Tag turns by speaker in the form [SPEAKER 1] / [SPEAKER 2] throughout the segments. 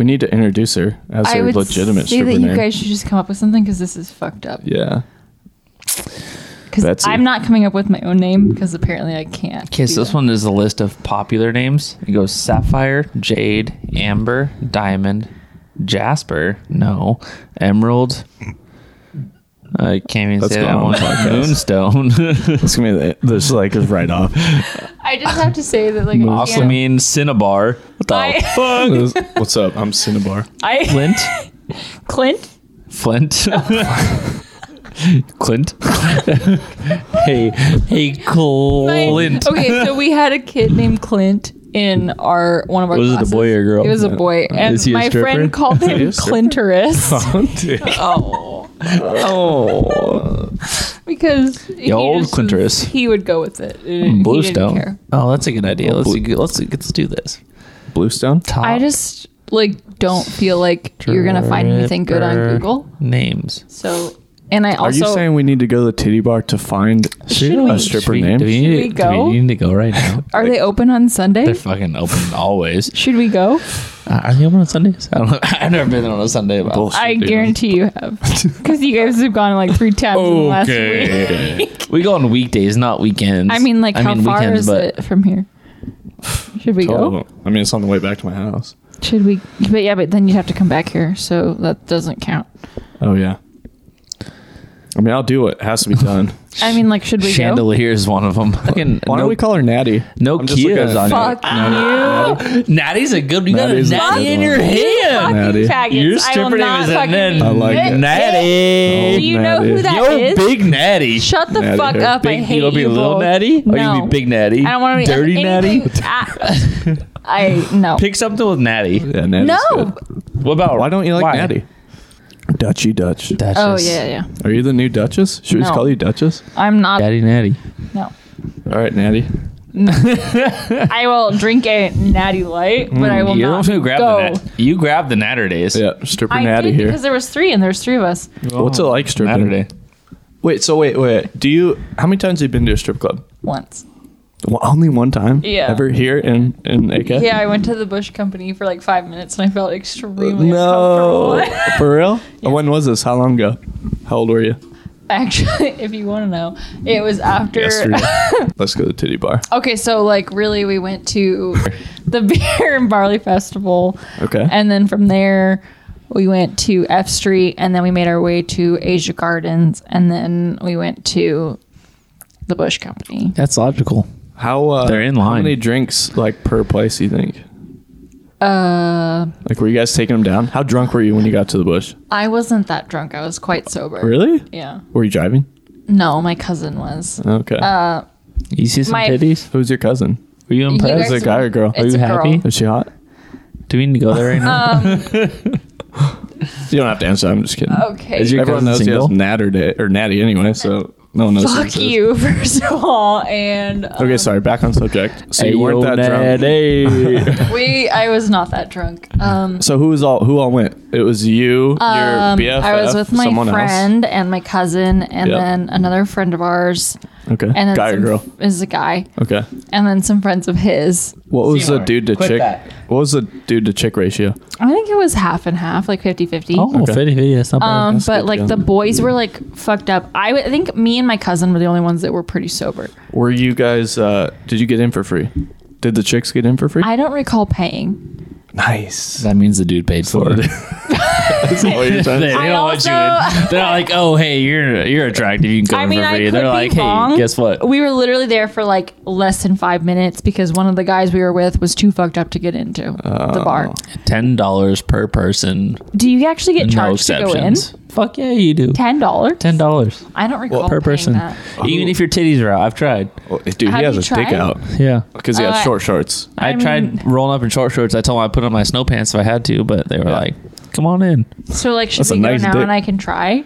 [SPEAKER 1] need to introduce her as
[SPEAKER 2] I
[SPEAKER 1] her
[SPEAKER 2] would
[SPEAKER 1] legitimate
[SPEAKER 2] say
[SPEAKER 1] stripper
[SPEAKER 2] that you
[SPEAKER 1] name.
[SPEAKER 2] guys should just come up with something because this is fucked up.
[SPEAKER 1] yeah.
[SPEAKER 2] Because
[SPEAKER 1] Betsy.
[SPEAKER 2] I'm not coming up with my own name because apparently I can't.
[SPEAKER 3] Okay,
[SPEAKER 2] do
[SPEAKER 3] so this
[SPEAKER 2] that.
[SPEAKER 3] one is a list of popular names. It goes Sapphire, Jade, Amber, Diamond, Jasper, no, Emerald. I can't even
[SPEAKER 1] That's
[SPEAKER 3] say
[SPEAKER 1] going
[SPEAKER 3] that
[SPEAKER 1] on
[SPEAKER 3] one.
[SPEAKER 1] the podcast.
[SPEAKER 3] Moonstone.
[SPEAKER 1] It's gonna be this like is right off.
[SPEAKER 2] I just have to say that like I
[SPEAKER 3] also
[SPEAKER 2] can't-
[SPEAKER 3] means Cinnabar. What the
[SPEAKER 2] I-
[SPEAKER 3] fuck?
[SPEAKER 1] What's up? I'm Cinnabar.
[SPEAKER 2] I
[SPEAKER 3] Flint?
[SPEAKER 2] Clint.
[SPEAKER 3] Flint? Clint? hey, hey,
[SPEAKER 2] My-
[SPEAKER 3] Clint.
[SPEAKER 2] Okay, so we had a kid named Clint in our one of our.
[SPEAKER 3] Was it a
[SPEAKER 2] classes.
[SPEAKER 3] boy or a girl?
[SPEAKER 2] It was a boy, and
[SPEAKER 3] Is he a
[SPEAKER 2] my
[SPEAKER 3] stripper?
[SPEAKER 2] friend called
[SPEAKER 1] he
[SPEAKER 2] him
[SPEAKER 1] a stripper?
[SPEAKER 2] Clintoris. oh,
[SPEAKER 3] Oh,
[SPEAKER 2] because the
[SPEAKER 3] old Clintoris.
[SPEAKER 2] He would go with it. He didn't care.
[SPEAKER 3] Bluestone. Oh, that's a good idea. Let's,
[SPEAKER 1] blue-
[SPEAKER 3] do- let's let's do this.
[SPEAKER 1] Bluestone.
[SPEAKER 3] Top
[SPEAKER 2] I just like don't feel like you're gonna find anything good on
[SPEAKER 3] stripper
[SPEAKER 2] Google.
[SPEAKER 3] Names.
[SPEAKER 2] So, and I also
[SPEAKER 1] Are you saying we need to go to the titty bar to find
[SPEAKER 2] Should
[SPEAKER 1] a
[SPEAKER 2] we-
[SPEAKER 1] stripper
[SPEAKER 3] do we,
[SPEAKER 1] name?
[SPEAKER 3] Do we, need,
[SPEAKER 2] Should we
[SPEAKER 3] to- do
[SPEAKER 2] go?
[SPEAKER 3] we need to go right now?
[SPEAKER 2] are they open on Sunday?
[SPEAKER 3] They're fucking open always.
[SPEAKER 2] Should we go?
[SPEAKER 3] Uh, are they open on Sundays? I don't know. I've never been on a Sunday. But
[SPEAKER 1] Bullshit.
[SPEAKER 2] I
[SPEAKER 1] dude.
[SPEAKER 2] guarantee you have, because you guys have gone like three times in the last week.
[SPEAKER 3] we go on weekdays, not weekends.
[SPEAKER 2] I mean, like, how far is it from here? Should we
[SPEAKER 1] Tell
[SPEAKER 2] go?
[SPEAKER 1] them. I mean, it's on the way back to my house.
[SPEAKER 2] Should we? But yeah, but then you'd have to come back here, so that doesn't count.
[SPEAKER 1] Oh yeah. I mean, I'll do it. It Has to be done.
[SPEAKER 2] I mean, like, should we go?
[SPEAKER 3] Chandelier is one of them. Fucking
[SPEAKER 1] Why
[SPEAKER 3] no,
[SPEAKER 1] don't we call her Natty?
[SPEAKER 3] no
[SPEAKER 1] I'm just looking
[SPEAKER 3] Kias
[SPEAKER 1] at-
[SPEAKER 3] on
[SPEAKER 2] Fuck you,
[SPEAKER 3] Natty's a good. You
[SPEAKER 1] Natty's a
[SPEAKER 3] got a natty
[SPEAKER 1] good
[SPEAKER 3] in
[SPEAKER 1] one.
[SPEAKER 3] your hand.
[SPEAKER 1] Natty.
[SPEAKER 2] faggots.
[SPEAKER 3] Your
[SPEAKER 2] I
[SPEAKER 3] stripper
[SPEAKER 2] will
[SPEAKER 3] name
[SPEAKER 2] not
[SPEAKER 3] is
[SPEAKER 2] fucking.
[SPEAKER 3] Natty.
[SPEAKER 1] I like it. Oh.
[SPEAKER 2] Do
[SPEAKER 3] Oh, Natty.
[SPEAKER 2] you
[SPEAKER 1] Natty.
[SPEAKER 2] know who that
[SPEAKER 3] Yo,
[SPEAKER 2] is?
[SPEAKER 3] big natty.
[SPEAKER 2] Shut the
[SPEAKER 1] Natty
[SPEAKER 2] fuck
[SPEAKER 1] hair.
[SPEAKER 2] up!
[SPEAKER 3] Big,
[SPEAKER 2] I hate
[SPEAKER 3] you'll be
[SPEAKER 2] you
[SPEAKER 3] little
[SPEAKER 2] both.
[SPEAKER 3] natty, or
[SPEAKER 2] No.
[SPEAKER 3] you be big natty.
[SPEAKER 2] I don't want to be
[SPEAKER 3] dirty natty.
[SPEAKER 2] anything- Ah, I no.
[SPEAKER 3] Pick something with natty.
[SPEAKER 1] Yeah, Natty's
[SPEAKER 2] no.
[SPEAKER 1] good.
[SPEAKER 3] What about?
[SPEAKER 1] Why don't you like
[SPEAKER 3] why?
[SPEAKER 1] Natty? Dutchy Dutch.
[SPEAKER 3] Duchess.
[SPEAKER 2] Oh yeah, yeah.
[SPEAKER 1] Are you the new Duchess? Should we just
[SPEAKER 2] No.
[SPEAKER 1] call you Duchess?
[SPEAKER 2] I'm not.
[SPEAKER 3] Daddy natty.
[SPEAKER 2] No.
[SPEAKER 1] All right, Natty.
[SPEAKER 2] I will drink a natty light, but I will
[SPEAKER 3] Mm, You're the
[SPEAKER 2] not
[SPEAKER 3] one who grabbed
[SPEAKER 2] go.
[SPEAKER 3] the nat- You grabbed the natter days.
[SPEAKER 1] Yeah, stripper
[SPEAKER 2] I
[SPEAKER 1] Natty
[SPEAKER 2] did
[SPEAKER 1] here.
[SPEAKER 2] because there was three, and there's three of us.
[SPEAKER 3] Oh,
[SPEAKER 1] What's it like stripping?
[SPEAKER 3] Natter day.
[SPEAKER 1] Wait, so wait, wait. Do you? How many times have you been to a strip club?
[SPEAKER 2] Once.
[SPEAKER 1] Well, only one time.
[SPEAKER 2] Yeah.
[SPEAKER 1] Ever here in in AK?
[SPEAKER 2] Yeah, I went to the Bush Company for like five minutes, and I felt extremely
[SPEAKER 1] No.
[SPEAKER 2] uncomfortable.
[SPEAKER 1] For real? When was this? How long ago? How old were you?
[SPEAKER 2] Actually, if you want to know, it was after.
[SPEAKER 1] Let's go to the titty bar.
[SPEAKER 2] okay, so like really, we went to the Beer and Barley Festival,
[SPEAKER 1] Okay.
[SPEAKER 2] and then from there. We went to F Street and then we made our way to Asia Gardens and then we went to the Bush Company.
[SPEAKER 3] That's logical.
[SPEAKER 1] how uh,
[SPEAKER 3] They're in
[SPEAKER 1] How
[SPEAKER 3] line.
[SPEAKER 1] many drinks like per place? You think?
[SPEAKER 2] Uh,
[SPEAKER 1] Like, were you guys taking them down? How drunk were you when you got to the bush?
[SPEAKER 2] I wasn't that drunk. I was quite sober.
[SPEAKER 1] Really?
[SPEAKER 2] Yeah.
[SPEAKER 1] Were you driving?
[SPEAKER 2] No, my cousin was.
[SPEAKER 1] Okay.
[SPEAKER 3] You see some
[SPEAKER 2] My-
[SPEAKER 3] titties?
[SPEAKER 1] Who's your cousin?
[SPEAKER 3] Were you
[SPEAKER 2] guys-
[SPEAKER 3] impressed?
[SPEAKER 1] Is it a guy or girl?
[SPEAKER 2] It's
[SPEAKER 3] you
[SPEAKER 2] a girl.
[SPEAKER 3] happy?
[SPEAKER 1] Is she hot?
[SPEAKER 3] Do we need to go there right now?
[SPEAKER 1] You don't have to answer. I'm just kidding.
[SPEAKER 2] Okay.
[SPEAKER 3] Is your
[SPEAKER 1] Everyone
[SPEAKER 3] cousin
[SPEAKER 1] knows he has
[SPEAKER 3] single?
[SPEAKER 1] Natter Day or Natty anyway, so no one knows. who
[SPEAKER 2] Fuck
[SPEAKER 1] this is.
[SPEAKER 2] you, first of all, and um,
[SPEAKER 1] Okay, sorry. Back on subject. So you weren't that drunk.
[SPEAKER 3] drunk.
[SPEAKER 2] we. I was not that drunk. Um,
[SPEAKER 1] So who was all who all went? It was you,
[SPEAKER 2] um,
[SPEAKER 1] your BFF,
[SPEAKER 2] I was with my
[SPEAKER 1] someone
[SPEAKER 2] friend and my cousin, and
[SPEAKER 1] Yep.
[SPEAKER 2] then another friend of ours,
[SPEAKER 1] else. Okay,
[SPEAKER 2] and then
[SPEAKER 1] guy or
[SPEAKER 2] some-
[SPEAKER 1] girl?
[SPEAKER 2] is a guy,
[SPEAKER 1] Okay.
[SPEAKER 2] and then some friends of his.
[SPEAKER 1] What was the
[SPEAKER 3] Seymour,
[SPEAKER 1] dude to
[SPEAKER 3] quit
[SPEAKER 1] chick?
[SPEAKER 3] that.
[SPEAKER 1] What was the dude to chick ratio?
[SPEAKER 2] I think it was half and half, like 50-50.
[SPEAKER 3] Oh,
[SPEAKER 1] Okay.
[SPEAKER 3] 50 50. That's not bad.
[SPEAKER 2] Um,
[SPEAKER 1] That's
[SPEAKER 2] but
[SPEAKER 1] good,
[SPEAKER 2] like
[SPEAKER 1] yeah.
[SPEAKER 2] the boys were like fucked up. I, w- I think me and my cousin were the only ones that were pretty sober.
[SPEAKER 1] Were you guys? Uh, did you get in for free? Did the chicks get in for free?
[SPEAKER 2] I don't recall paying.
[SPEAKER 1] nice.
[SPEAKER 3] that means the dude paid for it.
[SPEAKER 1] That's all you're trying to
[SPEAKER 3] they
[SPEAKER 1] say.
[SPEAKER 2] I
[SPEAKER 3] don't want you
[SPEAKER 2] also-
[SPEAKER 3] in. They're not like, oh, hey, you're you're attractive. You can go
[SPEAKER 2] I
[SPEAKER 3] in
[SPEAKER 2] mean,
[SPEAKER 3] for
[SPEAKER 2] I
[SPEAKER 3] free.
[SPEAKER 2] could
[SPEAKER 3] They're
[SPEAKER 2] be
[SPEAKER 3] like,
[SPEAKER 2] wrong.
[SPEAKER 3] hey, guess what?
[SPEAKER 2] We were literally there for like less than five minutes because one of the guys we were with was too fucked up to get into the
[SPEAKER 3] Oh.
[SPEAKER 2] bar.
[SPEAKER 3] Ten dollars per person,
[SPEAKER 2] Do you actually get
[SPEAKER 3] no
[SPEAKER 2] charged to go in?
[SPEAKER 3] exceptions. Fuck yeah, you do.
[SPEAKER 2] Ten dollars.
[SPEAKER 3] Ten dollars
[SPEAKER 2] I don't recall
[SPEAKER 3] per person,
[SPEAKER 2] That.
[SPEAKER 3] even if your titties are out. I've tried.
[SPEAKER 1] Oh, Dude,
[SPEAKER 2] Have
[SPEAKER 1] he has
[SPEAKER 2] you
[SPEAKER 1] a dick
[SPEAKER 2] tried?
[SPEAKER 1] out
[SPEAKER 3] Yeah,
[SPEAKER 1] because he has
[SPEAKER 2] Uh,
[SPEAKER 1] short shorts.
[SPEAKER 3] I,
[SPEAKER 2] I mean-
[SPEAKER 3] tried rolling up in short shorts. I told them I put on my snow pants if I had to, but they were like, "Come on in."
[SPEAKER 2] So like, should
[SPEAKER 1] That's a
[SPEAKER 2] we go
[SPEAKER 1] nice
[SPEAKER 2] now
[SPEAKER 1] dick.
[SPEAKER 2] and I can try?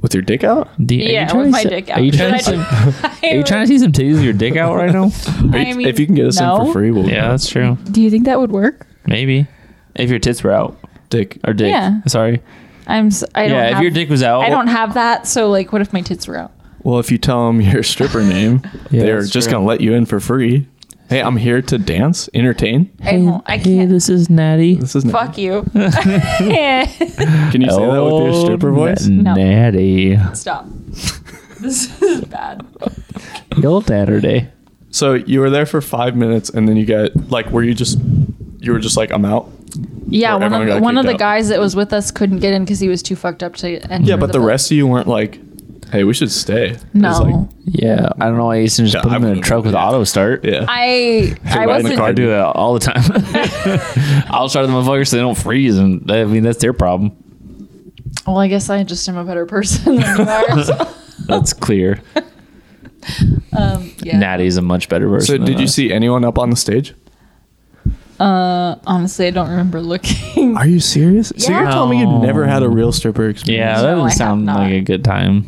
[SPEAKER 1] With your dick out?
[SPEAKER 3] Do you- are you
[SPEAKER 2] Yeah,
[SPEAKER 3] trying
[SPEAKER 2] with
[SPEAKER 3] to
[SPEAKER 2] my
[SPEAKER 3] se-
[SPEAKER 2] dick
[SPEAKER 3] Are
[SPEAKER 2] out.
[SPEAKER 3] you
[SPEAKER 2] Should
[SPEAKER 3] trying
[SPEAKER 2] I
[SPEAKER 3] to?
[SPEAKER 2] do-
[SPEAKER 3] see- Are you trying to see some titties with your dick out right now?
[SPEAKER 2] I mean,
[SPEAKER 1] if you can get us in
[SPEAKER 2] no.
[SPEAKER 1] for free, we'll
[SPEAKER 3] yeah, that's true.
[SPEAKER 2] Do you think that would work?
[SPEAKER 3] Maybe if your tits were out
[SPEAKER 1] dick.
[SPEAKER 3] or dick.
[SPEAKER 2] Yeah.
[SPEAKER 3] Sorry.
[SPEAKER 2] I'm. s- I don't.
[SPEAKER 3] Yeah, if
[SPEAKER 2] have-
[SPEAKER 3] your dick was out,
[SPEAKER 2] I don't have that. So like, what if my tits were out?
[SPEAKER 1] Well, if you tell them your stripper name,
[SPEAKER 3] Yeah,
[SPEAKER 1] they're
[SPEAKER 3] that's
[SPEAKER 1] just
[SPEAKER 3] true.
[SPEAKER 1] gonna let you in for free. Hey, I'm here to dance, entertain.
[SPEAKER 2] I, won't- I
[SPEAKER 3] Hey,
[SPEAKER 2] can't.
[SPEAKER 3] this is Natty.
[SPEAKER 1] This is
[SPEAKER 2] Fuck you.
[SPEAKER 1] Can you say that with your stripper
[SPEAKER 3] Oh,
[SPEAKER 1] voice?
[SPEAKER 2] No.
[SPEAKER 3] Natty.
[SPEAKER 2] Stop. This is bad.
[SPEAKER 3] Old Saturday.
[SPEAKER 1] So you were there for five minutes, and then you got like, were you just, you were just like, I'm out.
[SPEAKER 2] Yeah,
[SPEAKER 1] Or
[SPEAKER 2] one
[SPEAKER 1] everyone
[SPEAKER 2] of,
[SPEAKER 1] got
[SPEAKER 2] one of
[SPEAKER 1] kicked
[SPEAKER 2] the
[SPEAKER 1] out.
[SPEAKER 2] guys that was with us couldn't get in because he was too fucked up to enter.
[SPEAKER 1] Yeah, but the
[SPEAKER 2] bu-
[SPEAKER 1] rest of you weren't like, hey, we should stay. It was
[SPEAKER 2] No,
[SPEAKER 1] like-
[SPEAKER 3] Yeah, I don't know why you used to just
[SPEAKER 1] Yeah,
[SPEAKER 3] put
[SPEAKER 1] I
[SPEAKER 3] them in a
[SPEAKER 1] would've-
[SPEAKER 3] truck with auto start.
[SPEAKER 1] yeah.
[SPEAKER 2] I I
[SPEAKER 1] right in the
[SPEAKER 2] wasn't.
[SPEAKER 1] car,
[SPEAKER 3] I do it all the time. I'll start the motherfuckers so they don't freeze, and I mean that's their problem.
[SPEAKER 2] Well, I guess I just am a better person than you are. so,
[SPEAKER 3] That's clear.
[SPEAKER 2] um, yeah.
[SPEAKER 3] Natty's a much better
[SPEAKER 1] so
[SPEAKER 3] person.
[SPEAKER 1] did
[SPEAKER 3] than
[SPEAKER 1] you
[SPEAKER 3] us.
[SPEAKER 1] see anyone up on the stage?
[SPEAKER 2] Uh, honestly, I don't remember looking.
[SPEAKER 1] Are you serious? So you're
[SPEAKER 2] Yeah.
[SPEAKER 1] telling me you never had a real stripper experience?
[SPEAKER 3] Yeah, that
[SPEAKER 2] No, I
[SPEAKER 3] doesn't
[SPEAKER 2] have
[SPEAKER 3] sound
[SPEAKER 2] not.
[SPEAKER 3] like a good time.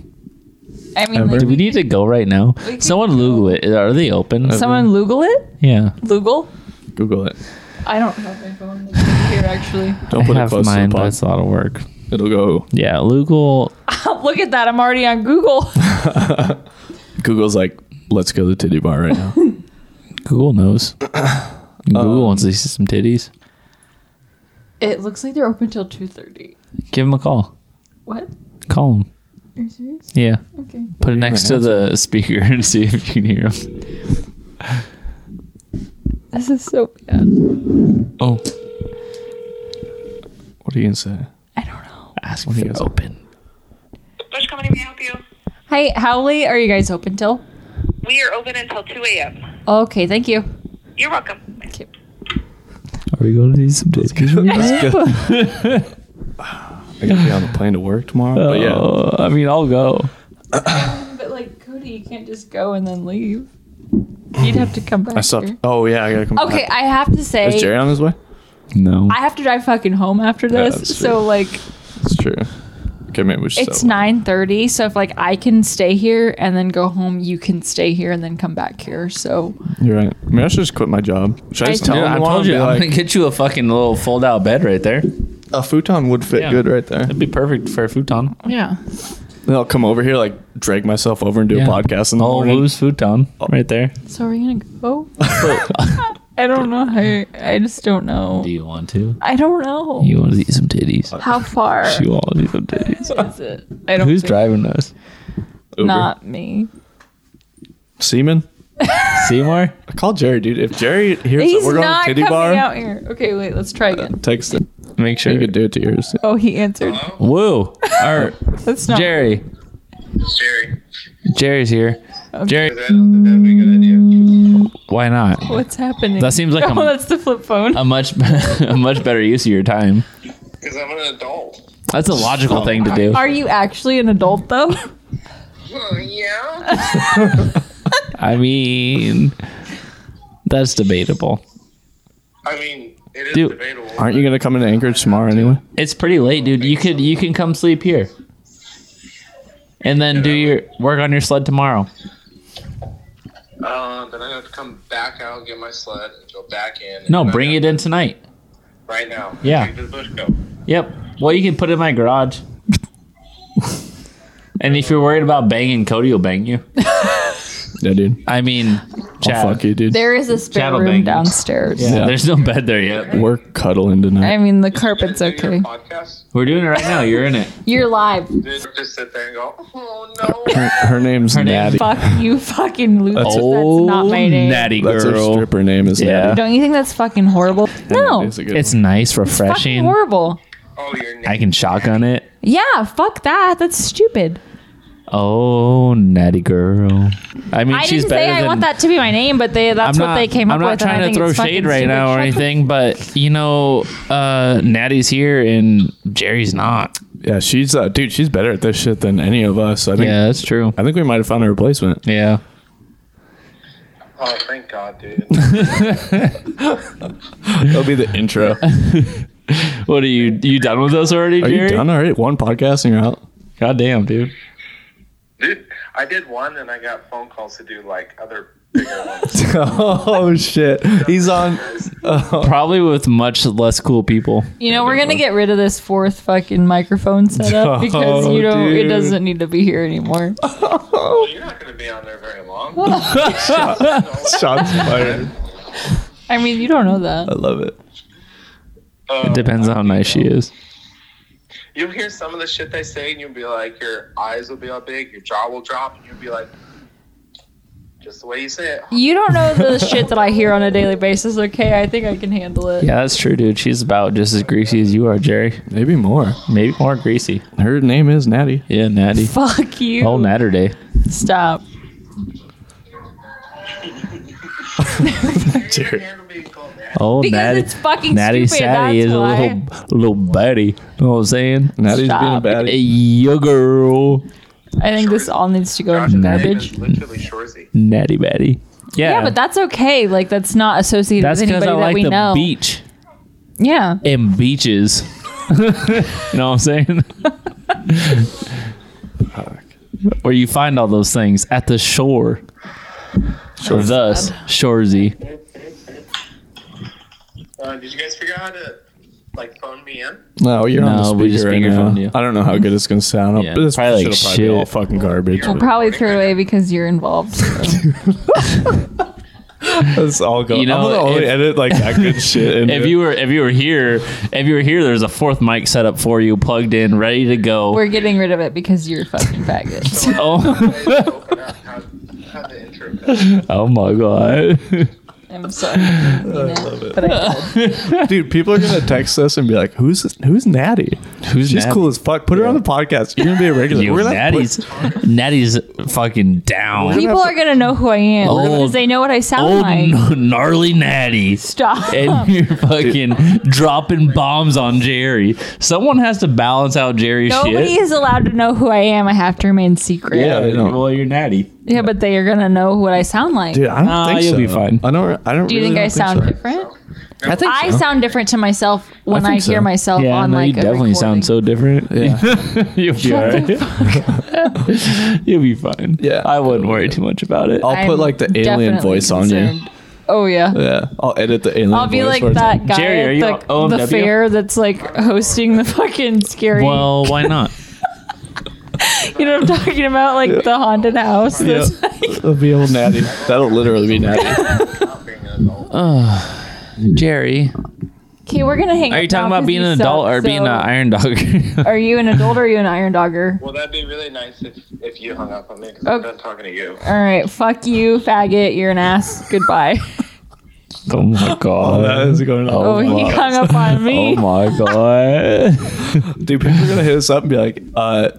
[SPEAKER 2] I mean, like,
[SPEAKER 3] Do we need to go right now?
[SPEAKER 2] We could
[SPEAKER 3] Someone Google it. Are they open?
[SPEAKER 2] someone Lugal it?
[SPEAKER 3] Yeah.
[SPEAKER 2] Lugal?
[SPEAKER 1] Google it.
[SPEAKER 2] I don't have my phone here actually.
[SPEAKER 1] Don't put
[SPEAKER 3] I
[SPEAKER 1] it
[SPEAKER 3] have
[SPEAKER 1] close
[SPEAKER 3] mine,
[SPEAKER 1] to
[SPEAKER 3] but
[SPEAKER 1] the
[SPEAKER 3] it's a lot of work.
[SPEAKER 1] pod. It'll go.
[SPEAKER 3] Yeah, Google.
[SPEAKER 2] Look at that! I'm already on Google.
[SPEAKER 1] Google's like, let's go to the titty bar right now.
[SPEAKER 3] Google knows. Google wants
[SPEAKER 1] Um,
[SPEAKER 3] to see some titties.
[SPEAKER 2] It looks like they're open till two thirty.
[SPEAKER 3] Give them a call.
[SPEAKER 2] What?
[SPEAKER 3] Call them.
[SPEAKER 2] Are you serious?
[SPEAKER 3] Yeah.
[SPEAKER 2] Okay.
[SPEAKER 3] Put it next to the speaker and see if you can hear them.
[SPEAKER 2] This is so bad.
[SPEAKER 1] oh. What are you going to say?
[SPEAKER 2] I don't know.
[SPEAKER 3] Ask if they're open.
[SPEAKER 4] Which company may I help you?
[SPEAKER 2] Hi, how late are you guys open till?
[SPEAKER 4] We are open until 2 a.m.
[SPEAKER 2] Okay, thank you.
[SPEAKER 4] You're welcome.
[SPEAKER 3] Are we going to see some titties?
[SPEAKER 1] Let's go. I got to be on the plane to work tomorrow. But yeah.
[SPEAKER 3] Oh, I mean, I'll go.
[SPEAKER 2] But like Cody, you can't just go and then leave. You'd have to come back.
[SPEAKER 1] I stopped.
[SPEAKER 2] here.
[SPEAKER 1] Oh, yeah. I got to come
[SPEAKER 2] Mm. Okay,
[SPEAKER 1] back.
[SPEAKER 2] I have to
[SPEAKER 1] Is Jerry
[SPEAKER 2] say,
[SPEAKER 1] on his way?
[SPEAKER 3] No.
[SPEAKER 2] I have to drive fucking home after
[SPEAKER 1] Yeah,
[SPEAKER 2] this.
[SPEAKER 1] that's
[SPEAKER 2] so
[SPEAKER 1] true.
[SPEAKER 2] like,
[SPEAKER 1] That's true. Okay, maybe we should
[SPEAKER 2] it's
[SPEAKER 1] settle.
[SPEAKER 2] nine thirty. So if like I can stay here and then go home, you can stay here and then come back here. So
[SPEAKER 1] You're right. I mean, I should just quit my job. Should I
[SPEAKER 2] I-
[SPEAKER 1] just tell
[SPEAKER 3] Dude,
[SPEAKER 1] him?
[SPEAKER 3] I
[SPEAKER 1] one
[SPEAKER 3] told
[SPEAKER 1] and
[SPEAKER 3] you,
[SPEAKER 1] be
[SPEAKER 3] I'm
[SPEAKER 1] like,
[SPEAKER 3] gonna get you a fucking little fold-out bed right there. It'd
[SPEAKER 1] a futon would fit
[SPEAKER 3] Yeah.
[SPEAKER 1] good right there.
[SPEAKER 3] be perfect for a futon.
[SPEAKER 2] yeah,
[SPEAKER 1] Then I'll come over here, like drag myself over and do
[SPEAKER 3] Yeah.
[SPEAKER 1] a podcast in the
[SPEAKER 3] Old
[SPEAKER 1] morning.
[SPEAKER 3] Lou's futon right there.
[SPEAKER 2] so are you gonna go? I don't know. I I just don't know.
[SPEAKER 3] Do you want to?
[SPEAKER 2] I don't know.
[SPEAKER 3] You want to see some titties?
[SPEAKER 2] How far
[SPEAKER 3] You want to see some titties?
[SPEAKER 2] is it? I don't.
[SPEAKER 3] Who's
[SPEAKER 2] think-
[SPEAKER 3] driving us?
[SPEAKER 1] Uber.
[SPEAKER 2] Not me.
[SPEAKER 1] Seaman.
[SPEAKER 3] Seymour?
[SPEAKER 1] I call Jerry, dude. If Jerry hears
[SPEAKER 2] He's
[SPEAKER 1] that we're going
[SPEAKER 2] not
[SPEAKER 1] to titty
[SPEAKER 2] coming
[SPEAKER 1] bar,
[SPEAKER 2] out here. Okay, wait. Let's try again.
[SPEAKER 1] text him.
[SPEAKER 3] Make sure
[SPEAKER 1] You could do it to yours.
[SPEAKER 2] Oh, he answered.
[SPEAKER 3] Woo! All right,
[SPEAKER 2] That's not
[SPEAKER 3] Jerry.
[SPEAKER 5] Jerry.
[SPEAKER 3] Jerry's here. Jerry,
[SPEAKER 5] I don't think that'd be a good idea.
[SPEAKER 3] why not?
[SPEAKER 2] What's happening?
[SPEAKER 3] That seems like
[SPEAKER 2] oh,
[SPEAKER 3] a-
[SPEAKER 2] that's the flip phone.
[SPEAKER 3] A much, a much better use of your time.
[SPEAKER 5] Because I'm an adult.
[SPEAKER 3] That's a logical thing to do.
[SPEAKER 2] Are you actually an adult though?
[SPEAKER 5] Well, Oh, yeah.
[SPEAKER 3] I mean, that's debatable.
[SPEAKER 5] I mean, it is
[SPEAKER 3] Dude,
[SPEAKER 5] debatable.
[SPEAKER 1] Aren't you going to come into Anchorage tomorrow anyway?
[SPEAKER 3] It's pretty late, dude. You could, you can come sleep here, and then do your work on your sled tomorrow.
[SPEAKER 5] Uh, then I have to come back out, get my sled, and go back in. and
[SPEAKER 3] No,
[SPEAKER 5] then I
[SPEAKER 3] bring
[SPEAKER 5] have
[SPEAKER 3] it in tonight.
[SPEAKER 5] to- right now.
[SPEAKER 3] Yeah.
[SPEAKER 5] Take it to the bush go.
[SPEAKER 3] Yep. Well, you can put it in my garage. and if you're worried about banging, Cody will bang you.
[SPEAKER 1] Yeah, dude.
[SPEAKER 3] I mean, Chad.
[SPEAKER 1] I'll fuck you, dude.
[SPEAKER 2] There is a spare
[SPEAKER 3] Chattel
[SPEAKER 2] room
[SPEAKER 3] bangers.
[SPEAKER 2] downstairs.
[SPEAKER 3] Yeah,
[SPEAKER 1] Yeah.
[SPEAKER 3] There's no bed there yet.
[SPEAKER 1] We're cuddling
[SPEAKER 2] I
[SPEAKER 1] tonight.
[SPEAKER 2] mean, the carpet's
[SPEAKER 5] Did you do
[SPEAKER 2] okay.
[SPEAKER 5] your Podcast?
[SPEAKER 3] We're doing it right now. You're in it.
[SPEAKER 2] You're live.
[SPEAKER 5] Did you just sit there and go, oh no.
[SPEAKER 1] Her, her name's
[SPEAKER 3] Her name-
[SPEAKER 1] Natty.
[SPEAKER 2] Fuck you, fucking loser. That's, not my name.
[SPEAKER 3] natty girl.
[SPEAKER 1] That's her stripper name is
[SPEAKER 3] Yeah.
[SPEAKER 1] Natty.
[SPEAKER 2] Don't you think that's fucking horrible? No,
[SPEAKER 1] It's
[SPEAKER 2] it's
[SPEAKER 1] a good
[SPEAKER 3] It's
[SPEAKER 1] one.
[SPEAKER 3] nice,
[SPEAKER 2] fucking
[SPEAKER 3] refreshing.
[SPEAKER 2] horrible.
[SPEAKER 5] Oh, your name.
[SPEAKER 3] I can shotgun it.
[SPEAKER 2] Yeah, fuck that. That's stupid.
[SPEAKER 3] Oh, natty girl. I mean,
[SPEAKER 2] I
[SPEAKER 3] she's
[SPEAKER 2] didn't
[SPEAKER 3] better
[SPEAKER 2] say I
[SPEAKER 3] than.
[SPEAKER 2] want that to be my name, but they that's
[SPEAKER 3] I'm
[SPEAKER 2] what
[SPEAKER 3] not,
[SPEAKER 2] they came
[SPEAKER 3] I'm
[SPEAKER 2] up
[SPEAKER 3] not
[SPEAKER 2] with. and I
[SPEAKER 3] trying to
[SPEAKER 2] think
[SPEAKER 3] throw
[SPEAKER 2] it's fucking
[SPEAKER 3] shade right
[SPEAKER 2] stupid.
[SPEAKER 3] now
[SPEAKER 2] Shut
[SPEAKER 3] or
[SPEAKER 2] the
[SPEAKER 3] anything, but you know, uh, Natty's here and Jerry's not.
[SPEAKER 1] Yeah, she's uh, dude. She's better at this shit than any of us. I think.
[SPEAKER 3] Yeah, that's true.
[SPEAKER 1] I think we might have found a replacement.
[SPEAKER 3] Yeah.
[SPEAKER 5] Oh, thank God, dude.
[SPEAKER 1] That'll be the intro.
[SPEAKER 3] What are you you done with us already,
[SPEAKER 1] Are
[SPEAKER 3] Jerry?
[SPEAKER 1] you done already? One podcast and you're out.
[SPEAKER 3] God damn, dude.
[SPEAKER 5] dude, I did one and I got phone calls to do like other bigger ones.
[SPEAKER 1] oh shit. He's on.
[SPEAKER 3] Probably with much less cool people.
[SPEAKER 2] You know, we're gonna get rid of this fourth fucking microphone setup because
[SPEAKER 3] Oh,
[SPEAKER 2] you
[SPEAKER 1] No,
[SPEAKER 2] don't. It
[SPEAKER 1] dude.
[SPEAKER 2] doesn't need to be here anymore.
[SPEAKER 5] well, you're not going to be on there very long.
[SPEAKER 1] Shots fired.
[SPEAKER 2] I mean, you don't know
[SPEAKER 1] I
[SPEAKER 2] that.
[SPEAKER 1] love it.
[SPEAKER 5] Um,
[SPEAKER 3] It depends on how nice she is.
[SPEAKER 5] You hear some of the shit they say, and you'll be like, your eyes will be all big, your jaw will drop, and you'll be like, just the way you say it.
[SPEAKER 2] You don't know the shit that I hear on a daily basis, okay? I think I can handle it.
[SPEAKER 3] Yeah, that's true, dude. She's about just as greasy as you are, Jerry.
[SPEAKER 1] Maybe more.
[SPEAKER 3] Maybe more greasy.
[SPEAKER 1] Her name is Natty.
[SPEAKER 3] Yeah, Natty.
[SPEAKER 2] Fuck you.
[SPEAKER 3] Oh, Natter Day.
[SPEAKER 2] Stop.
[SPEAKER 5] Your hand will be cold, man.
[SPEAKER 3] Oh,
[SPEAKER 2] Because
[SPEAKER 3] Natty.
[SPEAKER 2] it's fucking
[SPEAKER 3] Natty
[SPEAKER 2] stupid,
[SPEAKER 3] Satty
[SPEAKER 2] that's
[SPEAKER 3] is
[SPEAKER 2] why.
[SPEAKER 3] a little, little baddie. You know what I'm saying?
[SPEAKER 1] Natty's
[SPEAKER 2] Stop.
[SPEAKER 1] being a baddie.
[SPEAKER 3] Hey, yo, girl.
[SPEAKER 2] I think this all needs to go
[SPEAKER 5] Josh's
[SPEAKER 2] in
[SPEAKER 5] name
[SPEAKER 2] garbage.
[SPEAKER 5] is Literally Shorzy.
[SPEAKER 3] Natty Batty. Yeah,
[SPEAKER 2] Yeah, but that's okay. Like that's not associated
[SPEAKER 3] that's
[SPEAKER 2] with
[SPEAKER 3] because
[SPEAKER 2] anybody
[SPEAKER 3] I
[SPEAKER 2] that
[SPEAKER 3] like
[SPEAKER 2] we
[SPEAKER 3] the
[SPEAKER 2] know.
[SPEAKER 3] beach
[SPEAKER 2] Yeah.
[SPEAKER 3] and beaches. you know what I'm saying? Where you find all those things at the shore. Thus, Shorzy.
[SPEAKER 5] Uh, did you guys figure out how to like phone me in?
[SPEAKER 1] No, you're on the
[SPEAKER 3] No,
[SPEAKER 1] speaker
[SPEAKER 3] we just
[SPEAKER 1] right now.
[SPEAKER 3] speakerphoned you.
[SPEAKER 1] I don't know how good it's gonna sound.
[SPEAKER 3] Yeah,
[SPEAKER 1] but this
[SPEAKER 3] probably
[SPEAKER 1] shit'll
[SPEAKER 3] like
[SPEAKER 1] probably be all
[SPEAKER 3] shit.
[SPEAKER 1] fucking garbage.
[SPEAKER 5] We'll
[SPEAKER 1] but
[SPEAKER 2] Probably threw away because you're involved.
[SPEAKER 1] It's all go.
[SPEAKER 3] You know,
[SPEAKER 1] I'm gonna only
[SPEAKER 3] if-
[SPEAKER 1] edit like that good shit. into
[SPEAKER 3] If
[SPEAKER 1] it.
[SPEAKER 3] you were if you were here, if you were here, there's a fourth mic set up for you, plugged in, ready to go.
[SPEAKER 2] We're getting rid of it because you're fucking faggots.
[SPEAKER 3] oh,
[SPEAKER 5] Open up how, how the intro goes.
[SPEAKER 3] oh my god.
[SPEAKER 2] I'm sorry. I didn't mean it, But I did.
[SPEAKER 1] dude, people are gonna text us and be like, "Who's who's Natty?
[SPEAKER 3] Who's
[SPEAKER 1] She's
[SPEAKER 3] Natty?
[SPEAKER 1] cool as fuck. Put her on the podcast. You're gonna be a regular.
[SPEAKER 3] Yo,
[SPEAKER 1] We're gonna have to put-
[SPEAKER 3] Natty's Natty's fucking down.
[SPEAKER 2] People are gonna know who I am
[SPEAKER 3] Old-
[SPEAKER 2] because they know what I sound
[SPEAKER 3] old
[SPEAKER 2] like.
[SPEAKER 3] gnarly natty.
[SPEAKER 2] Stop.
[SPEAKER 3] And you're fucking dropping bombs on Jerry. Someone has to balance out Jerry's
[SPEAKER 2] Nobody
[SPEAKER 3] shit.
[SPEAKER 2] is allowed to know who I am. I have to remain secret.
[SPEAKER 1] Yeah, they don't.
[SPEAKER 3] well, you're natty.
[SPEAKER 2] Yeah, but they are gonna know what I sound like.
[SPEAKER 1] Dude, I don't
[SPEAKER 3] Nah,
[SPEAKER 1] think
[SPEAKER 3] you'll
[SPEAKER 1] so.
[SPEAKER 3] be fine.
[SPEAKER 1] I don't. I don't.
[SPEAKER 2] Do you
[SPEAKER 1] really
[SPEAKER 2] think I
[SPEAKER 1] don't
[SPEAKER 2] sound
[SPEAKER 1] so.
[SPEAKER 2] different?
[SPEAKER 1] I think
[SPEAKER 2] I
[SPEAKER 1] so.
[SPEAKER 2] sound different to myself when
[SPEAKER 1] I
[SPEAKER 2] I,
[SPEAKER 1] think
[SPEAKER 2] hear
[SPEAKER 1] so.
[SPEAKER 2] myself
[SPEAKER 3] Yeah,
[SPEAKER 2] on
[SPEAKER 3] no,
[SPEAKER 2] like
[SPEAKER 3] you
[SPEAKER 2] a
[SPEAKER 3] definitely sound
[SPEAKER 2] recording.
[SPEAKER 3] so different.
[SPEAKER 1] Yeah.
[SPEAKER 3] You'll be all right. You'll be fine.
[SPEAKER 1] Yeah.
[SPEAKER 3] I wouldn't worry too much about it.
[SPEAKER 1] I'll put
[SPEAKER 2] I'm
[SPEAKER 1] like the alien
[SPEAKER 2] definitely
[SPEAKER 1] voice on you.
[SPEAKER 2] concerned. Oh yeah.
[SPEAKER 1] Yeah, I'll edit the alien.
[SPEAKER 2] I'll be
[SPEAKER 1] voice
[SPEAKER 2] like
[SPEAKER 1] where it's
[SPEAKER 2] that guy
[SPEAKER 3] Jerry, are you
[SPEAKER 2] at
[SPEAKER 3] on
[SPEAKER 2] the, the
[SPEAKER 3] OMW?
[SPEAKER 2] fair that's like hosting the fucking scary.
[SPEAKER 3] Well, why not?
[SPEAKER 2] you know what I'm talking about? Like the haunted house.
[SPEAKER 1] Yeah.
[SPEAKER 2] that's like-
[SPEAKER 1] That'll be old Natty. That'll literally be Natty.
[SPEAKER 5] Not being an adult.
[SPEAKER 3] Jerry,
[SPEAKER 2] Okay, we're gonna hang.
[SPEAKER 3] are you
[SPEAKER 2] up now
[SPEAKER 3] talking about
[SPEAKER 2] 'cause
[SPEAKER 3] being
[SPEAKER 2] you
[SPEAKER 3] an
[SPEAKER 2] suck,
[SPEAKER 3] adult or being an
[SPEAKER 2] so-
[SPEAKER 3] iron dog?
[SPEAKER 2] Are you an adult or are you an iron dogger?
[SPEAKER 5] Well, that'd be really nice if, if you hung up on me because I'm
[SPEAKER 2] Okay.
[SPEAKER 5] done talking to you.
[SPEAKER 2] All right, fuck you, faggot. You're an ass. Goodbye.
[SPEAKER 3] oh my
[SPEAKER 1] Oh, that
[SPEAKER 3] god.
[SPEAKER 1] is going on.
[SPEAKER 2] Oh, he hung up on
[SPEAKER 3] Oh
[SPEAKER 2] me.
[SPEAKER 3] my god.
[SPEAKER 1] Dude, people are gonna hit us up and be like, uh,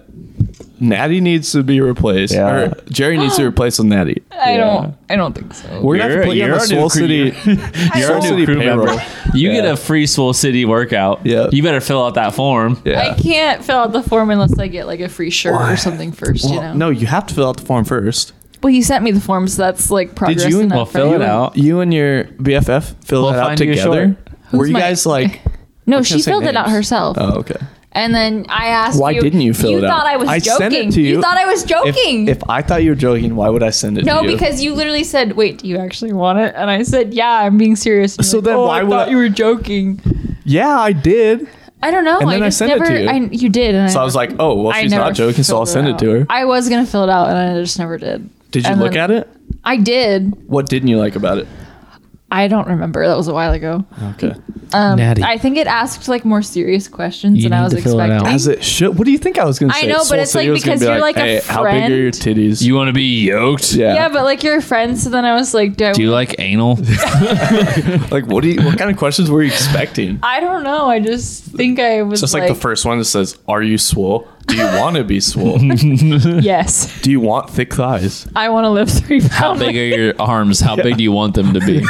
[SPEAKER 1] Natty needs to be replaced.
[SPEAKER 3] Yeah.
[SPEAKER 1] Or Jerry needs to replace with Natty.
[SPEAKER 2] I don't. I don't think so.
[SPEAKER 1] We're gonna have to put
[SPEAKER 3] You're-
[SPEAKER 1] you on
[SPEAKER 3] you're
[SPEAKER 1] the
[SPEAKER 3] our
[SPEAKER 1] Soul
[SPEAKER 3] new crew.
[SPEAKER 1] City.
[SPEAKER 2] You're
[SPEAKER 1] Soul
[SPEAKER 2] our new
[SPEAKER 1] City
[SPEAKER 3] crew member.
[SPEAKER 1] payroll.
[SPEAKER 3] You
[SPEAKER 1] Yeah.
[SPEAKER 3] get a free Swole City workout.
[SPEAKER 1] Yeah.
[SPEAKER 3] You better fill out that form.
[SPEAKER 1] Yeah.
[SPEAKER 2] I can't fill out the form unless I get like a free shirt
[SPEAKER 1] Why?
[SPEAKER 2] or something first. you know.
[SPEAKER 1] Well, no, you have to fill out the form first.
[SPEAKER 2] Well, you sent me the form, so that's like progress.
[SPEAKER 1] you-
[SPEAKER 2] enough,
[SPEAKER 3] Well, fill
[SPEAKER 2] right?
[SPEAKER 3] it out.
[SPEAKER 1] You and your BFF fill
[SPEAKER 3] We'll
[SPEAKER 1] that out
[SPEAKER 3] find you a
[SPEAKER 1] together. Were
[SPEAKER 2] Who's
[SPEAKER 1] you
[SPEAKER 2] my-
[SPEAKER 1] guys like?
[SPEAKER 2] No,
[SPEAKER 1] gonna
[SPEAKER 2] she
[SPEAKER 1] say
[SPEAKER 2] filled it out
[SPEAKER 1] names.
[SPEAKER 2] herself.
[SPEAKER 1] Oh, okay.
[SPEAKER 2] And then I asked
[SPEAKER 1] Why
[SPEAKER 2] you,
[SPEAKER 1] didn't you fill
[SPEAKER 2] you
[SPEAKER 1] it out?
[SPEAKER 2] thought I was
[SPEAKER 1] I
[SPEAKER 2] joking.
[SPEAKER 1] sent it to you.
[SPEAKER 2] thought I was
[SPEAKER 1] If,
[SPEAKER 2] joking.
[SPEAKER 1] if I thought you were joking, why would I send it?
[SPEAKER 2] no,
[SPEAKER 1] to you?
[SPEAKER 2] because you literally said, "Wait, do you actually want it?" And I said, "Yeah, I'm being serious." And you're
[SPEAKER 1] So
[SPEAKER 2] like,
[SPEAKER 1] then
[SPEAKER 2] "Oh,
[SPEAKER 1] why
[SPEAKER 2] I
[SPEAKER 1] would
[SPEAKER 2] thought
[SPEAKER 1] I-
[SPEAKER 2] you were joking?
[SPEAKER 1] yeah, I did.
[SPEAKER 2] I don't know.
[SPEAKER 1] And
[SPEAKER 2] I
[SPEAKER 1] then I
[SPEAKER 2] just
[SPEAKER 1] sent it
[SPEAKER 2] never.
[SPEAKER 1] to you.
[SPEAKER 2] I, you did. And
[SPEAKER 1] So I was like, oh well,
[SPEAKER 2] I
[SPEAKER 1] she's
[SPEAKER 2] never
[SPEAKER 1] not joking, so I'll
[SPEAKER 2] filled
[SPEAKER 1] send it
[SPEAKER 2] out.
[SPEAKER 1] to her.
[SPEAKER 2] I was gonna fill it out, and I just never did.
[SPEAKER 1] Did you
[SPEAKER 2] and
[SPEAKER 1] look at
[SPEAKER 2] then-
[SPEAKER 1] it?
[SPEAKER 2] I did.
[SPEAKER 1] What didn't you like about it?
[SPEAKER 2] I don't remember. That was a while ago.
[SPEAKER 1] Okay.
[SPEAKER 2] Um,
[SPEAKER 3] Natty.
[SPEAKER 2] I think it asked like more serious questions
[SPEAKER 3] You
[SPEAKER 2] than I
[SPEAKER 3] need
[SPEAKER 2] was
[SPEAKER 3] to fill it out.
[SPEAKER 2] expecting.
[SPEAKER 1] As it should. What do you think I was gonna
[SPEAKER 2] I
[SPEAKER 1] say?
[SPEAKER 2] know, but
[SPEAKER 1] Soul
[SPEAKER 2] it's
[SPEAKER 1] City
[SPEAKER 2] like
[SPEAKER 1] was gonna
[SPEAKER 2] because
[SPEAKER 1] be
[SPEAKER 2] you're like a
[SPEAKER 1] hey, how big are your titties?
[SPEAKER 3] You want to be yoked?
[SPEAKER 1] yeah.
[SPEAKER 2] Yeah, but like your friends. So then I was like, do I,
[SPEAKER 3] Do you like anal?
[SPEAKER 1] Like, what do you? What kind of questions were you expecting?
[SPEAKER 2] I don't know. I just think I was
[SPEAKER 1] Just like,
[SPEAKER 2] like,
[SPEAKER 1] the first one that says, "Are you swole? Do you want to be swole? do
[SPEAKER 2] Yes,
[SPEAKER 1] you want thick thighs?"
[SPEAKER 2] I want to live three pounds.
[SPEAKER 3] How big are your arms? How big do you want them to be?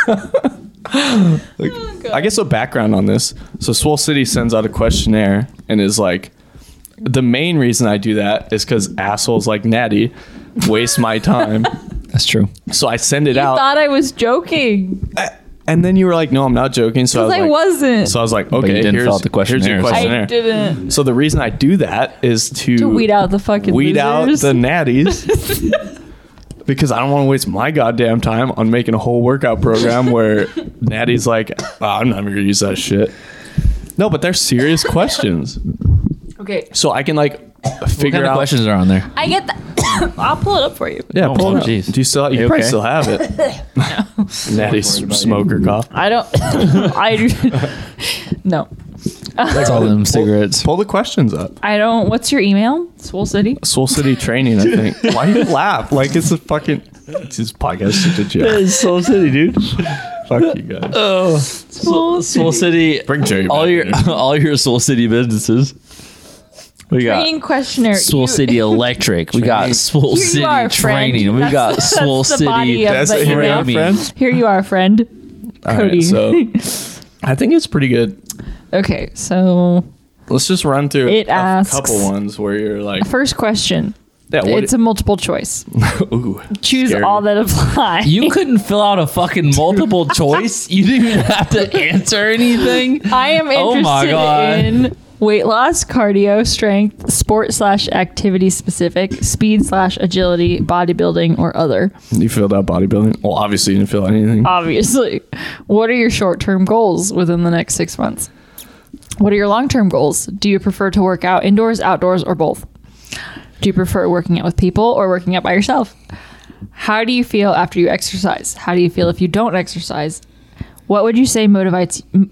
[SPEAKER 1] Like, I guess a background on this. So Swole City sends out a questionnaire and is like, the main reason I do that is because assholes like Natty waste my time.
[SPEAKER 3] That's true.
[SPEAKER 1] so I send it
[SPEAKER 2] I
[SPEAKER 1] out,
[SPEAKER 2] thought I was joking
[SPEAKER 1] and then you were like, "No, I'm not joking." So I
[SPEAKER 2] because
[SPEAKER 1] was
[SPEAKER 2] I
[SPEAKER 1] like,
[SPEAKER 2] wasn't.
[SPEAKER 1] So I was like,
[SPEAKER 3] you
[SPEAKER 1] "Okay,
[SPEAKER 3] didn't
[SPEAKER 1] here's,
[SPEAKER 3] fill out the
[SPEAKER 1] here's your
[SPEAKER 3] questionnaire, so-
[SPEAKER 2] I
[SPEAKER 1] questionnaire."
[SPEAKER 2] didn't
[SPEAKER 1] So the reason I do that is to,
[SPEAKER 2] to weed out the fucking
[SPEAKER 1] weed out
[SPEAKER 2] losers.
[SPEAKER 1] the natties because I don't want to waste my goddamn time on making a whole workout program where natty's like, "Oh, I'm not even gonna use that shit. No, but they're serious questions,
[SPEAKER 2] okay,
[SPEAKER 1] so I can like figure
[SPEAKER 3] What kind
[SPEAKER 1] out.
[SPEAKER 3] of questions are on there?
[SPEAKER 2] I get that.
[SPEAKER 6] I'll pull it up for you.
[SPEAKER 1] Yeah,
[SPEAKER 3] Oh,
[SPEAKER 1] pull it up.
[SPEAKER 3] jeez.
[SPEAKER 1] Do you still? You
[SPEAKER 3] You
[SPEAKER 1] probably
[SPEAKER 3] okay?
[SPEAKER 1] still have it. Natty s- smoker cough.
[SPEAKER 6] I don't. I
[SPEAKER 2] No.
[SPEAKER 3] That's all them cigarettes.
[SPEAKER 1] Pull the questions up.
[SPEAKER 2] I don't. What's your email?
[SPEAKER 6] Swole City.
[SPEAKER 1] Soul City Training. I think. Why do you laugh? Like it's a fucking. It's his podcast. It's a joke.
[SPEAKER 3] Soul City, dude.
[SPEAKER 1] Fuck you guys.
[SPEAKER 3] Oh, Soul, Soul City.
[SPEAKER 1] Bring Jerry.
[SPEAKER 3] all
[SPEAKER 1] back
[SPEAKER 3] your
[SPEAKER 1] here.
[SPEAKER 3] all your Soul City businesses. We got
[SPEAKER 2] Training questionnaire.
[SPEAKER 3] Soul
[SPEAKER 2] You-
[SPEAKER 3] City Electric. We got Soul
[SPEAKER 2] Here you
[SPEAKER 3] City
[SPEAKER 2] are, friend.
[SPEAKER 3] Training. We
[SPEAKER 2] That's-
[SPEAKER 3] got
[SPEAKER 2] that's
[SPEAKER 3] Soul
[SPEAKER 2] the body
[SPEAKER 3] City.
[SPEAKER 2] of
[SPEAKER 1] That's
[SPEAKER 2] the
[SPEAKER 1] it,
[SPEAKER 2] email.
[SPEAKER 3] Framing.
[SPEAKER 1] friend.
[SPEAKER 2] Here you are, friend.
[SPEAKER 1] All right,
[SPEAKER 2] Cody.
[SPEAKER 1] so I think it's pretty good.
[SPEAKER 2] Okay, so
[SPEAKER 1] Let's just run through
[SPEAKER 2] It
[SPEAKER 1] a
[SPEAKER 2] asks-
[SPEAKER 1] couple ones where you're like,
[SPEAKER 2] first question.
[SPEAKER 1] yeah, Uh, what
[SPEAKER 2] It's a multiple choice.
[SPEAKER 1] ooh,
[SPEAKER 2] Choose
[SPEAKER 1] scary.
[SPEAKER 2] all that apply.
[SPEAKER 3] You couldn't fill out a fucking multiple choice. You didn't even have to answer anything.
[SPEAKER 2] I am
[SPEAKER 3] Oh
[SPEAKER 2] interested
[SPEAKER 3] my God.
[SPEAKER 2] in weight loss, cardio, strength, sport slash activity specific, speed slash agility, bodybuilding, or other.
[SPEAKER 1] You filled out bodybuilding. Well, obviously you didn't feel anything.
[SPEAKER 2] Uh, Obviously. What are your short term goals within the next six months? What are your long term goals? Do you prefer to work out indoors, outdoors, or both? Do you prefer working out with people or working out by yourself? How do you feel after you exercise? How do you feel if you don't exercise? What would you say motivates? m-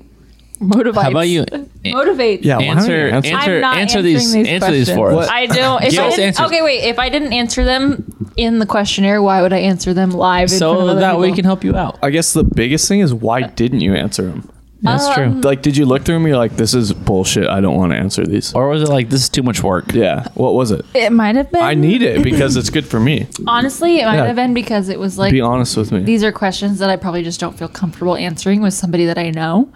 [SPEAKER 2] Motivates.
[SPEAKER 3] How about you?
[SPEAKER 2] Motivates.
[SPEAKER 1] Yeah, why don't you
[SPEAKER 3] Answer,
[SPEAKER 1] answer?
[SPEAKER 3] answer,
[SPEAKER 2] I'm not
[SPEAKER 3] answer
[SPEAKER 2] answering
[SPEAKER 3] these,
[SPEAKER 2] these
[SPEAKER 3] answer these for
[SPEAKER 2] questions.
[SPEAKER 3] us.
[SPEAKER 2] I don't. If
[SPEAKER 3] Give
[SPEAKER 2] I
[SPEAKER 3] us
[SPEAKER 2] didn't,
[SPEAKER 3] answers.
[SPEAKER 2] okay, wait. If I didn't answer them in the questionnaire, why would I answer them live? in front of
[SPEAKER 3] so
[SPEAKER 2] other
[SPEAKER 3] that we
[SPEAKER 2] people?
[SPEAKER 3] can help you out.
[SPEAKER 1] I guess the biggest thing is why
[SPEAKER 2] Uh,
[SPEAKER 1] didn't you answer them?
[SPEAKER 3] That's true.
[SPEAKER 2] Um,
[SPEAKER 1] Like, did you look through them? You're like, this is bullshit. I don't want to answer these.
[SPEAKER 3] Or was it like this is too much work?
[SPEAKER 1] yeah, what was it?
[SPEAKER 2] It might have been.
[SPEAKER 1] I need it because it's good for me.
[SPEAKER 2] Honestly, it might
[SPEAKER 1] Yeah.
[SPEAKER 2] have been because it was like
[SPEAKER 1] Be honest with me.
[SPEAKER 2] these are questions that I probably just don't feel comfortable answering with somebody that I know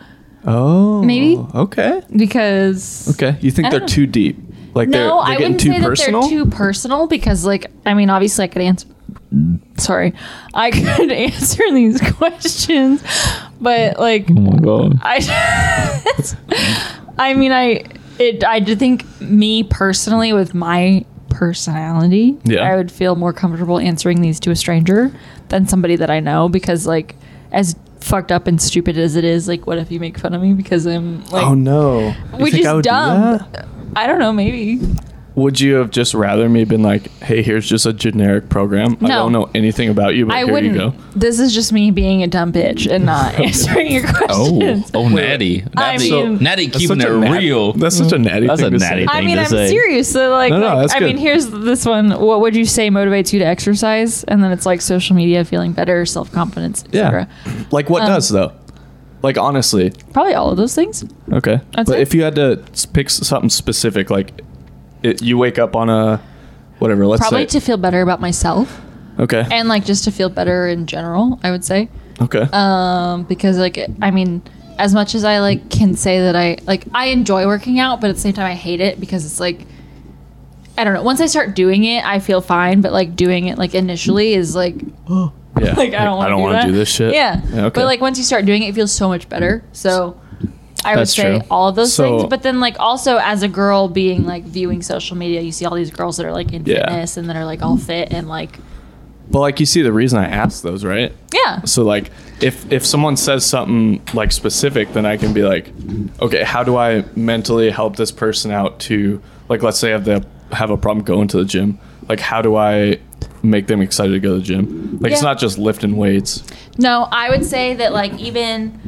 [SPEAKER 1] Oh,
[SPEAKER 2] Maybe.
[SPEAKER 1] Okay,
[SPEAKER 2] because
[SPEAKER 1] okay. You think
[SPEAKER 2] I
[SPEAKER 1] they're
[SPEAKER 2] don't-
[SPEAKER 1] too deep? Like they're,
[SPEAKER 2] no,
[SPEAKER 1] they're
[SPEAKER 2] I
[SPEAKER 1] getting
[SPEAKER 2] wouldn't
[SPEAKER 1] too
[SPEAKER 2] say
[SPEAKER 1] personal?
[SPEAKER 2] that they're too personal because like I mean obviously I could answer sorry. I could answer these questions, but like
[SPEAKER 3] Oh my god.
[SPEAKER 2] I I mean I it I do think me personally with my personality
[SPEAKER 1] Yeah.
[SPEAKER 2] I would feel more comfortable answering these to a stranger than somebody that I know because like as fucked up and stupid as it is like what if you make fun of me because I'm like
[SPEAKER 1] oh no, You
[SPEAKER 2] which
[SPEAKER 1] think
[SPEAKER 2] is
[SPEAKER 1] I would do
[SPEAKER 2] dumb.
[SPEAKER 1] that?
[SPEAKER 2] I don't know maybe
[SPEAKER 1] Would you have just rather me been like, hey, here's just a generic program? I
[SPEAKER 2] No.
[SPEAKER 1] don't know anything about you, but
[SPEAKER 2] I
[SPEAKER 1] here
[SPEAKER 2] wouldn't
[SPEAKER 1] you go.
[SPEAKER 2] this is just me being a dumb bitch and not answering your
[SPEAKER 3] Oh,
[SPEAKER 2] questions
[SPEAKER 3] oh, natty.
[SPEAKER 2] I
[SPEAKER 3] Natty,
[SPEAKER 2] mean-
[SPEAKER 3] natty keeping it
[SPEAKER 1] such a natty-
[SPEAKER 3] real.
[SPEAKER 1] That's such
[SPEAKER 2] Mm-hmm.
[SPEAKER 1] a natty
[SPEAKER 3] That's
[SPEAKER 1] thing
[SPEAKER 3] a
[SPEAKER 1] to
[SPEAKER 3] natty
[SPEAKER 1] say.
[SPEAKER 2] I
[SPEAKER 3] thing
[SPEAKER 2] mean,
[SPEAKER 3] to
[SPEAKER 2] I'm
[SPEAKER 3] say.
[SPEAKER 2] serious. So, like,
[SPEAKER 1] No, no,
[SPEAKER 2] like,
[SPEAKER 1] that's
[SPEAKER 2] I
[SPEAKER 1] good.
[SPEAKER 2] mean, here's this one. What would you say motivates you to exercise? And then it's like social media, feeling better, self confidence,
[SPEAKER 1] Yeah.
[SPEAKER 2] etc.
[SPEAKER 1] Like, what
[SPEAKER 2] Um,
[SPEAKER 1] does, though? Like, honestly.
[SPEAKER 2] Probably all of those things.
[SPEAKER 1] Okay.
[SPEAKER 2] That's
[SPEAKER 1] but
[SPEAKER 2] it.
[SPEAKER 1] if you had to s- pick s- something specific, like it, you wake up on a whatever, let's
[SPEAKER 2] Probably
[SPEAKER 1] say.
[SPEAKER 2] to feel better about myself
[SPEAKER 1] okay.
[SPEAKER 2] and like just to feel better in general. I would say.
[SPEAKER 1] okay.
[SPEAKER 2] um because like i mean as much as i like can say that i like i enjoy working out but at the same time i hate it because it's like i don't know once i start doing it i feel fine but like doing it like initially is like
[SPEAKER 1] yeah.
[SPEAKER 2] like i don't want to
[SPEAKER 1] wanna
[SPEAKER 2] that.
[SPEAKER 1] do this shit.
[SPEAKER 2] yeah,
[SPEAKER 1] okay.
[SPEAKER 2] but like once you start doing it it feels so much better so i would
[SPEAKER 1] That's
[SPEAKER 2] say
[SPEAKER 1] true.
[SPEAKER 2] all of those
[SPEAKER 1] So-
[SPEAKER 2] things but then like also as a girl being like viewing social media you see all these girls that are like in
[SPEAKER 1] Yeah.
[SPEAKER 2] fitness and that are like all fit and like
[SPEAKER 1] but like, you see the reason I asked those, right?
[SPEAKER 2] yeah
[SPEAKER 1] So like if if someone says something like specific, then I can be like, okay, how do I mentally help this person out to like let's say have the have a problem going to the gym. Like how do I make them excited to go to the gym? Like it's
[SPEAKER 2] Yeah.
[SPEAKER 1] not just lifting weights.
[SPEAKER 2] No, I would say that like even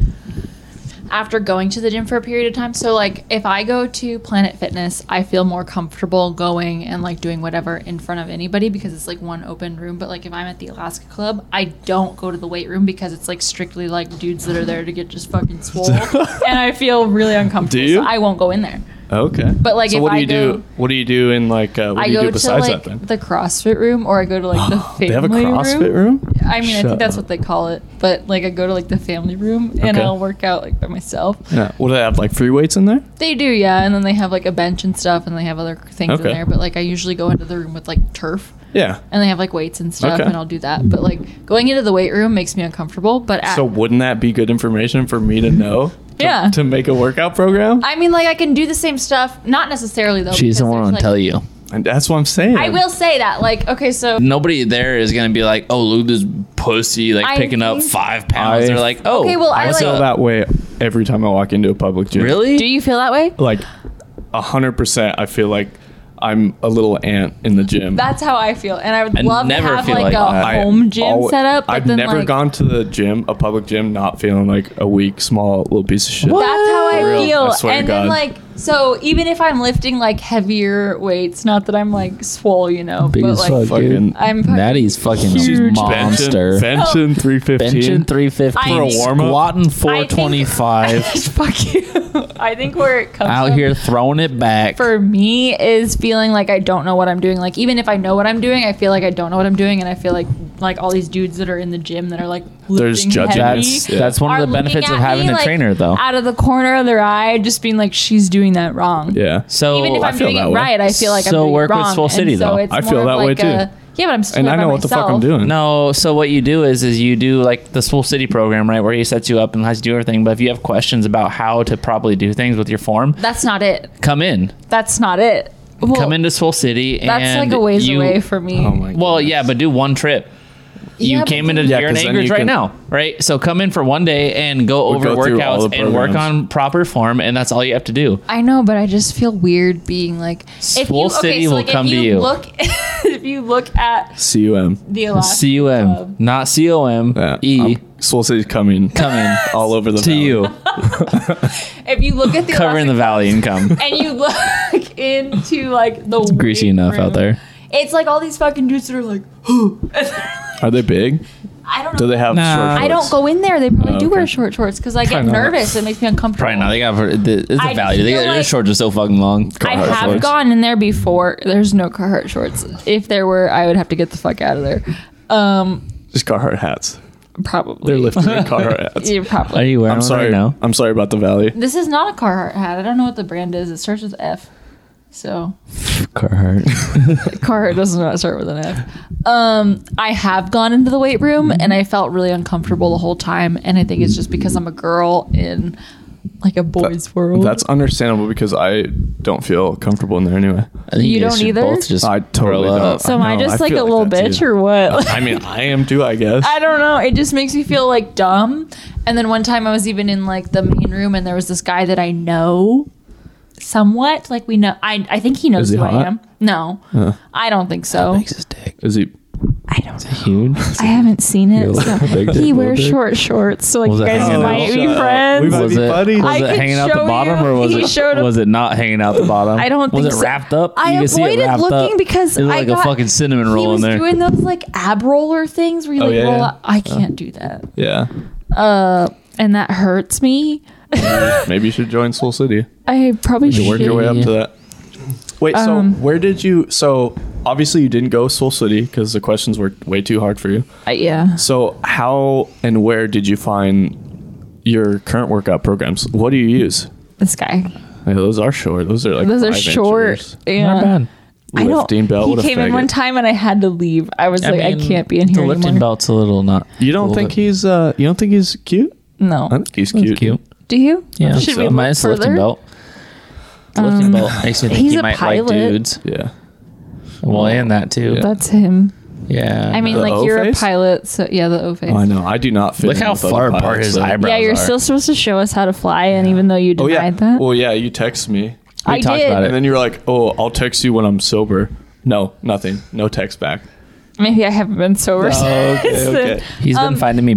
[SPEAKER 2] after going to the gym for a period of time, so like if I go to Planet Fitness, I feel more comfortable going and like doing whatever in front of anybody because it's like one open room. But like if I'm at the Alaska Club, I don't go to the weight room because it's like strictly like dudes that are there to get just fucking swole, and I feel really uncomfortable.
[SPEAKER 1] Do you?
[SPEAKER 2] So I won't go in there.
[SPEAKER 1] Okay.
[SPEAKER 2] But, like,
[SPEAKER 1] so
[SPEAKER 2] if
[SPEAKER 1] what do
[SPEAKER 2] I
[SPEAKER 1] you do?
[SPEAKER 2] go-
[SPEAKER 1] What do you do in like uh, what
[SPEAKER 2] I
[SPEAKER 1] do you
[SPEAKER 2] go
[SPEAKER 1] do
[SPEAKER 2] to
[SPEAKER 1] besides
[SPEAKER 2] like
[SPEAKER 1] that then?
[SPEAKER 2] the CrossFit room or I go to like the family
[SPEAKER 1] They have a CrossFit room?
[SPEAKER 2] I mean, I
[SPEAKER 1] Shut
[SPEAKER 2] think that's
[SPEAKER 1] up.
[SPEAKER 2] what they call it. But like, I go to like the family room and
[SPEAKER 1] Okay.
[SPEAKER 2] I'll work out like by myself.
[SPEAKER 1] Yeah. What do they have like free weights in there?
[SPEAKER 2] They do, yeah. And then they have like a bench and stuff, and they have other things
[SPEAKER 1] Okay.
[SPEAKER 2] in there. But like, I usually go into the room with like turf,
[SPEAKER 1] Yeah.
[SPEAKER 2] and they have like weights and stuff,
[SPEAKER 1] Okay.
[SPEAKER 2] and I'll do that. But like, going into the weight room makes me uncomfortable. But at,
[SPEAKER 1] So wouldn't that be good information for me to know? to-
[SPEAKER 2] Yeah.
[SPEAKER 1] To, make a workout program?
[SPEAKER 2] I mean, like, I can do the same stuff, not necessarily though.
[SPEAKER 3] She's the
[SPEAKER 2] because
[SPEAKER 3] one
[SPEAKER 2] there's,
[SPEAKER 3] to
[SPEAKER 2] like-
[SPEAKER 3] tell you.
[SPEAKER 1] and that's what I'm saying.
[SPEAKER 2] I will say that. Like, okay, so
[SPEAKER 3] Nobody there is gonna be like, oh, look at this pussy like
[SPEAKER 2] I
[SPEAKER 3] picking up
[SPEAKER 2] think-
[SPEAKER 3] five pounds.
[SPEAKER 1] I-
[SPEAKER 3] They're like, oh,
[SPEAKER 2] Okay, well, I
[SPEAKER 3] what's
[SPEAKER 2] like-
[SPEAKER 1] feel
[SPEAKER 3] up?
[SPEAKER 1] that way every time I walk into a public gym.
[SPEAKER 3] Really?
[SPEAKER 2] do you feel that way?
[SPEAKER 1] Like, a hundred percent. I feel like I'm a little ant in the gym.
[SPEAKER 2] That's how I feel, and I would
[SPEAKER 3] I
[SPEAKER 2] love to
[SPEAKER 3] never
[SPEAKER 2] have
[SPEAKER 3] feel
[SPEAKER 2] like,
[SPEAKER 3] like
[SPEAKER 2] a
[SPEAKER 3] that.
[SPEAKER 1] I
[SPEAKER 2] home gym
[SPEAKER 1] al-
[SPEAKER 2] set up. but
[SPEAKER 1] I've
[SPEAKER 2] then,
[SPEAKER 1] never
[SPEAKER 2] like,
[SPEAKER 1] gone to the gym, a public gym, not feeling like a weak, small little piece of shit.
[SPEAKER 2] That's how I
[SPEAKER 1] For real,
[SPEAKER 2] feel.
[SPEAKER 1] I swear to
[SPEAKER 2] and then
[SPEAKER 1] God.
[SPEAKER 2] like so even if I'm lifting like heavier weights, not that I'm like swole, you know,
[SPEAKER 7] Big
[SPEAKER 2] but
[SPEAKER 7] as
[SPEAKER 2] like
[SPEAKER 7] fuck, dude.
[SPEAKER 1] Fucking-
[SPEAKER 2] I'm fucking-
[SPEAKER 7] Natty's fucking
[SPEAKER 2] She's Oh.
[SPEAKER 7] a
[SPEAKER 2] benching-
[SPEAKER 7] monster.
[SPEAKER 1] Benching, benching 315.
[SPEAKER 7] Benching 350
[SPEAKER 2] For a
[SPEAKER 1] warm-up?
[SPEAKER 7] Squatting
[SPEAKER 2] I think-
[SPEAKER 7] 425.
[SPEAKER 2] Fuck you. I think where it comes
[SPEAKER 7] out
[SPEAKER 2] from
[SPEAKER 7] here throwing it back.
[SPEAKER 2] for me is feeling like I don't know what I'm doing. Like even if I know what I'm doing, I feel like I don't know what I'm doing, and I feel like like all these dudes that are in the gym that are like
[SPEAKER 1] There's
[SPEAKER 2] lifting
[SPEAKER 1] judging.
[SPEAKER 2] heavy
[SPEAKER 7] that's that's one
[SPEAKER 2] are
[SPEAKER 7] of the
[SPEAKER 2] looking
[SPEAKER 7] benefits
[SPEAKER 2] at
[SPEAKER 7] of having
[SPEAKER 2] me,
[SPEAKER 7] a
[SPEAKER 2] like,
[SPEAKER 7] trainer, though.
[SPEAKER 2] Out of the corner of their eye, just being like, she's doing that wrong.
[SPEAKER 1] yeah.
[SPEAKER 7] So
[SPEAKER 2] even if
[SPEAKER 1] I
[SPEAKER 2] I'm
[SPEAKER 1] feel
[SPEAKER 2] doing
[SPEAKER 1] that
[SPEAKER 2] it
[SPEAKER 1] way.
[SPEAKER 2] right, I feel like I'm
[SPEAKER 7] So
[SPEAKER 2] doing
[SPEAKER 7] work
[SPEAKER 2] it
[SPEAKER 7] with
[SPEAKER 2] wrong.
[SPEAKER 7] Soul
[SPEAKER 2] And
[SPEAKER 7] City, though.
[SPEAKER 2] So it's
[SPEAKER 1] I feel
[SPEAKER 2] more of
[SPEAKER 1] that way,
[SPEAKER 2] like
[SPEAKER 1] too.
[SPEAKER 2] a- yeah, but I'm still
[SPEAKER 1] And I
[SPEAKER 2] by
[SPEAKER 1] know what the
[SPEAKER 2] myself.
[SPEAKER 1] fuck I'm doing.
[SPEAKER 3] No, so what you do is is you do like the Swole City program, right, where he sets you up and has you do everything. But if you have questions about how to properly do things with your form,
[SPEAKER 2] That's not it.
[SPEAKER 3] come in,
[SPEAKER 2] That's not it. Well,
[SPEAKER 3] come into Swole City, and
[SPEAKER 2] That's like a ways
[SPEAKER 3] you-
[SPEAKER 2] away for me.
[SPEAKER 1] Oh my
[SPEAKER 3] Well,
[SPEAKER 1] God.
[SPEAKER 3] yeah, but do one trip. You
[SPEAKER 2] Yeah,
[SPEAKER 3] came
[SPEAKER 2] but
[SPEAKER 3] into
[SPEAKER 2] then-
[SPEAKER 1] Yeah,
[SPEAKER 3] you're in
[SPEAKER 1] 'cause then
[SPEAKER 3] Anchorage
[SPEAKER 1] you
[SPEAKER 3] right
[SPEAKER 1] can-
[SPEAKER 3] now, right? So come in for one day and go
[SPEAKER 1] We'll
[SPEAKER 3] over
[SPEAKER 1] go through all
[SPEAKER 3] workouts
[SPEAKER 1] the
[SPEAKER 3] and work
[SPEAKER 1] programs.
[SPEAKER 3] on proper form, and that's all you have to do.
[SPEAKER 2] I know, but I just feel weird being like.
[SPEAKER 3] Swole City will come
[SPEAKER 2] if
[SPEAKER 3] to
[SPEAKER 2] you
[SPEAKER 3] you.
[SPEAKER 2] Look, if you look at
[SPEAKER 1] CUM.
[SPEAKER 2] the Alaska
[SPEAKER 3] C U M, not C O M
[SPEAKER 1] Yeah.
[SPEAKER 3] E.
[SPEAKER 1] I'm- Soul City's coming.
[SPEAKER 3] Coming
[SPEAKER 1] all over the
[SPEAKER 3] to
[SPEAKER 1] valley.
[SPEAKER 3] you,
[SPEAKER 2] if you look at the
[SPEAKER 3] covering the
[SPEAKER 2] Alaska
[SPEAKER 3] valley and come.
[SPEAKER 2] and you look into like the
[SPEAKER 3] Greasy
[SPEAKER 2] weight
[SPEAKER 3] enough
[SPEAKER 2] room,
[SPEAKER 3] out there.
[SPEAKER 2] It's like all these fucking dudes that are like,
[SPEAKER 1] Are they big?
[SPEAKER 2] I don't know.
[SPEAKER 1] Do they have
[SPEAKER 3] Nah.
[SPEAKER 1] short
[SPEAKER 3] I
[SPEAKER 2] I don't
[SPEAKER 1] shorts?
[SPEAKER 2] go in there. They probably
[SPEAKER 1] Oh,
[SPEAKER 2] do wear
[SPEAKER 1] okay.
[SPEAKER 2] short shorts because I get
[SPEAKER 1] Probably not.
[SPEAKER 2] nervous. It makes me uncomfortable.
[SPEAKER 3] Right now, they got it's a
[SPEAKER 2] I just
[SPEAKER 3] value. They
[SPEAKER 2] feel
[SPEAKER 3] got their
[SPEAKER 2] like-
[SPEAKER 3] shorts are so fucking long.
[SPEAKER 2] I
[SPEAKER 3] Carhartt
[SPEAKER 2] have
[SPEAKER 3] shorts.
[SPEAKER 2] gone in there before. There's no Carhartt shorts. If there were, I would have to get the fuck out of there. Um,
[SPEAKER 1] Just Carhartt hats.
[SPEAKER 2] probably.
[SPEAKER 1] They're lifted in Carhartt hats.
[SPEAKER 2] Yeah, probably.
[SPEAKER 3] Are you wearing
[SPEAKER 1] I'm
[SPEAKER 3] one
[SPEAKER 1] sorry.
[SPEAKER 3] right now?
[SPEAKER 1] I'm sorry about the valley.
[SPEAKER 2] This is not a Carhartt hat. I don't know what the brand is. It starts with F. So
[SPEAKER 3] Carhartt.
[SPEAKER 2] Carhartt does not start with an F. Um, I have gone into the weight room and I felt really uncomfortable the whole time. And I think it's just because I'm a girl in like a boy's world.
[SPEAKER 1] That's understandable because I don't feel comfortable in there anyway.
[SPEAKER 7] I think
[SPEAKER 2] You
[SPEAKER 7] guys
[SPEAKER 2] don't
[SPEAKER 7] should
[SPEAKER 2] either?
[SPEAKER 7] Both just
[SPEAKER 1] I totally
[SPEAKER 7] grow
[SPEAKER 1] don't.
[SPEAKER 7] up.
[SPEAKER 2] so am I
[SPEAKER 1] know,
[SPEAKER 2] just
[SPEAKER 1] I
[SPEAKER 2] like a
[SPEAKER 1] feel
[SPEAKER 2] little
[SPEAKER 1] like that,
[SPEAKER 2] bitch
[SPEAKER 1] too.
[SPEAKER 2] or what?
[SPEAKER 1] I mean, I am too, I guess.
[SPEAKER 2] I don't know. It just makes me feel like dumb. And then one time I was even in like the main room and there was this guy that I know somewhat. Like we know I I think he knows
[SPEAKER 1] Is he
[SPEAKER 2] who I
[SPEAKER 1] hot?
[SPEAKER 2] am. No. I don't think so.
[SPEAKER 7] His dick.
[SPEAKER 1] Is he?
[SPEAKER 2] I don't know.
[SPEAKER 3] Huge.
[SPEAKER 2] I haven't seen it.
[SPEAKER 7] little
[SPEAKER 2] so-
[SPEAKER 7] big dick,
[SPEAKER 2] He
[SPEAKER 7] little
[SPEAKER 2] wears
[SPEAKER 7] dick.
[SPEAKER 2] short shorts, so like
[SPEAKER 3] Was
[SPEAKER 2] you
[SPEAKER 3] it
[SPEAKER 2] guys
[SPEAKER 3] hanging
[SPEAKER 2] might
[SPEAKER 1] out? Shut up.
[SPEAKER 2] be
[SPEAKER 1] We
[SPEAKER 2] friends.
[SPEAKER 1] might
[SPEAKER 3] Was
[SPEAKER 1] be
[SPEAKER 3] it,
[SPEAKER 1] buddies.
[SPEAKER 3] was
[SPEAKER 2] I
[SPEAKER 3] it
[SPEAKER 2] could
[SPEAKER 3] hanging out the
[SPEAKER 2] show
[SPEAKER 3] bottom
[SPEAKER 2] you.
[SPEAKER 3] or was
[SPEAKER 2] He
[SPEAKER 3] it
[SPEAKER 2] showed up-
[SPEAKER 3] was it not hanging out the bottom?
[SPEAKER 2] I don't
[SPEAKER 3] was
[SPEAKER 2] think
[SPEAKER 3] it
[SPEAKER 2] so.
[SPEAKER 3] wrapped up.
[SPEAKER 2] I
[SPEAKER 3] you could see it
[SPEAKER 2] avoided
[SPEAKER 3] wrapped
[SPEAKER 2] looking
[SPEAKER 3] up.
[SPEAKER 2] because
[SPEAKER 3] it looked
[SPEAKER 2] I
[SPEAKER 3] like
[SPEAKER 2] got-
[SPEAKER 3] a fucking cinnamon
[SPEAKER 2] He
[SPEAKER 3] roll in
[SPEAKER 2] was
[SPEAKER 3] there.
[SPEAKER 2] doing those like ab roller things where you
[SPEAKER 1] Oh,
[SPEAKER 2] like
[SPEAKER 1] yeah,
[SPEAKER 2] roll
[SPEAKER 1] yeah.
[SPEAKER 2] up. I can't do that.
[SPEAKER 1] Yeah.
[SPEAKER 2] Uh, and that hurts me.
[SPEAKER 1] Maybe you should join Soul City.
[SPEAKER 2] I probably should.
[SPEAKER 1] Work your way up to that. Wait,
[SPEAKER 2] Um,
[SPEAKER 1] so where did you? So obviously you didn't go Soul City because the questions were way too hard for you.
[SPEAKER 2] Uh, yeah.
[SPEAKER 1] So how and where did you find your current workout programs? What do you use?
[SPEAKER 2] This guy.
[SPEAKER 1] Hey, those are short. Those are like
[SPEAKER 2] Those are
[SPEAKER 1] five
[SPEAKER 2] short.
[SPEAKER 1] inchers.
[SPEAKER 2] Yeah.
[SPEAKER 3] Not bad.
[SPEAKER 2] I don't.
[SPEAKER 1] Lifting belt,
[SPEAKER 2] he
[SPEAKER 1] what a
[SPEAKER 2] came in
[SPEAKER 1] faggot.
[SPEAKER 2] one time and I had to leave. I was like, I can't be in here
[SPEAKER 3] The lifting
[SPEAKER 2] anymore.
[SPEAKER 3] belt's a little not.
[SPEAKER 1] You don't think he's? Uh, you don't think he's cute?
[SPEAKER 2] No.
[SPEAKER 1] I think he's cute.
[SPEAKER 3] cute?
[SPEAKER 2] Do you?
[SPEAKER 3] Yeah,
[SPEAKER 2] Should we
[SPEAKER 3] so.
[SPEAKER 2] look
[SPEAKER 3] minus the lifting
[SPEAKER 2] further? Um,
[SPEAKER 3] belt. The lifting belt makes me think
[SPEAKER 2] he's
[SPEAKER 3] he
[SPEAKER 2] a
[SPEAKER 3] might
[SPEAKER 2] pilot.
[SPEAKER 3] like dudes.
[SPEAKER 1] Yeah.
[SPEAKER 3] Well, and that too. Yeah.
[SPEAKER 2] That's him. I mean,
[SPEAKER 1] The
[SPEAKER 2] like
[SPEAKER 1] O
[SPEAKER 2] you're
[SPEAKER 1] face?
[SPEAKER 2] a pilot, so yeah, the O face.
[SPEAKER 1] Oh, I know. I do not fit.
[SPEAKER 3] Look
[SPEAKER 1] in
[SPEAKER 3] how
[SPEAKER 1] with other
[SPEAKER 3] far apart
[SPEAKER 1] pilots,
[SPEAKER 3] his
[SPEAKER 1] though.
[SPEAKER 3] eyebrows
[SPEAKER 2] yeah, you're
[SPEAKER 3] are.
[SPEAKER 2] still supposed to show us how to fly, and even though you
[SPEAKER 1] Oh
[SPEAKER 2] denied
[SPEAKER 1] yeah.
[SPEAKER 2] that,
[SPEAKER 1] Well, yeah. You text me,
[SPEAKER 2] I
[SPEAKER 3] talked
[SPEAKER 2] did.
[SPEAKER 3] about
[SPEAKER 1] and then you're like, "Oh, I'll text you when I'm sober." No, nothing. No text back.
[SPEAKER 2] Maybe I haven't been sober
[SPEAKER 1] okay,
[SPEAKER 2] since. then.
[SPEAKER 1] Oh, okay.
[SPEAKER 3] He's been
[SPEAKER 2] Um,
[SPEAKER 3] finding me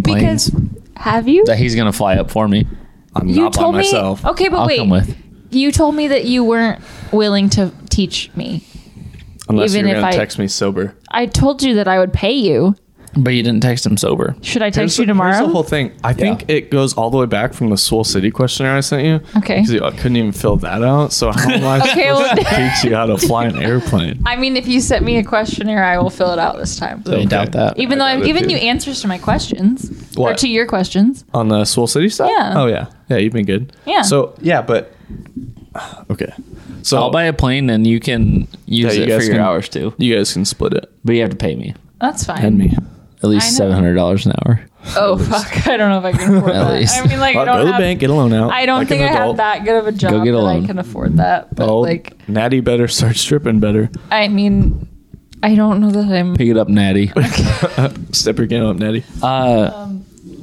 [SPEAKER 3] planes
[SPEAKER 2] because have you?
[SPEAKER 3] that he's gonna fly up for me.
[SPEAKER 1] I'm
[SPEAKER 2] you
[SPEAKER 1] not by
[SPEAKER 2] told
[SPEAKER 1] myself.
[SPEAKER 2] me. Okay, but
[SPEAKER 3] I'll
[SPEAKER 2] wait.
[SPEAKER 3] come with.
[SPEAKER 2] You told me that you weren't willing to teach me.
[SPEAKER 1] Unless
[SPEAKER 2] Even
[SPEAKER 1] you're
[SPEAKER 2] if
[SPEAKER 1] gonna
[SPEAKER 2] I-
[SPEAKER 1] text me sober.
[SPEAKER 2] I told you that I would pay you.
[SPEAKER 3] But you didn't text him sober.
[SPEAKER 2] Should I
[SPEAKER 1] Here's
[SPEAKER 2] text
[SPEAKER 1] the-
[SPEAKER 2] you tomorrow?
[SPEAKER 1] Here's the whole thing. I think it goes all the way back from the Soul City questionnaire I sent you.
[SPEAKER 2] Okay.
[SPEAKER 1] Because I couldn't even fill that out. So how am I
[SPEAKER 2] Okay,
[SPEAKER 1] supposed
[SPEAKER 2] well-
[SPEAKER 1] to teach you how to fly an airplane?
[SPEAKER 2] I mean, if you sent me a questionnaire, I will fill it out this time.
[SPEAKER 3] I doubt that.
[SPEAKER 2] Even
[SPEAKER 1] I
[SPEAKER 2] though
[SPEAKER 1] got
[SPEAKER 2] I've
[SPEAKER 1] it,
[SPEAKER 2] given
[SPEAKER 1] dude.
[SPEAKER 2] you answers to my questions or
[SPEAKER 1] What?
[SPEAKER 2] to your questions.
[SPEAKER 1] On the Soul City stuff?
[SPEAKER 2] Yeah.
[SPEAKER 1] Oh yeah. Yeah, you've been good.
[SPEAKER 2] Yeah.
[SPEAKER 1] So yeah, but okay. So
[SPEAKER 3] I'll buy a plane and you can use
[SPEAKER 1] you
[SPEAKER 3] it for
[SPEAKER 1] guys
[SPEAKER 3] your
[SPEAKER 1] can-
[SPEAKER 3] hours too.
[SPEAKER 1] you guys can split it.
[SPEAKER 3] But you have to pay me
[SPEAKER 2] That's fine.
[SPEAKER 1] And me.
[SPEAKER 3] at least
[SPEAKER 2] I know.
[SPEAKER 3] seven hundred dollars an hour.
[SPEAKER 2] Oh fuck! I don't know if I can afford
[SPEAKER 3] At
[SPEAKER 2] that.
[SPEAKER 3] least.
[SPEAKER 2] I mean, like I
[SPEAKER 1] I'll go
[SPEAKER 2] don't
[SPEAKER 1] to the
[SPEAKER 2] have.
[SPEAKER 1] bank, get a loan out.
[SPEAKER 2] I don't
[SPEAKER 1] like an
[SPEAKER 2] think I have
[SPEAKER 1] adult.
[SPEAKER 2] that good of a job
[SPEAKER 3] get a
[SPEAKER 2] that I
[SPEAKER 3] loan.
[SPEAKER 2] can afford that. But
[SPEAKER 1] Oh,
[SPEAKER 2] like,
[SPEAKER 1] Natty better start stripping better.
[SPEAKER 2] I mean, I don't know that I'm.
[SPEAKER 3] Pick it up, Natty.
[SPEAKER 1] Step your game up, Natty.
[SPEAKER 3] Uh,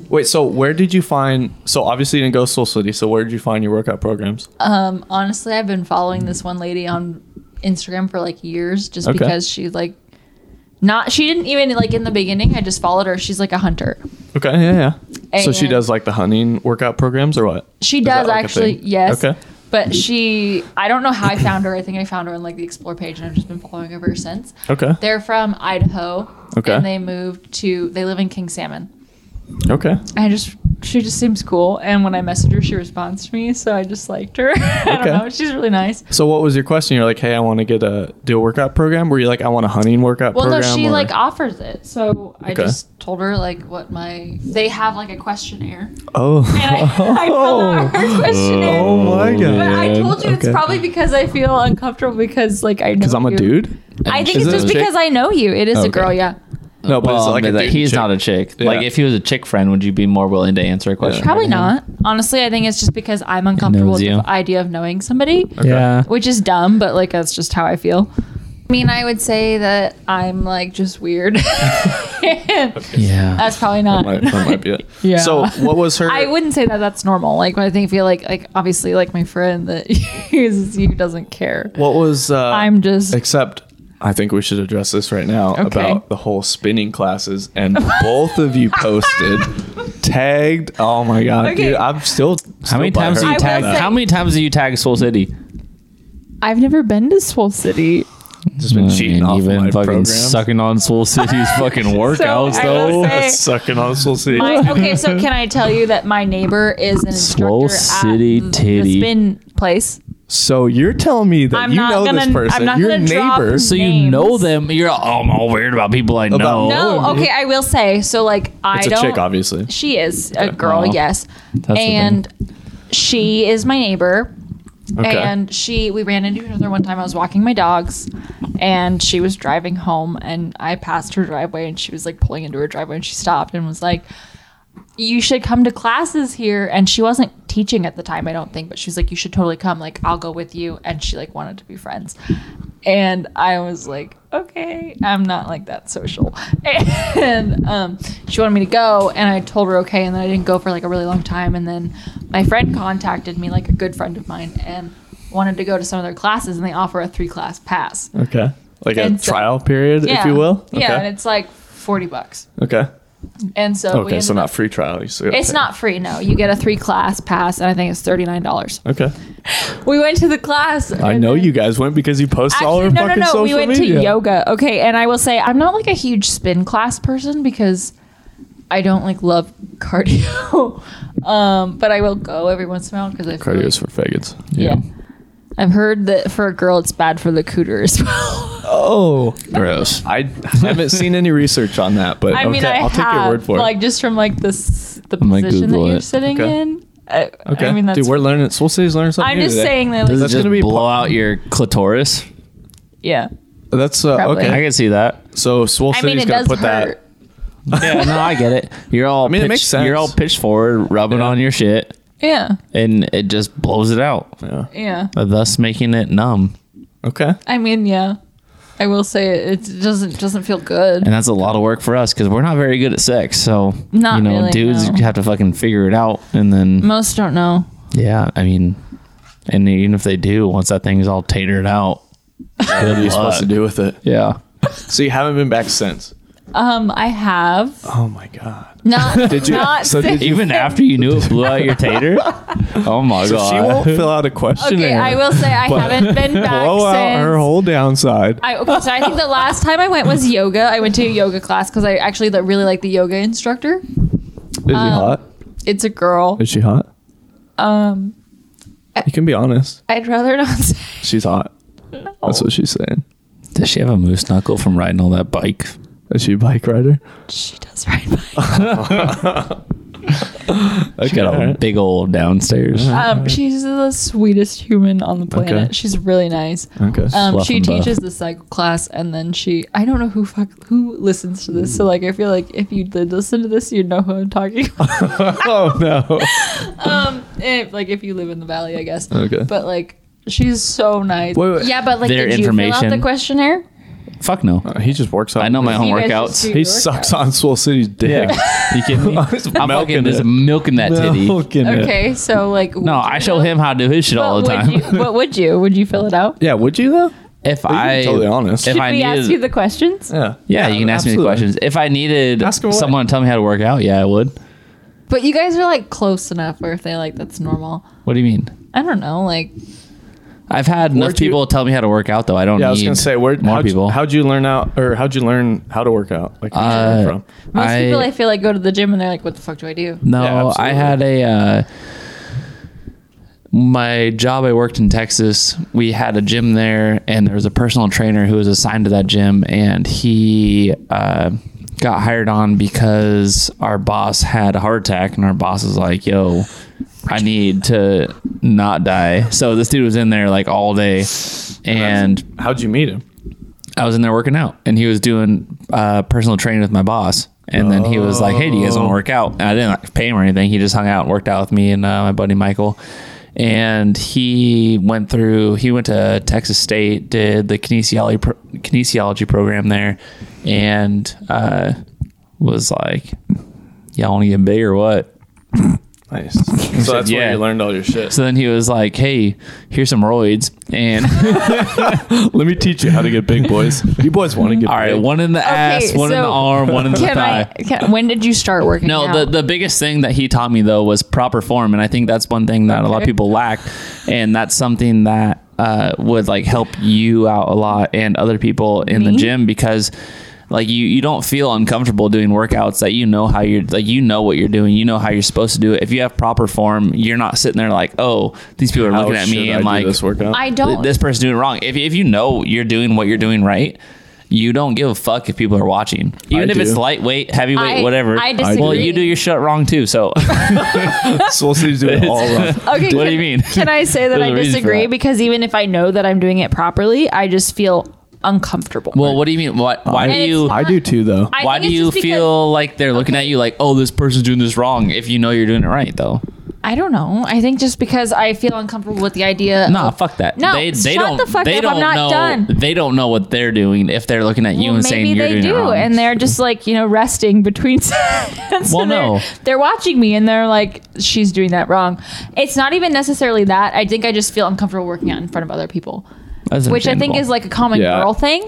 [SPEAKER 1] Wait, so where did you find? So obviously you didn't
[SPEAKER 2] Uh,
[SPEAKER 1] go to Soul City. So where did you find your workout programs?
[SPEAKER 2] Um, honestly, I've been following this one lady on Instagram for like years just
[SPEAKER 1] Okay.
[SPEAKER 2] because she like not she didn't even like in the beginning. I just followed her. She's like a hunter.
[SPEAKER 1] Okay, yeah, yeah. So she
[SPEAKER 2] And-
[SPEAKER 1] does like the hunting workout programs or what?
[SPEAKER 2] She
[SPEAKER 1] Is that,
[SPEAKER 2] does
[SPEAKER 1] like, a
[SPEAKER 2] actually,
[SPEAKER 1] thing?
[SPEAKER 2] yes.
[SPEAKER 1] Okay.
[SPEAKER 2] But she, I don't know how I found her. I think I found her on like the explore page, and I've just been following her ever since.
[SPEAKER 1] Okay.
[SPEAKER 2] They're from Idaho.
[SPEAKER 1] Okay.
[SPEAKER 2] And they moved to. They live in King Salmon.
[SPEAKER 1] Okay.
[SPEAKER 2] I just. She just seems cool, and when I message her, she responds to me. So I just liked her. I
[SPEAKER 1] Okay.
[SPEAKER 2] don't know. She's really nice.
[SPEAKER 1] So what was your question? You're like, hey, I want to get a do a workout program. Were you like, I want a hunting workout
[SPEAKER 2] Well,
[SPEAKER 1] program?
[SPEAKER 2] no, she
[SPEAKER 1] or-
[SPEAKER 2] like offers it. So I
[SPEAKER 1] Okay.
[SPEAKER 2] just told her like what my. They have like a questionnaire, and I, I filled
[SPEAKER 1] oh,
[SPEAKER 2] out her questionnaire.
[SPEAKER 1] oh my
[SPEAKER 2] But
[SPEAKER 1] god.
[SPEAKER 2] I told you it's
[SPEAKER 1] Okay.
[SPEAKER 2] probably because I feel uncomfortable because like I know
[SPEAKER 1] Because I'm a
[SPEAKER 2] you.
[SPEAKER 1] dude.
[SPEAKER 2] I think
[SPEAKER 1] Is
[SPEAKER 2] it's
[SPEAKER 1] it
[SPEAKER 2] just
[SPEAKER 1] a Oh, chick?
[SPEAKER 2] because I know you. It is
[SPEAKER 3] Okay.
[SPEAKER 2] a girl, yeah.
[SPEAKER 1] No, Oh, but it's
[SPEAKER 7] Well,
[SPEAKER 1] like, a
[SPEAKER 7] but, like,
[SPEAKER 1] dude
[SPEAKER 7] he's
[SPEAKER 1] chick.
[SPEAKER 7] not a chick.
[SPEAKER 1] Yeah.
[SPEAKER 7] Like if he was a chick friend, would you be more willing to answer a question?
[SPEAKER 2] Probably not. Honestly, I think it's just because I'm uncomfortable with
[SPEAKER 7] you.
[SPEAKER 2] the idea of knowing somebody,
[SPEAKER 7] Yeah.
[SPEAKER 2] which is dumb, but like that's just how I feel. I mean, I would say that I'm like just weird.
[SPEAKER 7] Yeah.
[SPEAKER 2] That's probably not.
[SPEAKER 1] That might, that might be it.
[SPEAKER 2] Yeah.
[SPEAKER 1] So what was her?
[SPEAKER 2] I wouldn't say that that's normal. Like I think feel like like obviously like my friend that uses you doesn't care.
[SPEAKER 1] What was? Uh,
[SPEAKER 2] I'm just
[SPEAKER 1] Except, I think we should address this right now
[SPEAKER 2] Okay.
[SPEAKER 1] about the whole spinning classes. And both of you posted, tagged. Oh my god,
[SPEAKER 2] Okay.
[SPEAKER 1] dude! I'm still.
[SPEAKER 7] How many times do
[SPEAKER 2] I
[SPEAKER 7] you
[SPEAKER 2] will
[SPEAKER 7] tag?
[SPEAKER 2] say-
[SPEAKER 7] How many times do you tag Soul City?
[SPEAKER 2] I've never been to Swole City.
[SPEAKER 1] Just been cheating off
[SPEAKER 7] Mm, even
[SPEAKER 1] my
[SPEAKER 7] fucking
[SPEAKER 1] program.
[SPEAKER 7] sucking on Soul City's fucking workouts
[SPEAKER 2] I will
[SPEAKER 7] though.
[SPEAKER 2] say-
[SPEAKER 1] sucking on Soul City.
[SPEAKER 2] My, okay, so can I tell you that my neighbor is an
[SPEAKER 7] Swole
[SPEAKER 2] instructor
[SPEAKER 7] City
[SPEAKER 2] at
[SPEAKER 7] titty.
[SPEAKER 2] the spin place?
[SPEAKER 1] so you're telling me that
[SPEAKER 2] I'm
[SPEAKER 1] you
[SPEAKER 2] not
[SPEAKER 1] know this
[SPEAKER 2] gonna-
[SPEAKER 1] person,
[SPEAKER 2] I'm not
[SPEAKER 1] your
[SPEAKER 2] gonna drop-
[SPEAKER 1] neighbor.
[SPEAKER 7] So you
[SPEAKER 2] Names.
[SPEAKER 7] know them. You're all, oh, I'm all weird about people I know.
[SPEAKER 2] No, okay, I will say. So like I
[SPEAKER 1] Oh, it's a
[SPEAKER 2] don't.
[SPEAKER 1] chick, obviously.
[SPEAKER 2] She is a girl,
[SPEAKER 7] Wow.
[SPEAKER 2] yes,
[SPEAKER 7] the thing.
[SPEAKER 2] and she is my neighbor.
[SPEAKER 1] Okay.
[SPEAKER 2] And she, we ran into each other one time. I was walking my dogs, and she was driving home, and I passed her driveway, and she was like pulling into her driveway, and she stopped and was like, "You should come to classes here." And she wasn't teaching at the time, I don't think, but she was like, "You should totally come. Like, I'll go with you." And she like wanted to be friends, and I was like, "Okay, I'm not like that social." And um, she wanted me to go, and I told her okay, and then I didn't go for like a really long time, and then my friend contacted me, like a good friend of mine, and wanted to go to some of their classes, and they offer a three class pass.
[SPEAKER 1] okay, like a
[SPEAKER 2] And so-
[SPEAKER 1] trial period, if you will. Okay.
[SPEAKER 2] Yeah, and it's like forty bucks.
[SPEAKER 1] okay.
[SPEAKER 2] And so we
[SPEAKER 1] Okay. So
[SPEAKER 2] ended
[SPEAKER 1] not
[SPEAKER 2] up-
[SPEAKER 1] free trial. You still gotta
[SPEAKER 2] It's
[SPEAKER 1] pay.
[SPEAKER 2] not free, no. You get a three class pass, and I think it's thirty nine dollars.
[SPEAKER 1] Okay.
[SPEAKER 2] We went to the class.
[SPEAKER 1] I know you guys went because you posted all
[SPEAKER 2] Actually,
[SPEAKER 1] over
[SPEAKER 2] no, no,
[SPEAKER 1] fucking
[SPEAKER 2] no.
[SPEAKER 1] social
[SPEAKER 2] We went
[SPEAKER 1] media.
[SPEAKER 2] to yoga. Okay, and I will say I'm not like a huge spin class person because I don't like love cardio. um, but I will go every once in a while because I feel
[SPEAKER 1] Cardio is
[SPEAKER 2] like-
[SPEAKER 1] for faggots.
[SPEAKER 2] yeah. I've heard that for a girl, it's bad for the cooter as well.
[SPEAKER 1] Oh,
[SPEAKER 7] Gross.
[SPEAKER 1] I haven't seen any research on that, but
[SPEAKER 2] I
[SPEAKER 1] okay,
[SPEAKER 2] mean, I
[SPEAKER 1] I'll
[SPEAKER 2] have,
[SPEAKER 1] take your word for it.
[SPEAKER 2] Like just from like this, the
[SPEAKER 7] I'm gonna
[SPEAKER 2] position that
[SPEAKER 7] Google
[SPEAKER 2] you're
[SPEAKER 7] it.
[SPEAKER 2] sitting
[SPEAKER 1] Okay.
[SPEAKER 2] in. I,
[SPEAKER 1] okay,
[SPEAKER 2] I mean, that's.
[SPEAKER 1] dude, we're learning. Soul City's learning something.
[SPEAKER 2] I'm
[SPEAKER 1] new
[SPEAKER 2] just
[SPEAKER 1] today.
[SPEAKER 2] saying that,
[SPEAKER 7] Does
[SPEAKER 2] like,
[SPEAKER 1] That's
[SPEAKER 7] it just
[SPEAKER 1] gonna be
[SPEAKER 7] blow
[SPEAKER 1] pop-
[SPEAKER 7] out your clitoris?
[SPEAKER 2] yeah.
[SPEAKER 1] That's uh,
[SPEAKER 2] Probably.
[SPEAKER 1] okay.
[SPEAKER 7] I can see that.
[SPEAKER 1] So Soul
[SPEAKER 2] I mean,
[SPEAKER 1] City's
[SPEAKER 2] it
[SPEAKER 1] gonna
[SPEAKER 2] does
[SPEAKER 1] put
[SPEAKER 2] hurt.
[SPEAKER 7] Yeah, no, I get it. You're all. I
[SPEAKER 1] mean, it makes sense.
[SPEAKER 7] You're all pitched forward, rubbing
[SPEAKER 1] Yeah.
[SPEAKER 7] on your shit,
[SPEAKER 2] Yeah,
[SPEAKER 7] and it just blows it out,
[SPEAKER 2] yeah.
[SPEAKER 7] thus making it numb.
[SPEAKER 1] that. Okay.
[SPEAKER 2] I mean, yeah. I will say it, it doesn't doesn't feel good.
[SPEAKER 7] And that's a lot of work for us because we're not very good at sex. So
[SPEAKER 2] Not
[SPEAKER 7] you know,
[SPEAKER 2] really,
[SPEAKER 7] dudes
[SPEAKER 2] no. Mm.
[SPEAKER 7] have to fucking figure it out, and then
[SPEAKER 2] Most don't know.
[SPEAKER 7] yeah, I mean, and even if they do, once that thing's all tatered out,
[SPEAKER 1] What are you supposed to do with it?
[SPEAKER 7] yeah,
[SPEAKER 1] So you haven't been back since.
[SPEAKER 2] Um, I have
[SPEAKER 1] Oh my god.
[SPEAKER 2] not.
[SPEAKER 1] Did you-
[SPEAKER 2] Not
[SPEAKER 1] so did
[SPEAKER 2] since-
[SPEAKER 7] even after you knew it blew out your tater. Oh my
[SPEAKER 1] So she
[SPEAKER 7] god!
[SPEAKER 1] won't fill out a
[SPEAKER 2] okay,
[SPEAKER 1] questionnaire.
[SPEAKER 2] I will say I haven't been back
[SPEAKER 1] blow out
[SPEAKER 2] since.
[SPEAKER 1] her whole downside.
[SPEAKER 2] I, okay, so I think the last time I went was yoga. I went to a yoga class because I actually li- really like the yoga instructor.
[SPEAKER 1] Is she
[SPEAKER 2] um,
[SPEAKER 1] hot?
[SPEAKER 2] It's a girl.
[SPEAKER 1] Is she hot?
[SPEAKER 2] Um,
[SPEAKER 1] You can be honest.
[SPEAKER 2] I'd rather not say.
[SPEAKER 1] She's hot. That's what she's saying.
[SPEAKER 7] Does she have a moose knuckle from riding all that bike?
[SPEAKER 1] Is she a bike rider?
[SPEAKER 2] She does ride bikes.
[SPEAKER 1] Okay.
[SPEAKER 7] She got a big old downstairs.
[SPEAKER 3] Uh-huh.
[SPEAKER 2] Um, she's the sweetest human on the planet.
[SPEAKER 1] Okay.
[SPEAKER 2] She's really nice.
[SPEAKER 1] Okay.
[SPEAKER 2] Um,
[SPEAKER 7] Fluff
[SPEAKER 2] she
[SPEAKER 7] and buff.
[SPEAKER 2] teaches the cycle class, and then she I don't know who fuck who listens to
[SPEAKER 7] Mm.
[SPEAKER 2] this. So like I feel like if you did listen to this, you'd know who I'm talking. about.
[SPEAKER 1] oh no.
[SPEAKER 2] um, if, like if you live in the valley, I guess.
[SPEAKER 1] Okay.
[SPEAKER 2] But like she's so nice.
[SPEAKER 1] Wait, wait.
[SPEAKER 2] Yeah, but like
[SPEAKER 7] Their
[SPEAKER 2] did you fill out the
[SPEAKER 7] information.
[SPEAKER 2] questionnaire?
[SPEAKER 7] Fuck no.
[SPEAKER 1] He just works out.
[SPEAKER 7] I know my home
[SPEAKER 2] You guys
[SPEAKER 7] workouts.
[SPEAKER 2] just do
[SPEAKER 1] He
[SPEAKER 2] your
[SPEAKER 1] sucks
[SPEAKER 2] workouts.
[SPEAKER 1] on Swole City's dick.
[SPEAKER 7] you kidding me? I'm
[SPEAKER 1] He's
[SPEAKER 7] fucking
[SPEAKER 1] milking
[SPEAKER 7] just
[SPEAKER 1] it.
[SPEAKER 7] milking that titty.
[SPEAKER 1] Milking it.
[SPEAKER 2] Okay, so like
[SPEAKER 7] No, I show him how to do his shit all the time.
[SPEAKER 2] What would you? Would you fill it out?
[SPEAKER 1] Yeah, would you though?
[SPEAKER 3] if
[SPEAKER 1] You can
[SPEAKER 3] I
[SPEAKER 1] be totally honest.
[SPEAKER 3] if
[SPEAKER 6] Should
[SPEAKER 3] I
[SPEAKER 6] we ask
[SPEAKER 3] needed-
[SPEAKER 6] you the questions?
[SPEAKER 1] yeah.
[SPEAKER 3] yeah, you can ask me the
[SPEAKER 1] absolutely.
[SPEAKER 3] questions. If I needed
[SPEAKER 1] Ask 'em away.
[SPEAKER 3] someone to tell me how to work out, yeah, I would.
[SPEAKER 2] But you guys are like close enough where if they like that's normal.
[SPEAKER 3] What do you mean?
[SPEAKER 2] I don't know, like
[SPEAKER 3] I've had enough
[SPEAKER 1] Where'd you-
[SPEAKER 3] people tell me how to work out though. I don't
[SPEAKER 1] Yeah, I was
[SPEAKER 3] need
[SPEAKER 1] gonna say where
[SPEAKER 3] more
[SPEAKER 1] how'd,
[SPEAKER 3] people.
[SPEAKER 1] How'd you learn out, or how'd you learn how to work out? Like where'd you learn
[SPEAKER 3] Uh,
[SPEAKER 1] from?
[SPEAKER 2] most
[SPEAKER 3] I-
[SPEAKER 2] people I feel like go to the gym and they're like, What the fuck do I do?
[SPEAKER 3] No,
[SPEAKER 1] Yeah, absolutely.
[SPEAKER 3] I had a uh, my job. I worked in Texas. We had a gym there, and there was a personal trainer who was assigned to that gym, and he uh, got hired on because our boss had a heart attack, and our boss was like, "Yo." I need to not die. So this dude was in there like all day, and
[SPEAKER 1] How'd you meet him?
[SPEAKER 3] I was in there working out, and he was doing uh, personal training with my boss. And then he was like, "Hey, do you guys want to work out?" And I didn't like, pay him or anything. He just hung out and worked out with me and uh, my buddy Michael. And he went through. He went to Texas State, did the kinesiology pro- kinesiology program there, and uh, was like, "Y'all want to get big or what?"
[SPEAKER 1] Nice. So that's where
[SPEAKER 3] yeah.
[SPEAKER 1] you learned all your shit.
[SPEAKER 3] So then he was like, "Hey, here's some roids." And
[SPEAKER 1] Let me teach you how to get big, boys. You boys want to get
[SPEAKER 3] all right,
[SPEAKER 1] big.
[SPEAKER 3] one in the ass, one in the
[SPEAKER 6] so
[SPEAKER 3] arm, one in the
[SPEAKER 6] Can
[SPEAKER 3] thigh.
[SPEAKER 6] I? Can,
[SPEAKER 2] When did you start working?
[SPEAKER 3] No,
[SPEAKER 2] out?
[SPEAKER 3] the, the biggest thing that he taught me though was proper form, and I think that's one thing that a lot of
[SPEAKER 6] Okay.
[SPEAKER 3] people lack, and that's something that uh, would like help you out a lot and other people in the
[SPEAKER 6] Me?
[SPEAKER 3] gym because like you you don't feel uncomfortable doing workouts that you know how you're like you know what you're doing you know how you're supposed to do it if you have proper form you're not sitting there like oh these people are
[SPEAKER 1] How
[SPEAKER 3] looking at
[SPEAKER 1] should
[SPEAKER 3] me
[SPEAKER 1] I
[SPEAKER 3] and
[SPEAKER 1] do
[SPEAKER 3] like
[SPEAKER 1] this workout.
[SPEAKER 2] I don't
[SPEAKER 3] this person doing it wrong. If, if you know you're doing what you're doing right, you don't give a fuck if people are watching, even
[SPEAKER 1] I
[SPEAKER 3] if it's
[SPEAKER 1] do.
[SPEAKER 3] lightweight, heavyweight,
[SPEAKER 2] I-
[SPEAKER 3] whatever.
[SPEAKER 2] I
[SPEAKER 3] Well,
[SPEAKER 2] disagree.
[SPEAKER 3] you do your shit wrong too. So
[SPEAKER 1] Soul City's doing it all wrong.
[SPEAKER 6] okay, can,
[SPEAKER 3] What do you mean?
[SPEAKER 6] Can I say that
[SPEAKER 3] There's
[SPEAKER 6] I
[SPEAKER 3] a reason for
[SPEAKER 6] disagree?
[SPEAKER 3] that.
[SPEAKER 6] Because even if I know that I'm doing it properly, I just feel uncomfortable.
[SPEAKER 3] well, what do you mean? What? Why do
[SPEAKER 6] it's
[SPEAKER 3] you?
[SPEAKER 1] I do too, though.
[SPEAKER 6] I
[SPEAKER 3] Why
[SPEAKER 6] think
[SPEAKER 3] do
[SPEAKER 6] it's
[SPEAKER 3] you
[SPEAKER 6] just because-
[SPEAKER 3] feel like they're looking at you like, oh, this person's doing this wrong? If you know you're doing it right, though.
[SPEAKER 2] I don't know. I think just because I feel uncomfortable with the idea
[SPEAKER 3] Nah,
[SPEAKER 2] of
[SPEAKER 3] fuck that.
[SPEAKER 6] No,
[SPEAKER 3] they, they
[SPEAKER 6] shut
[SPEAKER 3] don't.
[SPEAKER 6] the fuck
[SPEAKER 3] they
[SPEAKER 6] up, I'm
[SPEAKER 3] don't
[SPEAKER 6] not
[SPEAKER 3] know.
[SPEAKER 6] done.
[SPEAKER 3] They don't know what they're doing if they're looking at you
[SPEAKER 6] Well,
[SPEAKER 3] and saying you're doing it wrong.
[SPEAKER 6] and they're just like you know resting between. and so
[SPEAKER 3] Well, no.
[SPEAKER 6] they're, they're watching me, and they're like, "She's doing that wrong."
[SPEAKER 2] It's not even necessarily that. I think I just feel uncomfortable working out in front of other people,
[SPEAKER 3] That's
[SPEAKER 2] which I think
[SPEAKER 3] understandable.
[SPEAKER 2] is like a common
[SPEAKER 1] Yeah.
[SPEAKER 2] girl thing,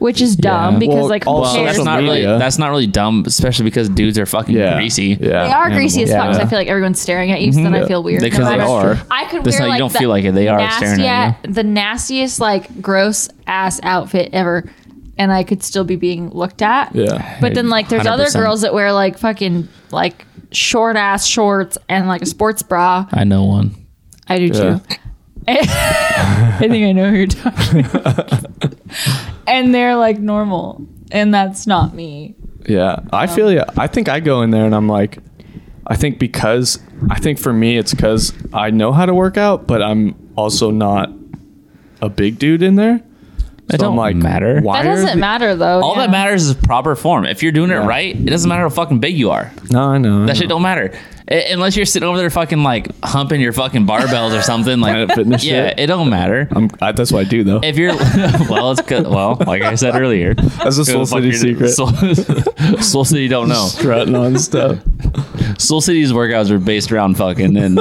[SPEAKER 2] which is dumb
[SPEAKER 3] Yeah.
[SPEAKER 6] Because
[SPEAKER 1] Well,
[SPEAKER 6] like,
[SPEAKER 1] also
[SPEAKER 6] who
[SPEAKER 1] Well,
[SPEAKER 6] cares?
[SPEAKER 3] that's not really
[SPEAKER 1] media.
[SPEAKER 3] that's not really dumb, especially because dudes are fucking
[SPEAKER 1] yeah.
[SPEAKER 3] greasy.
[SPEAKER 1] Yeah.
[SPEAKER 2] they are greasy as fuck. 'cause
[SPEAKER 1] Yeah.
[SPEAKER 2] I feel like everyone's staring at you, so then I feel weird.
[SPEAKER 3] Because
[SPEAKER 2] I,
[SPEAKER 3] they are.
[SPEAKER 2] I could
[SPEAKER 3] That's
[SPEAKER 2] wear
[SPEAKER 3] not- you
[SPEAKER 2] like
[SPEAKER 3] don't
[SPEAKER 2] the
[SPEAKER 3] feel like it. They are staring at
[SPEAKER 2] nasty- The nastiest, like gross ass outfit ever, and I could still be being looked at.
[SPEAKER 1] Yeah.
[SPEAKER 2] But then like there's other
[SPEAKER 3] 100%.
[SPEAKER 2] girls that wear like fucking like short ass shorts and like a sports bra.
[SPEAKER 3] I know one.
[SPEAKER 2] I do
[SPEAKER 1] Yeah.
[SPEAKER 2] too.
[SPEAKER 6] I think I know who you're talking. and they're like normal, and that's not me.
[SPEAKER 1] Yeah, I feel you. I think I go in there and I'm like, I think because I think for me it's because I know how to work out, but I'm also not a big dude in there.
[SPEAKER 3] It
[SPEAKER 1] So I'm
[SPEAKER 3] don't
[SPEAKER 1] like,
[SPEAKER 3] matter.
[SPEAKER 1] Why
[SPEAKER 2] That
[SPEAKER 1] are
[SPEAKER 2] doesn't
[SPEAKER 1] the-
[SPEAKER 2] matter though.
[SPEAKER 3] All that matters is proper form. If you're doing it
[SPEAKER 1] Yeah.
[SPEAKER 3] right, it doesn't matter how fucking big you are.
[SPEAKER 1] No, I know. I
[SPEAKER 3] That shit
[SPEAKER 1] know.
[SPEAKER 3] don't matter. I- unless you're sitting over there fucking like humping your fucking barbells or something like
[SPEAKER 1] Planet Fitness
[SPEAKER 3] Yeah,
[SPEAKER 1] shit.
[SPEAKER 3] it don't matter.
[SPEAKER 1] I'm, I, that's what I do though.
[SPEAKER 3] If you're well, it's good. Well, like I said earlier,
[SPEAKER 1] That's a Soul
[SPEAKER 3] Fuck
[SPEAKER 1] City
[SPEAKER 3] your-
[SPEAKER 1] secret.
[SPEAKER 3] Soul, Soul City don't know.
[SPEAKER 1] Strutting on stuff,
[SPEAKER 3] Soul City's workouts are based around fucking, and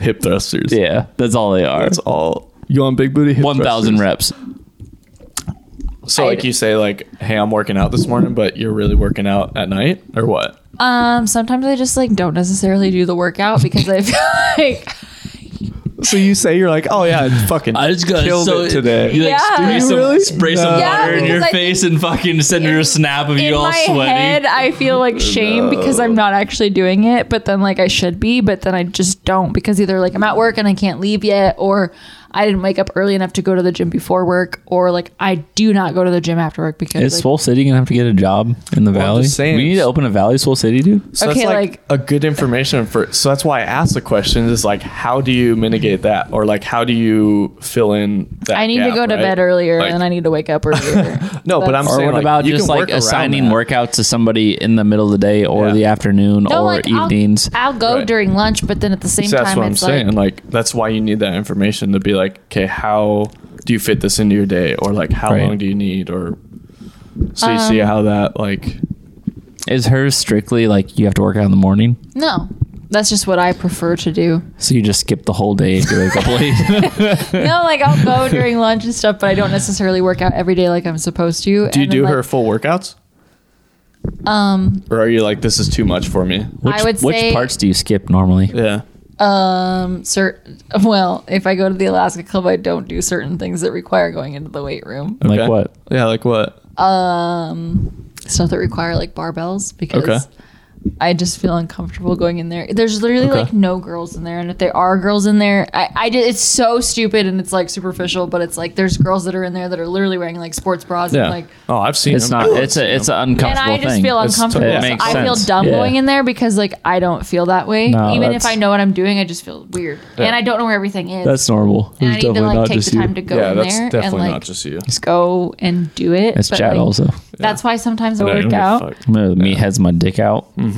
[SPEAKER 1] hip thrusters.
[SPEAKER 3] yeah, that's all they are.
[SPEAKER 1] that's all. You on big booty? Hip
[SPEAKER 3] One thousand
[SPEAKER 1] thrusters?
[SPEAKER 3] reps.
[SPEAKER 1] So like you say, like, hey, I'm working out this morning, but you're really working out at night or what?
[SPEAKER 2] Um, sometimes I just like don't necessarily do the workout because I feel like
[SPEAKER 1] So you say you're like, oh yeah, I fucking
[SPEAKER 3] I just got
[SPEAKER 1] killed
[SPEAKER 3] so
[SPEAKER 1] it today.
[SPEAKER 3] You like
[SPEAKER 6] Yeah.
[SPEAKER 3] spray,
[SPEAKER 6] Do you
[SPEAKER 3] some,
[SPEAKER 1] really?
[SPEAKER 3] spray some
[SPEAKER 1] No.
[SPEAKER 6] Yeah,
[SPEAKER 3] water in your
[SPEAKER 6] because I
[SPEAKER 3] face and fucking send her a snap of
[SPEAKER 6] in
[SPEAKER 3] you all
[SPEAKER 6] my
[SPEAKER 3] sweaty.
[SPEAKER 6] head i feel like shame because i'm not actually doing it
[SPEAKER 2] but then like I should be, but then I just don't because either like I'm at work and I can't leave yet or I didn't wake up early enough to go to the gym before work or like I do not go to the gym after work because
[SPEAKER 3] Is
[SPEAKER 2] like,
[SPEAKER 3] Swole City gonna have to get a job in the
[SPEAKER 1] I'm
[SPEAKER 3] valley?
[SPEAKER 1] just saying.
[SPEAKER 3] We need to open a valley, Swole City, dude.
[SPEAKER 1] So
[SPEAKER 2] Okay,
[SPEAKER 1] that's like, a good information for. So that's why I asked the question: is like, how do you mitigate that, or like, how do you fill in that?
[SPEAKER 2] I need to
[SPEAKER 1] gap,
[SPEAKER 2] go to
[SPEAKER 1] right?
[SPEAKER 2] bed earlier
[SPEAKER 1] Like-
[SPEAKER 2] and I need to wake up earlier.
[SPEAKER 1] No, but I'm
[SPEAKER 2] Or
[SPEAKER 3] Or
[SPEAKER 1] saying
[SPEAKER 3] what
[SPEAKER 1] like,
[SPEAKER 3] about
[SPEAKER 1] you
[SPEAKER 3] just
[SPEAKER 1] can
[SPEAKER 3] like
[SPEAKER 1] work around
[SPEAKER 3] assigning
[SPEAKER 1] that.
[SPEAKER 3] workouts to somebody in the middle of the day or
[SPEAKER 1] Yeah.
[SPEAKER 3] the afternoon
[SPEAKER 2] No,
[SPEAKER 3] or
[SPEAKER 2] like, I'll-
[SPEAKER 3] evenings?
[SPEAKER 2] I'll, go
[SPEAKER 1] Right.
[SPEAKER 2] during lunch, but then at the same
[SPEAKER 1] So
[SPEAKER 2] time
[SPEAKER 1] that's what I'm
[SPEAKER 2] it's
[SPEAKER 1] saying.
[SPEAKER 2] like
[SPEAKER 1] Like, that's why you need that information to be like, okay, how do you fit this into your day, or like, how
[SPEAKER 3] Right.
[SPEAKER 1] long do you need, or so you
[SPEAKER 2] Um,
[SPEAKER 1] see how that like.
[SPEAKER 3] Is hers strictly like you have to work out in the morning?
[SPEAKER 2] no. That's just what I prefer to do.
[SPEAKER 3] So you just skip the whole day if you wake up late.
[SPEAKER 2] No, like I'll go during lunch and stuff, but I don't necessarily work out every day like I'm supposed
[SPEAKER 1] Do
[SPEAKER 2] to.
[SPEAKER 1] you
[SPEAKER 2] And then,
[SPEAKER 1] do
[SPEAKER 2] like,
[SPEAKER 1] her full workouts?
[SPEAKER 2] Um,
[SPEAKER 1] Or are you like, this is too much for me?
[SPEAKER 2] I would
[SPEAKER 3] which
[SPEAKER 2] say
[SPEAKER 3] parts do you skip normally?
[SPEAKER 1] Yeah.
[SPEAKER 2] um, certain. Well, if I go to the Alaska Club, I don't do certain things that require going into the weight room.
[SPEAKER 1] Okay.
[SPEAKER 3] Like what?
[SPEAKER 1] Yeah, like what?
[SPEAKER 2] Um, Stuff that require like barbells because
[SPEAKER 1] Okay.
[SPEAKER 2] I just feel uncomfortable going in there. There's literally
[SPEAKER 1] Okay.
[SPEAKER 2] like no girls in there, and if there are girls in there, I, I ju- it's so stupid and it's like superficial, but it's like there's girls that are in there that are literally wearing like sports bras
[SPEAKER 1] Yeah.
[SPEAKER 2] and like.
[SPEAKER 1] oh, I've seen
[SPEAKER 3] It's
[SPEAKER 1] them.
[SPEAKER 3] not. It's a. It's an
[SPEAKER 2] And
[SPEAKER 3] uncomfortable
[SPEAKER 2] I just
[SPEAKER 3] thing.
[SPEAKER 2] feel
[SPEAKER 1] It's
[SPEAKER 2] uncomfortable.
[SPEAKER 1] totally-
[SPEAKER 2] so
[SPEAKER 1] It makes
[SPEAKER 2] I feel
[SPEAKER 3] sense.
[SPEAKER 2] dumb
[SPEAKER 3] Yeah.
[SPEAKER 2] going in there because like I don't feel that way.
[SPEAKER 3] No,
[SPEAKER 2] Even if
[SPEAKER 3] that's-
[SPEAKER 2] I know what I'm doing, I just feel weird, and I don't know where everything is.
[SPEAKER 3] That's normal.
[SPEAKER 2] and I
[SPEAKER 3] It's
[SPEAKER 2] need to
[SPEAKER 3] definitely
[SPEAKER 2] like
[SPEAKER 3] not
[SPEAKER 2] take the
[SPEAKER 3] just you.
[SPEAKER 2] time to go
[SPEAKER 1] yeah,
[SPEAKER 2] in
[SPEAKER 1] that's
[SPEAKER 2] there and
[SPEAKER 1] definitely
[SPEAKER 2] like
[SPEAKER 1] not just you.
[SPEAKER 2] just go and do it.
[SPEAKER 3] It's
[SPEAKER 2] But,
[SPEAKER 3] Chad
[SPEAKER 2] like,
[SPEAKER 3] also.
[SPEAKER 2] That's why sometimes I
[SPEAKER 1] And I don't
[SPEAKER 2] work
[SPEAKER 1] give a
[SPEAKER 2] out.
[SPEAKER 1] fuck.
[SPEAKER 3] I'm gonna have the meatheads my dick out.
[SPEAKER 1] Mm-hmm.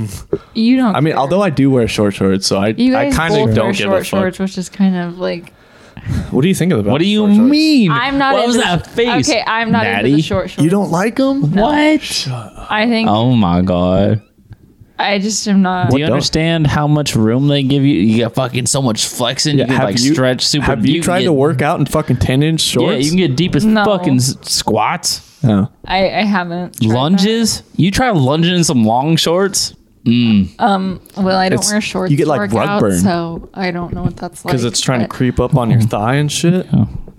[SPEAKER 2] You don't.
[SPEAKER 1] I mean,
[SPEAKER 2] care.
[SPEAKER 1] although I do wear short shorts, so I
[SPEAKER 2] you
[SPEAKER 1] I
[SPEAKER 2] guys
[SPEAKER 1] kind
[SPEAKER 2] both
[SPEAKER 1] of
[SPEAKER 2] wear
[SPEAKER 1] don't give a
[SPEAKER 2] short
[SPEAKER 1] fuck.
[SPEAKER 2] shorts, which is kind of like
[SPEAKER 1] What do you think of them?
[SPEAKER 3] What do you mean?
[SPEAKER 2] I'm not.
[SPEAKER 3] What was
[SPEAKER 2] into-
[SPEAKER 3] that face?
[SPEAKER 2] Okay, I'm not into
[SPEAKER 3] Natty?
[SPEAKER 2] the short shorts.
[SPEAKER 1] You don't like them?
[SPEAKER 3] What?
[SPEAKER 2] I think
[SPEAKER 3] Oh my god.
[SPEAKER 2] I just am not.
[SPEAKER 3] Do you
[SPEAKER 1] don't-
[SPEAKER 3] understand how much room they give you? You got fucking so much flexing. you can like stretch super.
[SPEAKER 1] Have you,
[SPEAKER 3] can
[SPEAKER 1] tried
[SPEAKER 3] get-
[SPEAKER 1] to work out in fucking ten inch
[SPEAKER 3] Yeah,
[SPEAKER 1] shorts?
[SPEAKER 3] you can get deep as
[SPEAKER 2] No.
[SPEAKER 3] fucking s- squats.
[SPEAKER 1] No.
[SPEAKER 2] I, I haven't tried
[SPEAKER 3] lunges. You try lunging in some long shorts.
[SPEAKER 2] that. Well, I don't
[SPEAKER 1] It's-
[SPEAKER 2] wear shorts.
[SPEAKER 1] you get,
[SPEAKER 2] to
[SPEAKER 1] like,
[SPEAKER 2] work
[SPEAKER 1] rug
[SPEAKER 2] out,
[SPEAKER 1] burn.
[SPEAKER 2] so I don't know what that's like.
[SPEAKER 1] because it's trying to
[SPEAKER 2] but
[SPEAKER 1] creep up on your thigh and shit.
[SPEAKER 2] Mm. Oh.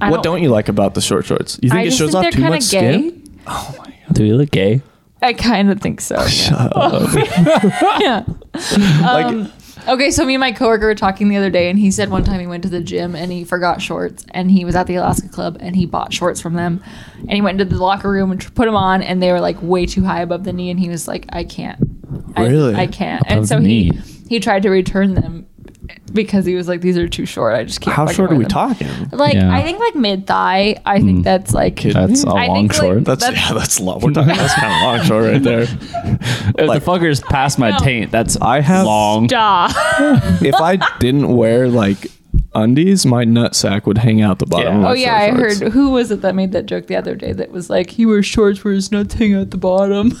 [SPEAKER 2] I
[SPEAKER 1] what don't you like about the short shorts? You think
[SPEAKER 2] I
[SPEAKER 1] it
[SPEAKER 2] just
[SPEAKER 1] shows
[SPEAKER 2] think
[SPEAKER 1] off
[SPEAKER 2] they're
[SPEAKER 1] too
[SPEAKER 2] kinda
[SPEAKER 1] much
[SPEAKER 2] gay.
[SPEAKER 1] skin?
[SPEAKER 3] Do you look gay?
[SPEAKER 2] I kind of think so. Yeah. yeah. Um,
[SPEAKER 1] Like,
[SPEAKER 2] Okay, so me and my coworker were talking the other day, and he said one time he went to the gym and he forgot shorts, and he was at the Alaska Club and he bought shorts from them, and he went into the locker room and tr- put them on, and they were like way too high above the knee, and he was like, "I can't, I-
[SPEAKER 1] Really?
[SPEAKER 2] I, can't."
[SPEAKER 3] Above
[SPEAKER 2] and so
[SPEAKER 3] the
[SPEAKER 2] he
[SPEAKER 3] knee.
[SPEAKER 2] he tried to return them because he was like, "These are too short. I just can't."
[SPEAKER 1] how
[SPEAKER 2] fucking
[SPEAKER 1] short are
[SPEAKER 2] wear
[SPEAKER 1] we
[SPEAKER 2] them."
[SPEAKER 1] talking?
[SPEAKER 2] Like
[SPEAKER 3] Yeah.
[SPEAKER 2] I think like mid thigh. I think that's like
[SPEAKER 1] Kid-
[SPEAKER 3] That's a
[SPEAKER 2] I think,
[SPEAKER 3] long
[SPEAKER 2] like,
[SPEAKER 3] short.
[SPEAKER 1] That's,
[SPEAKER 2] That's-
[SPEAKER 1] yeah, that's a lot. We're talking. That's kind of long short right there.
[SPEAKER 3] if
[SPEAKER 1] like-
[SPEAKER 3] the fuckers past my taint, that's
[SPEAKER 1] I have-
[SPEAKER 3] long.
[SPEAKER 2] duh.
[SPEAKER 1] If I didn't wear like undies, my nut sack would hang out the bottom.
[SPEAKER 3] Yeah.
[SPEAKER 1] of my
[SPEAKER 2] Oh
[SPEAKER 1] short
[SPEAKER 2] yeah, I
[SPEAKER 1] shorts.
[SPEAKER 2] heard. Who was it that made that joke the other day? That was like, "He wears shorts where his nuts hang out the bottom."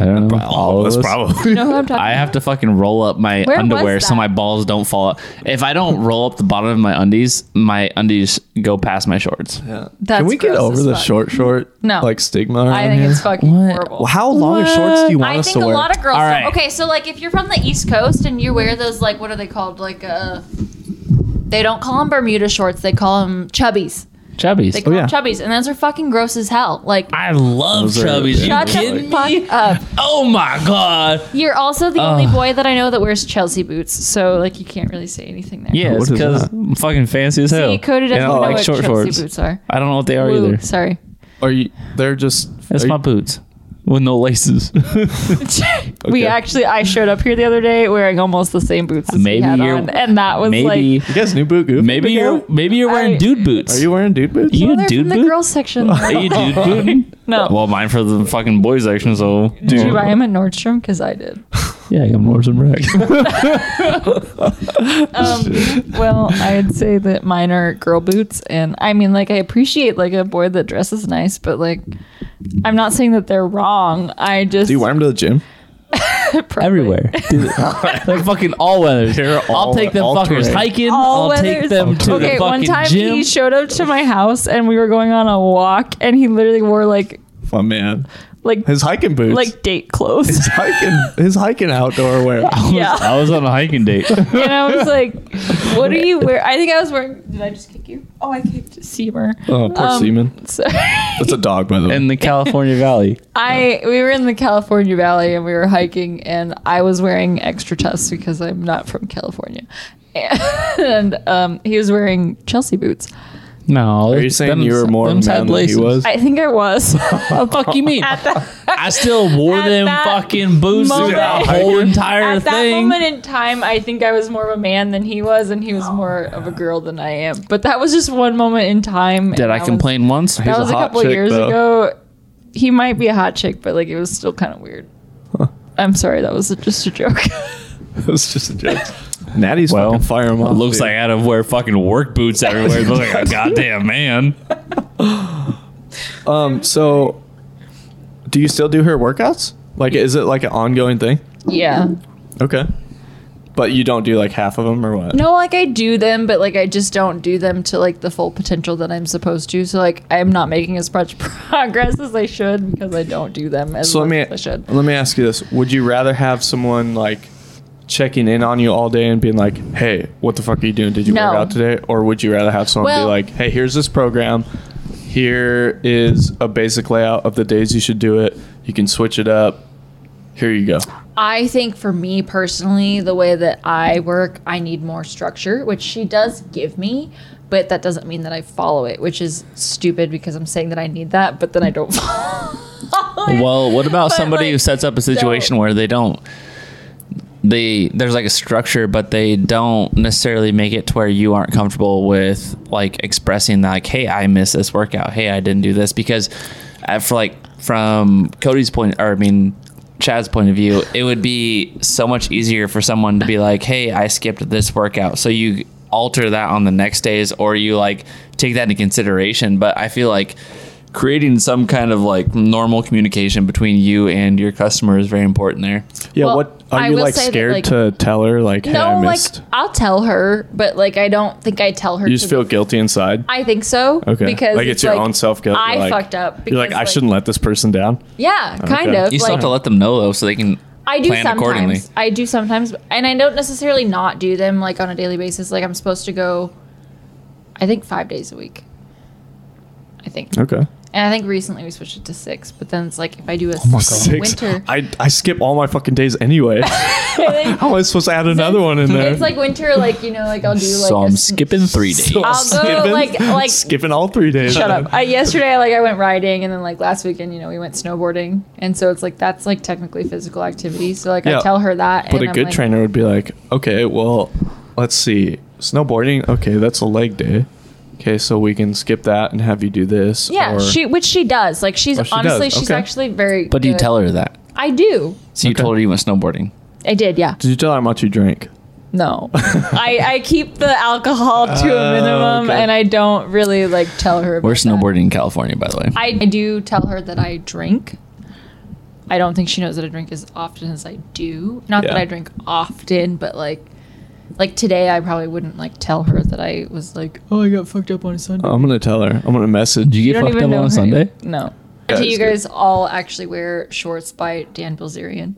[SPEAKER 3] I don't know.
[SPEAKER 1] All of us probably.
[SPEAKER 2] know who I'm talking
[SPEAKER 3] I have to fucking roll up my
[SPEAKER 2] Where was
[SPEAKER 3] underwear so
[SPEAKER 2] that?
[SPEAKER 3] my balls don't fall out. If I don't roll up the bottom of my undies, my undies go past my shorts.
[SPEAKER 2] That's
[SPEAKER 1] Can we get
[SPEAKER 2] gross
[SPEAKER 1] over
[SPEAKER 2] as
[SPEAKER 1] the
[SPEAKER 2] fuck.
[SPEAKER 1] short short
[SPEAKER 2] No.
[SPEAKER 1] like stigma?
[SPEAKER 2] I
[SPEAKER 1] around
[SPEAKER 2] think
[SPEAKER 1] here?
[SPEAKER 2] it's fucking
[SPEAKER 3] What?
[SPEAKER 2] horrible.
[SPEAKER 1] Well, How long of shorts do you want
[SPEAKER 2] I
[SPEAKER 1] us
[SPEAKER 2] think
[SPEAKER 1] to
[SPEAKER 2] a
[SPEAKER 1] wear?
[SPEAKER 2] lot of girls.
[SPEAKER 3] All
[SPEAKER 2] don't-
[SPEAKER 3] right.
[SPEAKER 2] Okay, so like if you're from the East Coast and you wear those, like what are they called? Like uh, they don't call them Bermuda shorts. They call them chubbies. They
[SPEAKER 3] Chubbies.
[SPEAKER 2] call
[SPEAKER 1] Oh, yeah.
[SPEAKER 2] them chubbies, and those are fucking gross as hell. Like.
[SPEAKER 3] I love
[SPEAKER 1] Those are-
[SPEAKER 3] chubbies.
[SPEAKER 1] yeah.
[SPEAKER 2] Shut
[SPEAKER 3] You
[SPEAKER 1] Shut
[SPEAKER 3] kidding
[SPEAKER 2] the
[SPEAKER 3] me?
[SPEAKER 2] fuck up.
[SPEAKER 3] Oh my god.
[SPEAKER 2] You're also the only boy that I know that wears Chelsea boots, so like you can't really say anything there.
[SPEAKER 3] Yeah,
[SPEAKER 1] What
[SPEAKER 3] it's
[SPEAKER 1] is
[SPEAKER 3] because
[SPEAKER 1] that?
[SPEAKER 3] I'm fucking fancy as hell.
[SPEAKER 2] See, Cody doesn't
[SPEAKER 3] And I
[SPEAKER 2] know
[SPEAKER 3] like
[SPEAKER 2] what
[SPEAKER 3] short
[SPEAKER 2] Chelsea
[SPEAKER 3] shorts.
[SPEAKER 2] boots are.
[SPEAKER 3] I don't know what they are
[SPEAKER 2] Woo,
[SPEAKER 3] either.
[SPEAKER 2] Sorry.
[SPEAKER 1] Are you? They're just.
[SPEAKER 3] That's
[SPEAKER 1] are
[SPEAKER 3] my
[SPEAKER 1] you-
[SPEAKER 3] boots with no laces.
[SPEAKER 1] Okay.
[SPEAKER 2] We actually, I showed up here the other day wearing almost the same boots as
[SPEAKER 3] Maybe
[SPEAKER 2] he had
[SPEAKER 3] you're-
[SPEAKER 2] on, and that was
[SPEAKER 3] maybe
[SPEAKER 2] like.
[SPEAKER 1] You guys new boot goof.
[SPEAKER 3] maybe you're maybe you're wearing
[SPEAKER 2] I-
[SPEAKER 3] dude boots.
[SPEAKER 1] Are you wearing dude boots?
[SPEAKER 3] you
[SPEAKER 2] Well,
[SPEAKER 3] a
[SPEAKER 2] they're
[SPEAKER 3] dude
[SPEAKER 2] from
[SPEAKER 3] boot?
[SPEAKER 2] the girls section.
[SPEAKER 3] Are you dude booting?
[SPEAKER 2] No.
[SPEAKER 3] Well, mine for the fucking boy section. So
[SPEAKER 2] Did you buy him at Nordstrom? Because I did.
[SPEAKER 3] yeah, I'm Morrison Rack.
[SPEAKER 2] Um, Well, I'd say that mine are girl boots, and I mean, like, I appreciate like a boy that dresses nice, but like, I'm not saying that they're wrong. I just
[SPEAKER 1] Do you wear them to the gym?
[SPEAKER 2] probably-
[SPEAKER 3] Everywhere, they're fucking all weathers. I'll
[SPEAKER 1] all-
[SPEAKER 3] take them
[SPEAKER 1] all
[SPEAKER 3] fuckers
[SPEAKER 1] terrain.
[SPEAKER 3] hiking.
[SPEAKER 2] All
[SPEAKER 3] I'll
[SPEAKER 2] weathers.
[SPEAKER 3] take them to
[SPEAKER 2] okay,
[SPEAKER 3] the fucking
[SPEAKER 2] one time
[SPEAKER 3] gym.
[SPEAKER 2] he showed up to my house, and we were going on a walk, and he literally wore like
[SPEAKER 1] My man,
[SPEAKER 2] like
[SPEAKER 1] his hiking boots.
[SPEAKER 2] like date clothes.
[SPEAKER 1] his hiking, his hiking outdoor wear.
[SPEAKER 2] yeah,
[SPEAKER 3] I was on a hiking date.
[SPEAKER 2] and I was like, "What are you wearing?" I think I was wearing. Did I just kick you? Oh, I kicked Seamer.
[SPEAKER 1] Oh, poor
[SPEAKER 2] Um,
[SPEAKER 1] seaman.
[SPEAKER 2] So
[SPEAKER 1] That's a dog, by the way.
[SPEAKER 3] in the California Valley.
[SPEAKER 2] I we were in the California Valley and we were hiking and I was wearing extra tufts because I'm not from California. And um, he was wearing Chelsea boots.
[SPEAKER 3] No,
[SPEAKER 1] Are you saying you were more man than he was?
[SPEAKER 2] I think I was.
[SPEAKER 3] the Oh, fuck you mean?
[SPEAKER 2] at that,
[SPEAKER 3] I still wore
[SPEAKER 2] at
[SPEAKER 3] them
[SPEAKER 2] that
[SPEAKER 3] fucking boots through
[SPEAKER 2] moment-
[SPEAKER 3] the whole entire
[SPEAKER 2] at that
[SPEAKER 3] thing.
[SPEAKER 2] moment in time, I think I was more of a man than he was, and he
[SPEAKER 1] Oh
[SPEAKER 2] was more of a girl than I am. But that was just one moment in time.
[SPEAKER 3] Did
[SPEAKER 2] and
[SPEAKER 3] I
[SPEAKER 2] that
[SPEAKER 3] complain once?
[SPEAKER 2] Was, that
[SPEAKER 1] He's a
[SPEAKER 2] was a,
[SPEAKER 1] hot
[SPEAKER 2] couple
[SPEAKER 1] chick,
[SPEAKER 2] years
[SPEAKER 1] though.
[SPEAKER 2] ago. He might be a hot chick, but like it was still kind of weird. I'm sorry, that was just a joke.
[SPEAKER 1] it was just a joke. Natty's
[SPEAKER 3] Well,
[SPEAKER 1] fucking fire him off.
[SPEAKER 3] Looks
[SPEAKER 1] dude.
[SPEAKER 3] like I had to wear fucking work boots everywhere. Look like a goddamn man.
[SPEAKER 1] Um. So, do you still do her workouts? Like, is it like an ongoing thing?
[SPEAKER 2] yeah.
[SPEAKER 1] Okay. But you don't do like half of them or what?
[SPEAKER 2] No, like I do them, but like I just don't do them to like the full potential that I'm supposed to. So like I'm not making as much progress as I should because I don't do them as
[SPEAKER 1] So let
[SPEAKER 2] much
[SPEAKER 1] me
[SPEAKER 2] as I should.
[SPEAKER 1] let me ask you this: Would you rather have someone like checking in on you all day and being like, "Hey, what the fuck are you doing? Did you
[SPEAKER 2] No.
[SPEAKER 1] work out today?" Or would you rather have someone
[SPEAKER 2] Well-
[SPEAKER 1] be like, "Hey, here's this program. Here is a basic layout of the days you should do it. You can switch it up. Here you go."
[SPEAKER 2] I think for me personally, the way that I work, I need more structure, which she does give me, but that doesn't mean that I follow it, which is stupid because I'm saying that I need that, but then I don't follow it.
[SPEAKER 3] Well, what about
[SPEAKER 2] But,
[SPEAKER 3] somebody
[SPEAKER 2] like,
[SPEAKER 3] who sets up a situation where they don't they there's like a structure but they don't necessarily make it to where you aren't comfortable with like expressing like hey i missed this workout hey i didn't do this because uh, for like from cody's point or i mean chad's point of view it would be so much easier for someone to be like hey i skipped this workout so you alter that on the next days or you like take that into consideration but i feel like creating some kind of like normal communication between you and your customer is very important there
[SPEAKER 1] Yeah.
[SPEAKER 2] Well,
[SPEAKER 1] what are
[SPEAKER 2] I
[SPEAKER 1] you
[SPEAKER 2] will
[SPEAKER 1] like
[SPEAKER 2] say that,
[SPEAKER 1] scared
[SPEAKER 2] like-
[SPEAKER 1] to tell her? Like, "Hey,
[SPEAKER 2] No,
[SPEAKER 1] I
[SPEAKER 2] like
[SPEAKER 1] missed."
[SPEAKER 2] I'll tell her, but like I don't think I tell her.
[SPEAKER 1] you just
[SPEAKER 2] to-
[SPEAKER 1] feel guilty inside.
[SPEAKER 2] I think so.
[SPEAKER 1] Okay.
[SPEAKER 2] because
[SPEAKER 1] like it's, your
[SPEAKER 2] like,
[SPEAKER 1] own self guilt.
[SPEAKER 2] I fucked up.
[SPEAKER 1] You're like, I shouldn't let this person down.
[SPEAKER 2] Yeah, kind
[SPEAKER 1] Okay.
[SPEAKER 2] of.
[SPEAKER 3] You still
[SPEAKER 2] like,
[SPEAKER 3] have to let them know though, so they can.
[SPEAKER 2] I do
[SPEAKER 3] plan accordingly.
[SPEAKER 2] sometimes. I do sometimes, and I don't necessarily not do them like on a daily basis. Like I'm supposed to go, I think five days a week. I think,
[SPEAKER 1] Okay.
[SPEAKER 2] and I think recently we switched it to six. But then it's like if I do a
[SPEAKER 1] Six.
[SPEAKER 2] winter,
[SPEAKER 1] I, I skip all my fucking days anyway. How am I supposed to add another one in there?
[SPEAKER 2] it's like winter. Like you know, like I'll do like.
[SPEAKER 3] so
[SPEAKER 2] a
[SPEAKER 3] I'm
[SPEAKER 2] s-
[SPEAKER 3] skipping three days.
[SPEAKER 1] So I'm
[SPEAKER 2] I'll go, like- like-
[SPEAKER 1] skipping all three days.
[SPEAKER 2] Shut up. I, yesterday, like I went riding, and then like last weekend, you know, we went snowboarding, and so it's like that's like technically physical activity. So like
[SPEAKER 1] Yeah.
[SPEAKER 2] I tell her that,
[SPEAKER 1] But
[SPEAKER 2] and
[SPEAKER 1] a
[SPEAKER 2] I'm
[SPEAKER 1] good
[SPEAKER 2] like,
[SPEAKER 1] trainer would be like, okay, well, let's see, snowboarding. Okay, that's a leg day. Okay, so we can skip that and have you do this.
[SPEAKER 2] Yeah,
[SPEAKER 1] or-
[SPEAKER 2] she which she does. Like she's
[SPEAKER 1] Oh, she
[SPEAKER 2] honestly,
[SPEAKER 1] does.
[SPEAKER 2] she's
[SPEAKER 1] Okay.
[SPEAKER 2] actually very.
[SPEAKER 3] But do you
[SPEAKER 2] good.
[SPEAKER 3] tell her that?
[SPEAKER 2] I do.
[SPEAKER 3] So you told her you went snowboarding.
[SPEAKER 2] I did. Yeah.
[SPEAKER 1] Did you tell her how much you drank?
[SPEAKER 2] No.
[SPEAKER 6] I, I keep the alcohol to a minimum
[SPEAKER 1] Oh, okay.
[SPEAKER 6] and I don't really like tell her.
[SPEAKER 3] We're
[SPEAKER 6] about that.
[SPEAKER 3] snowboarding in California, by the way.
[SPEAKER 2] I, I do tell her that I drink. I don't think she knows that I drink as often as I do. Not that
[SPEAKER 1] Yeah.
[SPEAKER 2] I drink often, but like like today I probably wouldn't like tell her that I was like
[SPEAKER 6] Oh, I got fucked up on a Sunday.
[SPEAKER 1] I'm gonna tell her. I'm gonna message.
[SPEAKER 3] Did you get
[SPEAKER 6] don't
[SPEAKER 3] fucked up
[SPEAKER 6] even
[SPEAKER 3] on
[SPEAKER 6] know
[SPEAKER 3] a
[SPEAKER 6] her.
[SPEAKER 3] Sunday?
[SPEAKER 6] No.
[SPEAKER 2] do
[SPEAKER 1] it's
[SPEAKER 2] you
[SPEAKER 1] good.
[SPEAKER 2] guys all actually wear shorts by Dan Bilzerian?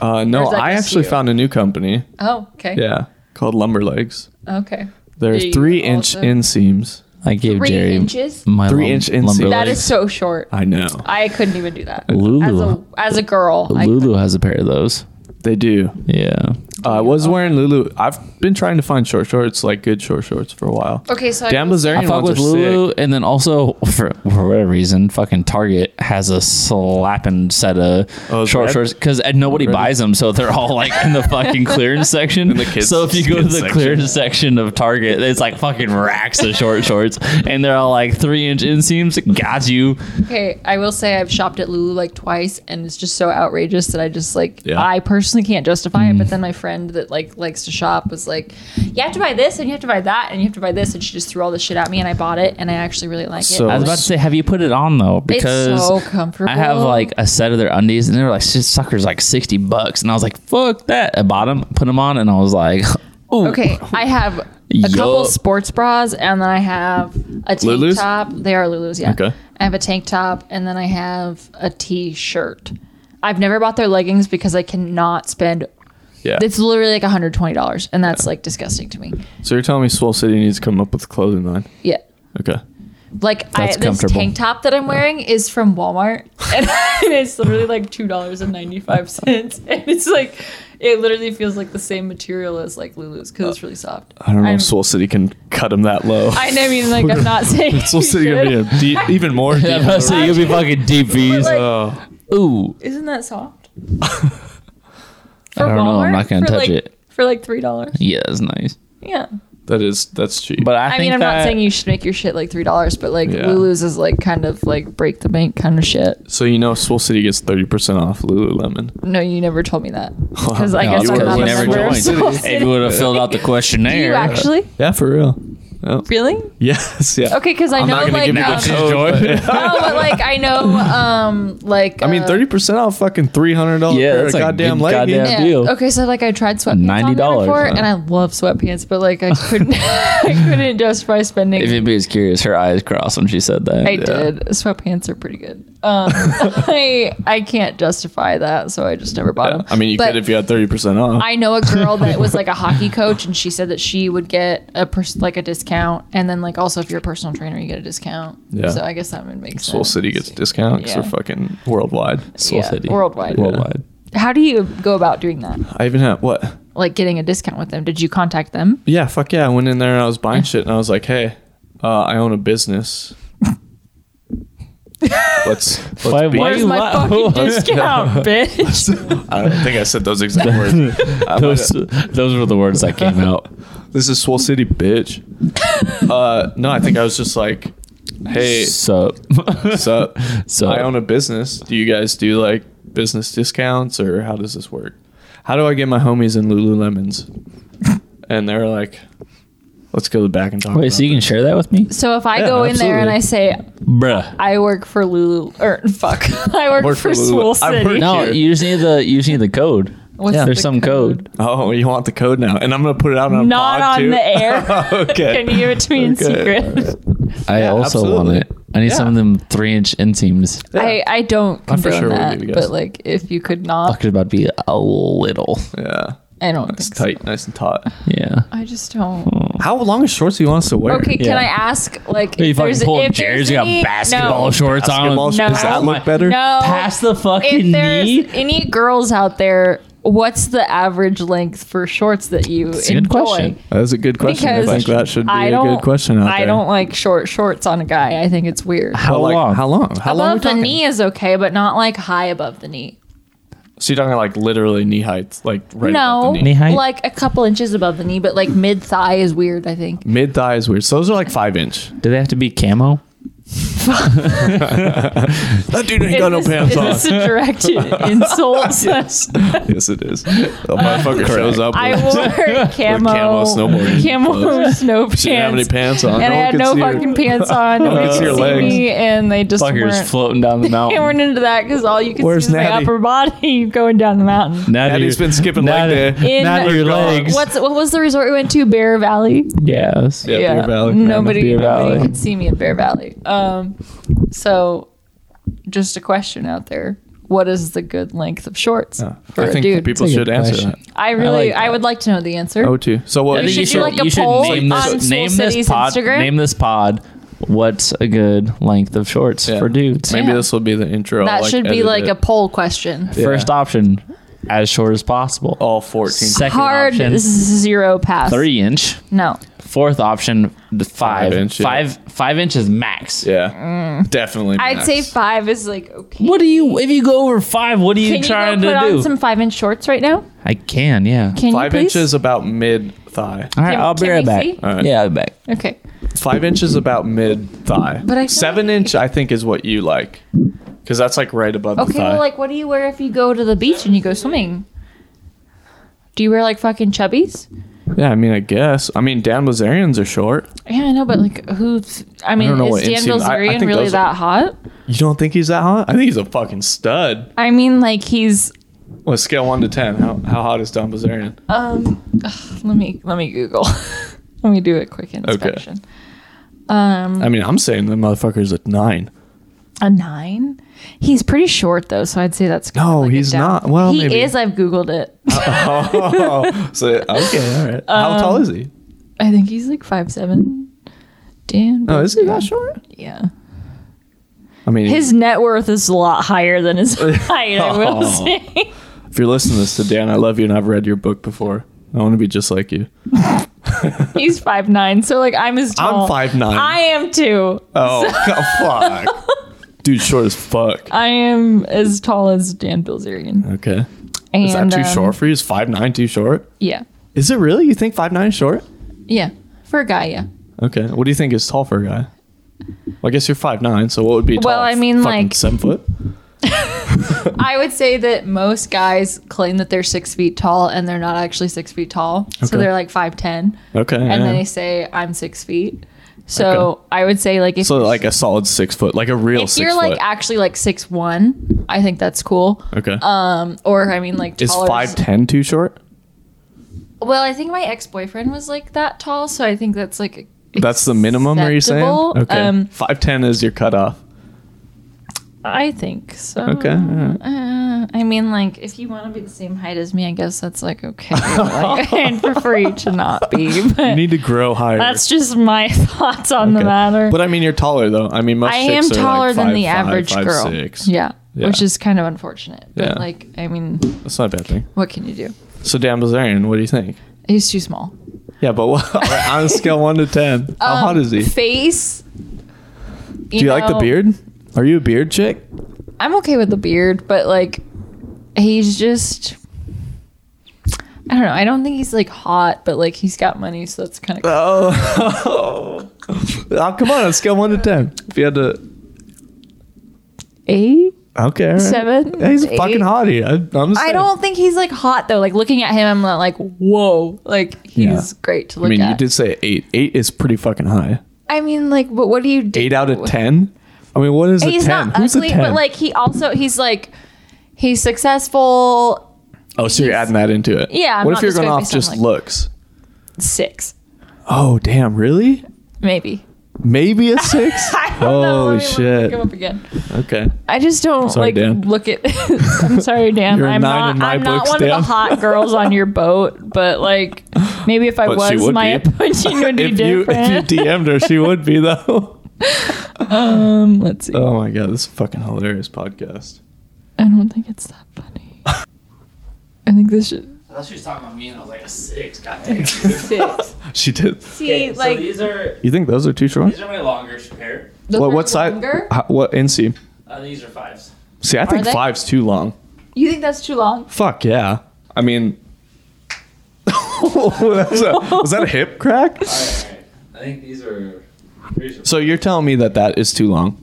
[SPEAKER 1] Uh, no,
[SPEAKER 2] Or is that
[SPEAKER 1] I
[SPEAKER 2] just
[SPEAKER 1] actually
[SPEAKER 2] you?
[SPEAKER 1] found a new company.
[SPEAKER 2] Oh, okay.
[SPEAKER 1] Yeah, called Lumber Legs.
[SPEAKER 2] Okay.
[SPEAKER 1] They're
[SPEAKER 2] Do you
[SPEAKER 1] three inch
[SPEAKER 2] also-
[SPEAKER 1] inseams.
[SPEAKER 3] I gave
[SPEAKER 2] Three
[SPEAKER 3] Jerry
[SPEAKER 2] inches?
[SPEAKER 3] my
[SPEAKER 1] Three
[SPEAKER 3] lum-
[SPEAKER 1] inch
[SPEAKER 3] lumber
[SPEAKER 1] inseam.
[SPEAKER 2] That
[SPEAKER 3] legs.
[SPEAKER 2] is so short.
[SPEAKER 1] I know
[SPEAKER 2] I couldn't even do that. As a
[SPEAKER 3] Lulu.
[SPEAKER 2] as a girl. I
[SPEAKER 3] Lulu has a pair of those.
[SPEAKER 1] they do.
[SPEAKER 3] Yeah.
[SPEAKER 1] Uh, I was wearing Lulu. I've been trying to find short shorts, like good short shorts, for a while.
[SPEAKER 2] Okay, so I
[SPEAKER 1] Dan
[SPEAKER 2] will-
[SPEAKER 1] Bazarian
[SPEAKER 3] I fuck
[SPEAKER 1] ones
[SPEAKER 3] with
[SPEAKER 1] are
[SPEAKER 3] Lulu,
[SPEAKER 1] sick.
[SPEAKER 3] and then also for, for whatever reason, fucking Target has a slapping set of
[SPEAKER 1] Oh, is
[SPEAKER 3] short
[SPEAKER 1] that-
[SPEAKER 3] shorts because nobody buys them, so they're all like in the fucking clearance section.
[SPEAKER 1] the kids-
[SPEAKER 3] so if you go to
[SPEAKER 1] kids
[SPEAKER 3] the
[SPEAKER 1] section.
[SPEAKER 3] clearance section of Target, it's like fucking racks of short shorts, and they're all like three inch inseams. Got you.
[SPEAKER 2] Okay, I will say I've shopped at Lulu like twice, and it's just so outrageous that I just like
[SPEAKER 1] Yeah.
[SPEAKER 2] I personally can't justify
[SPEAKER 3] Mm.
[SPEAKER 2] it. But then my friend that like likes to shop was like, "You have to buy this, and you have to buy that, and you have to buy this," and she just threw all this shit at me, and I bought it, and I actually really like
[SPEAKER 1] So-
[SPEAKER 2] it.
[SPEAKER 3] I was about to say, have you put it on though? Because
[SPEAKER 2] so comfortable.
[SPEAKER 3] I have like a set of their undies, and they were like, "Shit, suckers, like sixty bucks," and I was like, "Fuck that!" I bought them, put them on, and I was like, "Ooh,
[SPEAKER 2] okay, I have a
[SPEAKER 3] Yo.
[SPEAKER 2] couple sports bras, and then I have a tank
[SPEAKER 1] Lulus?
[SPEAKER 2] top. They are Lulus, yeah.
[SPEAKER 1] Okay.
[SPEAKER 2] I have a tank top, and then I have a t-shirt. I've never bought their leggings because I cannot spend.
[SPEAKER 1] Yeah.
[SPEAKER 2] It's literally like $120, and that's like disgusting to me.
[SPEAKER 1] so you're telling me Swole City needs to come up with a clothing line?
[SPEAKER 2] Yeah.
[SPEAKER 1] Okay.
[SPEAKER 2] Like I,
[SPEAKER 3] That's
[SPEAKER 2] this
[SPEAKER 3] comfortable.
[SPEAKER 2] tank top that I'm wearing is from Walmart, and it's literally like two dollars and ninety five cents, and it's like it literally feels like the same material as like Lulu's because it's really soft.
[SPEAKER 1] I don't know
[SPEAKER 2] I'm-
[SPEAKER 1] if Swole City can cut them that low.
[SPEAKER 2] I know, I mean, like I'm not saying
[SPEAKER 1] Swole
[SPEAKER 2] you
[SPEAKER 1] City gonna be
[SPEAKER 2] should.
[SPEAKER 1] in deep, even more deep.
[SPEAKER 3] Yeah, so you'll be fucking deep V's.
[SPEAKER 2] like-
[SPEAKER 1] Oh,
[SPEAKER 3] Ooh,
[SPEAKER 2] Isn't that soft?
[SPEAKER 3] I don't know. I'm not gonna
[SPEAKER 2] for
[SPEAKER 3] touch
[SPEAKER 2] like,
[SPEAKER 3] it.
[SPEAKER 2] for like three dollars.
[SPEAKER 3] Yeah, that's nice.
[SPEAKER 2] Yeah,
[SPEAKER 1] that is that's cheap.
[SPEAKER 3] But I,
[SPEAKER 2] I,
[SPEAKER 3] think
[SPEAKER 2] mean, I'm
[SPEAKER 3] that
[SPEAKER 2] not saying you should make your shit like three dollars, but like
[SPEAKER 1] Yeah.
[SPEAKER 2] Lulu's is like kind of like break the bank kind of shit.
[SPEAKER 1] so you know, Swole City gets thirty percent off Lululemon.
[SPEAKER 2] No, you never told me that because I
[SPEAKER 3] No,
[SPEAKER 2] guess
[SPEAKER 3] Oh, it's
[SPEAKER 2] I'm
[SPEAKER 3] 'cause
[SPEAKER 2] not
[SPEAKER 3] you
[SPEAKER 2] a
[SPEAKER 3] never
[SPEAKER 2] member of
[SPEAKER 3] joined.
[SPEAKER 2] Soul
[SPEAKER 3] if
[SPEAKER 2] City.
[SPEAKER 3] you would have filled out the
[SPEAKER 2] Do
[SPEAKER 3] questionnaire,
[SPEAKER 2] you actually?
[SPEAKER 1] Yeah, for real. Oh.
[SPEAKER 2] Really?
[SPEAKER 1] Yes. Yeah.
[SPEAKER 2] Okay, because I know like um, no, but like I know um like
[SPEAKER 1] I mean,
[SPEAKER 2] uh,
[SPEAKER 1] thirty percent off fucking three hundred dollars.
[SPEAKER 3] Yeah, that's a
[SPEAKER 1] goddamn
[SPEAKER 3] good
[SPEAKER 1] legging.
[SPEAKER 3] goddamn-
[SPEAKER 2] yeah.
[SPEAKER 3] deal.
[SPEAKER 2] Okay, so like I tried sweatpants on there
[SPEAKER 3] $90,
[SPEAKER 2] before,
[SPEAKER 3] huh?
[SPEAKER 2] and I love sweatpants, but like I couldn't, I couldn't justify spending.
[SPEAKER 3] If anybody's curious, her eyes crossed when she said that.
[SPEAKER 2] I did. Sweatpants are pretty good. Um, I I can't justify that, so I just never bought them.
[SPEAKER 1] I mean, you
[SPEAKER 2] But
[SPEAKER 1] could if you had thirty percent off.
[SPEAKER 2] I know a girl that was like a hockey coach, and she said that she would get a pers- like a discount, and then like also if you're a personal trainer, you get a discount.
[SPEAKER 1] Yeah.
[SPEAKER 2] So I guess that would make sense.
[SPEAKER 1] Soul City gets a discount because
[SPEAKER 2] Yeah.
[SPEAKER 1] they're fucking worldwide.
[SPEAKER 3] Soul
[SPEAKER 2] yeah,
[SPEAKER 3] City.
[SPEAKER 2] worldwide.
[SPEAKER 3] Worldwide.
[SPEAKER 2] How do you go about doing that?
[SPEAKER 1] I even had what?
[SPEAKER 2] Like getting a discount with them? Did you contact them?
[SPEAKER 1] Yeah, fuck yeah. I went in there and I was buying shit and I was like, hey, uh, I own a business. let's, let's
[SPEAKER 3] Why-
[SPEAKER 1] be-
[SPEAKER 3] why-
[SPEAKER 2] Where's my
[SPEAKER 3] Wow.
[SPEAKER 2] fucking discount, bitch?
[SPEAKER 1] I don't think I said those exact words. I might
[SPEAKER 3] Those,
[SPEAKER 1] have-
[SPEAKER 3] those were the words that came out.
[SPEAKER 1] this is Swole City, bitch. Uh, no, I think I was just like, hey,
[SPEAKER 3] Sup.
[SPEAKER 1] sup?
[SPEAKER 3] Sup.
[SPEAKER 1] I own a business. Do you guys do like business discounts or how does this work? How do I get my homies in Lululemons? And they were like, let's go back and talk.
[SPEAKER 3] Wait,
[SPEAKER 1] about
[SPEAKER 3] so you can share that with me?
[SPEAKER 2] So if I go in there and I say
[SPEAKER 3] Bruh.
[SPEAKER 2] I work for Lulu, or fuck, I work,
[SPEAKER 1] Work
[SPEAKER 2] for,
[SPEAKER 1] for Lulu-
[SPEAKER 2] Swole
[SPEAKER 1] I work-
[SPEAKER 2] City.
[SPEAKER 3] No,
[SPEAKER 1] Here.
[SPEAKER 3] you just need the you just need the code.
[SPEAKER 2] What's
[SPEAKER 3] yeah,
[SPEAKER 2] the
[SPEAKER 3] there's some code.
[SPEAKER 1] Oh, you want the code now, and I'm gonna put it out on a
[SPEAKER 2] Not
[SPEAKER 1] pod,
[SPEAKER 2] on
[SPEAKER 1] too?
[SPEAKER 2] the air.
[SPEAKER 1] okay.
[SPEAKER 2] Can you give it to me in
[SPEAKER 1] Okay.
[SPEAKER 2] secret?
[SPEAKER 3] I also
[SPEAKER 1] absolutely.
[SPEAKER 3] want it. I need some of them three inch inseams.
[SPEAKER 1] Yeah.
[SPEAKER 2] I, I don't
[SPEAKER 1] I'm for
[SPEAKER 2] condone
[SPEAKER 1] sure we'll
[SPEAKER 2] that,
[SPEAKER 1] give you guys-
[SPEAKER 2] but like if you could not,
[SPEAKER 3] Fucker's about to be a little.
[SPEAKER 1] yeah,
[SPEAKER 2] I don't
[SPEAKER 1] it's
[SPEAKER 2] think so.
[SPEAKER 1] tight, nice and taut.
[SPEAKER 3] Yeah.
[SPEAKER 2] I just don't.
[SPEAKER 1] How long is shorts do you want us to wear?
[SPEAKER 2] Okay, can
[SPEAKER 3] Yeah.
[SPEAKER 2] I ask like
[SPEAKER 3] You
[SPEAKER 2] if
[SPEAKER 3] fucking
[SPEAKER 2] there's
[SPEAKER 3] pull up
[SPEAKER 2] if
[SPEAKER 3] Jerry's
[SPEAKER 2] there's
[SPEAKER 3] got
[SPEAKER 2] any,
[SPEAKER 3] basketball
[SPEAKER 2] no,
[SPEAKER 3] shorts
[SPEAKER 1] Basketball
[SPEAKER 3] on.
[SPEAKER 1] sh- Does that look better?
[SPEAKER 2] No, Oh,
[SPEAKER 3] Past the
[SPEAKER 2] if
[SPEAKER 3] fucking
[SPEAKER 2] there's
[SPEAKER 3] knee.
[SPEAKER 2] any girls out there, what's the average length for shorts that you
[SPEAKER 3] a
[SPEAKER 2] enjoy?
[SPEAKER 3] good question.
[SPEAKER 1] That's a good question.
[SPEAKER 2] Because
[SPEAKER 1] I think that should be
[SPEAKER 2] I
[SPEAKER 1] a
[SPEAKER 2] don't-
[SPEAKER 1] good question out
[SPEAKER 2] I
[SPEAKER 1] there.
[SPEAKER 2] don't like short shorts on a guy. I think it's weird.
[SPEAKER 1] But,
[SPEAKER 3] How
[SPEAKER 1] like,
[SPEAKER 3] long?
[SPEAKER 1] How long? How long? are we
[SPEAKER 2] above the
[SPEAKER 1] talking?
[SPEAKER 2] knee is okay, but not like high above the knee.
[SPEAKER 1] So you're talking like literally knee height, like right
[SPEAKER 2] no,
[SPEAKER 1] above the knee.
[SPEAKER 3] Knee height?
[SPEAKER 2] like a couple inches above the knee, but like mid thigh is weird. I think.
[SPEAKER 1] Mid thigh is weird. So those are like five inch.
[SPEAKER 3] Do they have to be camo?
[SPEAKER 1] That dude ain't
[SPEAKER 2] Is
[SPEAKER 1] got no
[SPEAKER 2] this-
[SPEAKER 1] pants on.
[SPEAKER 2] Is this a direct insult?
[SPEAKER 1] yes, it is. The motherfucker shows up.
[SPEAKER 2] I
[SPEAKER 1] with-
[SPEAKER 2] wore camo,
[SPEAKER 1] camo snowboarding
[SPEAKER 2] camo
[SPEAKER 1] clothes.
[SPEAKER 2] snow pants.
[SPEAKER 1] She didn't have any pants on.
[SPEAKER 2] and
[SPEAKER 1] No one
[SPEAKER 2] I had
[SPEAKER 1] could
[SPEAKER 2] no
[SPEAKER 1] see her.
[SPEAKER 2] fucking pants on.
[SPEAKER 1] one
[SPEAKER 2] Nobody
[SPEAKER 1] could see
[SPEAKER 2] could
[SPEAKER 1] her
[SPEAKER 2] see
[SPEAKER 1] legs.
[SPEAKER 2] me, and they just
[SPEAKER 3] Fuckers
[SPEAKER 2] weren't.
[SPEAKER 3] floating down the
[SPEAKER 2] They
[SPEAKER 3] mountain.
[SPEAKER 2] weren't into that because all you could
[SPEAKER 1] Where's
[SPEAKER 2] see was my
[SPEAKER 1] Natty?
[SPEAKER 2] upper body going down the mountain.
[SPEAKER 3] Now that
[SPEAKER 1] Daddy's
[SPEAKER 3] you're-
[SPEAKER 1] been skipping
[SPEAKER 3] now
[SPEAKER 1] leg
[SPEAKER 3] that-
[SPEAKER 1] day.
[SPEAKER 2] In-
[SPEAKER 3] now that your legs.
[SPEAKER 2] What's what was the resort we went to? Bear Valley.
[SPEAKER 3] Yes.
[SPEAKER 1] Yeah, Bear Valley.
[SPEAKER 2] Nobody,
[SPEAKER 3] Bear
[SPEAKER 2] nobody
[SPEAKER 3] Valley.
[SPEAKER 2] could see me at Bear Valley. Um, so just a question out there: What is the good length of shorts for
[SPEAKER 1] I
[SPEAKER 2] a
[SPEAKER 1] think
[SPEAKER 3] dude.
[SPEAKER 2] dude?
[SPEAKER 1] people
[SPEAKER 3] It's a
[SPEAKER 1] should
[SPEAKER 3] good
[SPEAKER 1] answer
[SPEAKER 3] question.
[SPEAKER 1] that.
[SPEAKER 2] I really,
[SPEAKER 3] like
[SPEAKER 2] I, would like to know the answer.
[SPEAKER 1] O two. So what?
[SPEAKER 2] think you
[SPEAKER 1] you
[SPEAKER 2] should do, like, a poll on Swole City's
[SPEAKER 3] pod.
[SPEAKER 2] Instagram.
[SPEAKER 3] Name this pod. What's a good length of shorts
[SPEAKER 1] Yeah.
[SPEAKER 3] for dudes?
[SPEAKER 1] Maybe
[SPEAKER 2] Yeah.
[SPEAKER 1] this will be the intro.
[SPEAKER 2] that
[SPEAKER 1] I'll,
[SPEAKER 2] should be
[SPEAKER 1] edit
[SPEAKER 2] like
[SPEAKER 1] it.
[SPEAKER 2] a poll question.
[SPEAKER 3] First option, as short as possible.
[SPEAKER 1] all fourteen.
[SPEAKER 3] Second
[SPEAKER 2] Hard
[SPEAKER 3] option,
[SPEAKER 2] zero pass.
[SPEAKER 3] three inch.
[SPEAKER 2] No.
[SPEAKER 3] Fourth option, the
[SPEAKER 1] Five
[SPEAKER 3] five,
[SPEAKER 1] inch, yeah.
[SPEAKER 3] five, five inches max.
[SPEAKER 1] yeah, definitely.
[SPEAKER 2] Mm. I'd
[SPEAKER 1] max.
[SPEAKER 2] say five is like okay.
[SPEAKER 3] What do you? If you go over five, what are you
[SPEAKER 2] Can you
[SPEAKER 3] trying
[SPEAKER 2] go put
[SPEAKER 3] to
[SPEAKER 2] on
[SPEAKER 3] do?
[SPEAKER 2] some five inch shorts right now?
[SPEAKER 3] I can, yeah.
[SPEAKER 2] Can
[SPEAKER 1] five
[SPEAKER 2] you please?
[SPEAKER 1] inches about mid thigh.
[SPEAKER 3] All right,
[SPEAKER 2] Can-
[SPEAKER 3] I'll be
[SPEAKER 2] can
[SPEAKER 3] right
[SPEAKER 2] we
[SPEAKER 3] back.
[SPEAKER 2] see?
[SPEAKER 1] All right.
[SPEAKER 3] Yeah, I'll be back.
[SPEAKER 2] Okay.
[SPEAKER 1] Five inches about mid thigh.
[SPEAKER 2] But I feel
[SPEAKER 1] seven inch, I think, is what you like, because that's like right above the
[SPEAKER 2] Okay.
[SPEAKER 1] thigh.
[SPEAKER 2] Well, like, what do you wear if you go to the beach and you go swimming? Do you wear like fucking chubbies?
[SPEAKER 1] yeah, I mean, I guess. I mean, Dan Bazarians are short.
[SPEAKER 2] Yeah, I know, but like, who's? I mean,
[SPEAKER 1] don't know what
[SPEAKER 2] is Dan
[SPEAKER 1] inseam- I- I
[SPEAKER 2] Bilzerian
[SPEAKER 1] think
[SPEAKER 2] really
[SPEAKER 1] those
[SPEAKER 2] that
[SPEAKER 1] are-
[SPEAKER 2] hot?
[SPEAKER 1] You don't think he's that hot? I think he's a fucking stud.
[SPEAKER 2] I mean, like, he's.
[SPEAKER 1] Well, scale one to ten. How, how hot is Dan Bazarian?
[SPEAKER 2] Um, ugh, let me let me Google. let me do a quick inspection. Um,
[SPEAKER 1] I mean, I'm saying the motherfucker's at nine.
[SPEAKER 2] a nine. He's pretty short though, so I'd say that's. kinda
[SPEAKER 1] No,
[SPEAKER 2] like a
[SPEAKER 1] he's
[SPEAKER 2] down.
[SPEAKER 1] not. Well,
[SPEAKER 2] he
[SPEAKER 1] maybe.
[SPEAKER 2] is. I've googled it.
[SPEAKER 1] So okay, all right.
[SPEAKER 2] Um,
[SPEAKER 1] how tall is he?
[SPEAKER 2] I think he's like five seven. Dan.
[SPEAKER 1] Oh, is he that
[SPEAKER 2] Bilzerian.
[SPEAKER 1] short?
[SPEAKER 2] Yeah.
[SPEAKER 1] I mean,
[SPEAKER 2] His net worth is a lot higher than his height. I will
[SPEAKER 1] Oh.
[SPEAKER 2] say.
[SPEAKER 1] if you're listening to this, to Dan, I love you, and I've read your book before. I want to be just like you.
[SPEAKER 2] He's five nine, so like I'm as tall.
[SPEAKER 1] I'm five nine.
[SPEAKER 2] I am too.
[SPEAKER 1] Oh, fuck. Dude, short as fuck.
[SPEAKER 2] I am as tall as Dan Bilzerian.
[SPEAKER 1] Okay.
[SPEAKER 2] And,
[SPEAKER 1] Is that too
[SPEAKER 2] um,
[SPEAKER 1] short for you? Is five nine too short?
[SPEAKER 2] Yeah,
[SPEAKER 1] Is it really? You think five nine is short?
[SPEAKER 2] yeah. For a guy, yeah.
[SPEAKER 1] Okay. What do you think is tall for a guy? Well, I guess you're five nine, so what would be tall?
[SPEAKER 2] Well, I mean,
[SPEAKER 1] Fucking
[SPEAKER 2] like-
[SPEAKER 1] seven foot.
[SPEAKER 2] I would say that most guys claim that they're six feet tall and they're not actually six feet tall. So
[SPEAKER 1] Okay.
[SPEAKER 2] they're like 5'10. And
[SPEAKER 1] Okay.
[SPEAKER 2] then
[SPEAKER 1] yeah.
[SPEAKER 2] they say, I'm six feet. So I would say, like, if
[SPEAKER 1] so
[SPEAKER 2] you're-
[SPEAKER 1] like a solid six foot, like a real
[SPEAKER 2] if
[SPEAKER 1] six
[SPEAKER 2] you're
[SPEAKER 1] foot.
[SPEAKER 2] like actually like six one, I think that's cool.
[SPEAKER 1] okay.
[SPEAKER 2] Um, or I mean like
[SPEAKER 1] Is
[SPEAKER 2] taller-
[SPEAKER 1] five ten too short?
[SPEAKER 2] Well, I think my ex boyfriend was like that tall, so I think that's like
[SPEAKER 1] That's the minimum. Are you saying?
[SPEAKER 2] acceptable.
[SPEAKER 1] Okay.
[SPEAKER 2] Um,
[SPEAKER 1] Five ten is your cutoff.
[SPEAKER 2] I think so.
[SPEAKER 1] Okay. all right.
[SPEAKER 2] Uh, I mean, like if you want to be the same height as me, I guess that's like okay. Like, I'd prefer you to not be,
[SPEAKER 1] You
[SPEAKER 2] but
[SPEAKER 1] need to grow higher.
[SPEAKER 2] that's just my thoughts on the
[SPEAKER 1] Okay.
[SPEAKER 2] matter.
[SPEAKER 1] But I mean, you're taller though. I mean, most
[SPEAKER 2] I
[SPEAKER 1] chicks
[SPEAKER 2] am
[SPEAKER 1] are, like,
[SPEAKER 2] taller than
[SPEAKER 1] five-
[SPEAKER 2] the
[SPEAKER 1] five,
[SPEAKER 2] average
[SPEAKER 1] five,
[SPEAKER 2] girl.
[SPEAKER 1] six.
[SPEAKER 2] Yeah,
[SPEAKER 1] Yeah.
[SPEAKER 2] which is kind of unfortunate. But
[SPEAKER 1] Yeah.
[SPEAKER 2] like, I mean,
[SPEAKER 1] That's not a bad thing.
[SPEAKER 2] what can you do?
[SPEAKER 1] So Dan Bazarian, what do you think?
[SPEAKER 2] He's too small.
[SPEAKER 1] Yeah, but what, all right, on a scale one to ten,
[SPEAKER 2] Um,
[SPEAKER 1] how hot is he?
[SPEAKER 2] Face.
[SPEAKER 1] Do you like the beard? Are you a beard chick?
[SPEAKER 2] I'm okay with the beard, but like, he's just. I don't know. I don't think he's like hot, but like he's got money, so that's kind of.
[SPEAKER 1] Uh, Oh, oh come on! On a scale one to ten, if you had to,
[SPEAKER 2] eight,
[SPEAKER 1] okay, all right.
[SPEAKER 2] seven.
[SPEAKER 1] Yeah, he's a
[SPEAKER 2] eight.
[SPEAKER 1] fucking hottie. I, I'm just
[SPEAKER 2] I don't think he's like hot though. Like looking at him, I'm not like whoa. Like he's
[SPEAKER 1] Yeah.
[SPEAKER 2] great to
[SPEAKER 1] I
[SPEAKER 2] look
[SPEAKER 1] mean, you
[SPEAKER 2] at.
[SPEAKER 1] did say eight. Eight is pretty fucking high.
[SPEAKER 2] I mean, like, but what do you do?
[SPEAKER 1] Eight out of ten. I mean, what is
[SPEAKER 2] He's
[SPEAKER 1] a ten?
[SPEAKER 2] not ugly, but like he also he's like he's successful.
[SPEAKER 1] oh, so you're adding that into it.
[SPEAKER 2] Yeah, I'm
[SPEAKER 1] what if
[SPEAKER 2] not
[SPEAKER 1] you're
[SPEAKER 2] just
[SPEAKER 1] going
[SPEAKER 2] going
[SPEAKER 1] off
[SPEAKER 2] based on,
[SPEAKER 1] just
[SPEAKER 2] like-
[SPEAKER 1] looks?
[SPEAKER 2] Six,
[SPEAKER 1] Oh, damn! Really?
[SPEAKER 2] maybe.
[SPEAKER 1] Maybe a six?
[SPEAKER 2] I don't know.
[SPEAKER 1] Holy
[SPEAKER 2] Let me look-
[SPEAKER 1] shit.
[SPEAKER 2] Look him up again.
[SPEAKER 1] Okay.
[SPEAKER 6] I just don't
[SPEAKER 1] Sorry,
[SPEAKER 6] like
[SPEAKER 1] Dan.
[SPEAKER 6] look at. I'm sorry, Dan.
[SPEAKER 1] You're a
[SPEAKER 6] I'm
[SPEAKER 1] nine
[SPEAKER 6] not.
[SPEAKER 1] in my
[SPEAKER 6] I'm not
[SPEAKER 1] books,
[SPEAKER 6] one of
[SPEAKER 1] Dan.
[SPEAKER 6] the hot girls on your boat. But like, maybe if I
[SPEAKER 1] But she
[SPEAKER 6] was,
[SPEAKER 1] would
[SPEAKER 6] my
[SPEAKER 1] be.
[SPEAKER 6] opinion would be
[SPEAKER 1] if you
[SPEAKER 6] different.
[SPEAKER 1] if you DM'd her, she would be though.
[SPEAKER 6] um, let's see.
[SPEAKER 1] Oh my god, this is a fucking hilarious podcast.
[SPEAKER 6] I don't think it's that funny. I think this should.
[SPEAKER 7] thought she was talking about me, and I was like a six. Goddamn.
[SPEAKER 1] She did.
[SPEAKER 2] See, like
[SPEAKER 7] these are
[SPEAKER 1] You think those are too short?
[SPEAKER 7] are my longest pair.
[SPEAKER 1] What what size? How- What inseam?
[SPEAKER 7] Uh, these are fives.
[SPEAKER 1] See, I think
[SPEAKER 2] they?
[SPEAKER 1] five's too long.
[SPEAKER 2] You think that's too long?
[SPEAKER 1] Fuck yeah. I mean, that was, a, was that a hip crack?
[SPEAKER 7] I think these are.
[SPEAKER 1] So you're telling me that that is too long?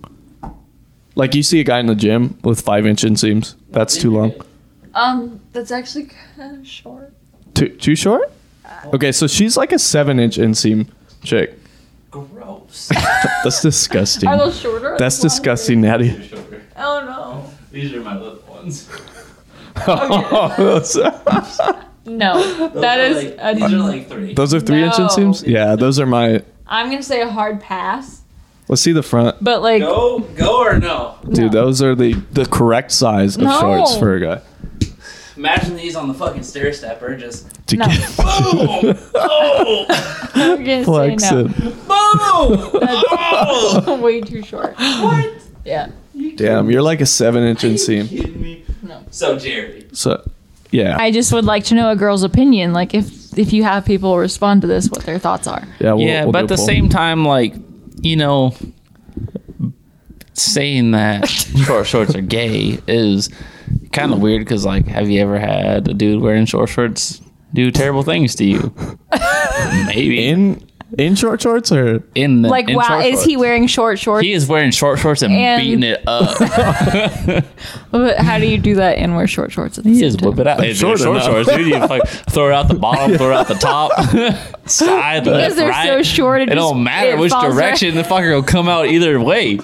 [SPEAKER 1] Like you see a guy in the gym with five inch inseams, that's too long.
[SPEAKER 2] Um, that's actually kind of short.
[SPEAKER 1] Too too short?
[SPEAKER 2] Uh,
[SPEAKER 1] Okay, so she's like a seven inch inseam chick.
[SPEAKER 7] Gross.
[SPEAKER 1] That's disgusting.
[SPEAKER 2] Are those shorter?
[SPEAKER 1] That's disgusting, Natty.
[SPEAKER 2] Oh no.
[SPEAKER 7] these are my little ones.
[SPEAKER 1] those
[SPEAKER 2] No, that
[SPEAKER 7] Those
[SPEAKER 2] is.
[SPEAKER 7] are like, these are like three.
[SPEAKER 1] those are three inch
[SPEAKER 2] No.
[SPEAKER 1] inseams. Yeah, those are my.
[SPEAKER 2] I'm gonna say a hard pass,
[SPEAKER 1] Let's see the front,
[SPEAKER 2] but like
[SPEAKER 7] Go, go or no?
[SPEAKER 1] dude. Those are the the correct size of
[SPEAKER 2] No.
[SPEAKER 1] shorts for a guy
[SPEAKER 7] Imagine these on the fucking stair stepper. Just oh,
[SPEAKER 1] to
[SPEAKER 2] No.
[SPEAKER 1] get
[SPEAKER 7] boom, boom,
[SPEAKER 2] I'm gonna
[SPEAKER 1] flexed.
[SPEAKER 2] say no.
[SPEAKER 7] boom.
[SPEAKER 2] Way too short.
[SPEAKER 7] what?
[SPEAKER 2] Yeah.
[SPEAKER 1] Damn, you're like a seven inch inseam.
[SPEAKER 7] Kidding me?
[SPEAKER 2] No.
[SPEAKER 7] So Jerry,
[SPEAKER 1] So, yeah,
[SPEAKER 2] I just would like to know a girl's opinion, like if if you have people respond to this, what their thoughts are.
[SPEAKER 1] yeah, we'll,
[SPEAKER 3] yeah,
[SPEAKER 1] we'll
[SPEAKER 3] but
[SPEAKER 1] do a
[SPEAKER 3] at the
[SPEAKER 1] poll.
[SPEAKER 3] same time, like you know, saying that short shorts are gay is kind of weird because, like, have you ever had a dude wearing short shorts do terrible things to you? Maybe in,
[SPEAKER 1] in in short shorts or
[SPEAKER 3] the
[SPEAKER 2] Like,
[SPEAKER 3] in
[SPEAKER 2] wow,
[SPEAKER 3] short
[SPEAKER 2] is he
[SPEAKER 3] shorts.
[SPEAKER 2] wearing short shorts?
[SPEAKER 3] He is wearing short shorts and,
[SPEAKER 2] And-
[SPEAKER 3] beating it up.
[SPEAKER 2] But how do you do that and wear short shorts at the
[SPEAKER 3] He
[SPEAKER 2] same
[SPEAKER 3] is
[SPEAKER 2] time?
[SPEAKER 3] whipping out. He's wearing
[SPEAKER 1] Short
[SPEAKER 3] short
[SPEAKER 1] enough.
[SPEAKER 3] shorts, dude. You like, throw out the bottom, throw out the top, side,
[SPEAKER 2] Because
[SPEAKER 3] left,
[SPEAKER 2] they're
[SPEAKER 3] right.
[SPEAKER 2] so short.
[SPEAKER 3] it don't matter which direction the fucker will come out either way.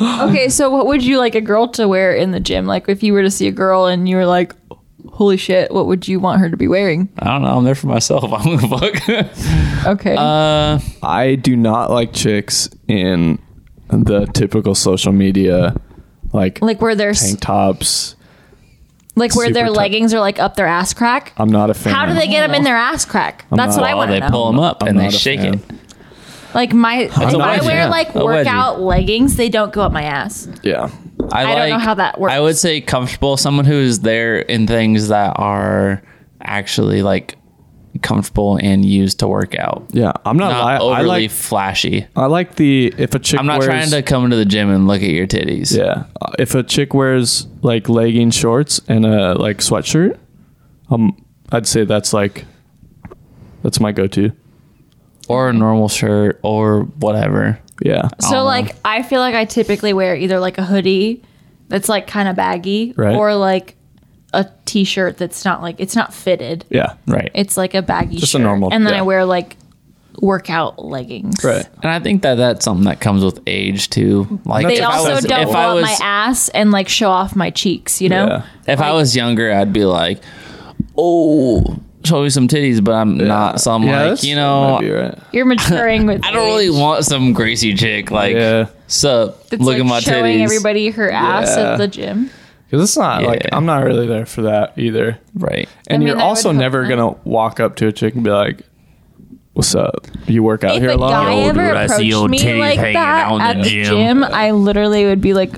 [SPEAKER 2] Okay, so what would you like a girl to wear in the gym? Like if you were to see a girl and you were like, "Holy shit, what would you want her to be wearing?"
[SPEAKER 3] I don't know. I'm there for myself. I don't give a fuck.
[SPEAKER 2] Okay.
[SPEAKER 3] Uh,
[SPEAKER 1] I do not like chicks in the typical social media, like
[SPEAKER 2] like where their
[SPEAKER 1] tank tops.
[SPEAKER 2] like where their
[SPEAKER 1] super tight.
[SPEAKER 2] leggings are like up their ass crack.
[SPEAKER 1] I'm not a fan.
[SPEAKER 2] How do they get them in their ass crack? That's
[SPEAKER 1] not-
[SPEAKER 2] what I
[SPEAKER 1] Well,
[SPEAKER 2] want
[SPEAKER 3] they
[SPEAKER 2] to know.
[SPEAKER 3] pull them up
[SPEAKER 1] I'm
[SPEAKER 3] and they
[SPEAKER 1] not a
[SPEAKER 3] shake
[SPEAKER 1] fan.
[SPEAKER 3] it.
[SPEAKER 2] Like my, if
[SPEAKER 1] a
[SPEAKER 2] I
[SPEAKER 1] wedgie.
[SPEAKER 2] wear
[SPEAKER 1] Yeah,
[SPEAKER 2] like
[SPEAKER 3] a wedgie.
[SPEAKER 2] workout leggings, they don't go up my ass.
[SPEAKER 1] Yeah,
[SPEAKER 3] I,
[SPEAKER 2] don't know how that works.
[SPEAKER 3] I would say comfortable. Someone who is there in things that are actually like comfortable and used to work out.
[SPEAKER 1] yeah. I'm not.
[SPEAKER 3] Not
[SPEAKER 1] li-
[SPEAKER 3] overly
[SPEAKER 1] I like.
[SPEAKER 3] flashy.
[SPEAKER 1] I like the if a chick.
[SPEAKER 3] I'm not
[SPEAKER 1] wears,
[SPEAKER 3] trying to come into the gym and look at your titties.
[SPEAKER 1] Yeah. Uh, If a chick wears like legging shorts and a like sweatshirt, um, I'd say that's like that's my go-to.
[SPEAKER 3] Or a normal shirt or whatever.
[SPEAKER 1] Yeah.
[SPEAKER 2] So like I feel like I typically wear either like a hoodie that's like kind of baggy,
[SPEAKER 1] Right.
[SPEAKER 2] or like a t-shirt that's not like it's not fitted.
[SPEAKER 1] Yeah.
[SPEAKER 3] right.
[SPEAKER 2] It's like a baggy,
[SPEAKER 1] Just a
[SPEAKER 2] shirt.
[SPEAKER 1] normal-
[SPEAKER 2] And then
[SPEAKER 1] yeah.
[SPEAKER 2] I wear like workout leggings.
[SPEAKER 1] Right.
[SPEAKER 3] And I think that that's something that comes with age too. Like
[SPEAKER 2] They
[SPEAKER 3] if I
[SPEAKER 2] also
[SPEAKER 3] was-
[SPEAKER 2] don't
[SPEAKER 3] if
[SPEAKER 2] want
[SPEAKER 3] I was,
[SPEAKER 2] my ass and like show off my cheeks. You know.
[SPEAKER 1] Yeah.
[SPEAKER 3] If I was younger, I'd be like, "Oh, show me some titties," but I'm not. So I'm
[SPEAKER 1] Yeah,
[SPEAKER 3] like,
[SPEAKER 1] that's-
[SPEAKER 3] you
[SPEAKER 1] that
[SPEAKER 3] know,
[SPEAKER 1] might be right.
[SPEAKER 2] You're maturing with.
[SPEAKER 3] I don't really want some Gracie chick. Like,
[SPEAKER 1] Yeah.
[SPEAKER 3] sup? Look at my
[SPEAKER 2] showing
[SPEAKER 3] titties.
[SPEAKER 2] everybody her ass
[SPEAKER 1] Yeah.
[SPEAKER 2] at the gym.
[SPEAKER 1] Because it's not like
[SPEAKER 3] Yeah.
[SPEAKER 1] I'm not really there for that either.
[SPEAKER 3] right?
[SPEAKER 1] And
[SPEAKER 2] mean,
[SPEAKER 1] you're
[SPEAKER 2] I would
[SPEAKER 1] also
[SPEAKER 2] hope
[SPEAKER 1] never
[SPEAKER 2] not.
[SPEAKER 1] gonna walk up to a chick and be like, "What's up? You work out
[SPEAKER 2] if
[SPEAKER 1] here a
[SPEAKER 2] a
[SPEAKER 1] lot?"
[SPEAKER 2] guy
[SPEAKER 1] Yeah,
[SPEAKER 2] ever
[SPEAKER 7] dude, I see
[SPEAKER 2] approached
[SPEAKER 7] old
[SPEAKER 2] me
[SPEAKER 7] titties
[SPEAKER 2] like
[SPEAKER 7] hanging
[SPEAKER 2] that
[SPEAKER 7] out in
[SPEAKER 2] at
[SPEAKER 7] the
[SPEAKER 2] the
[SPEAKER 7] gym.
[SPEAKER 2] gym, I literally would be like,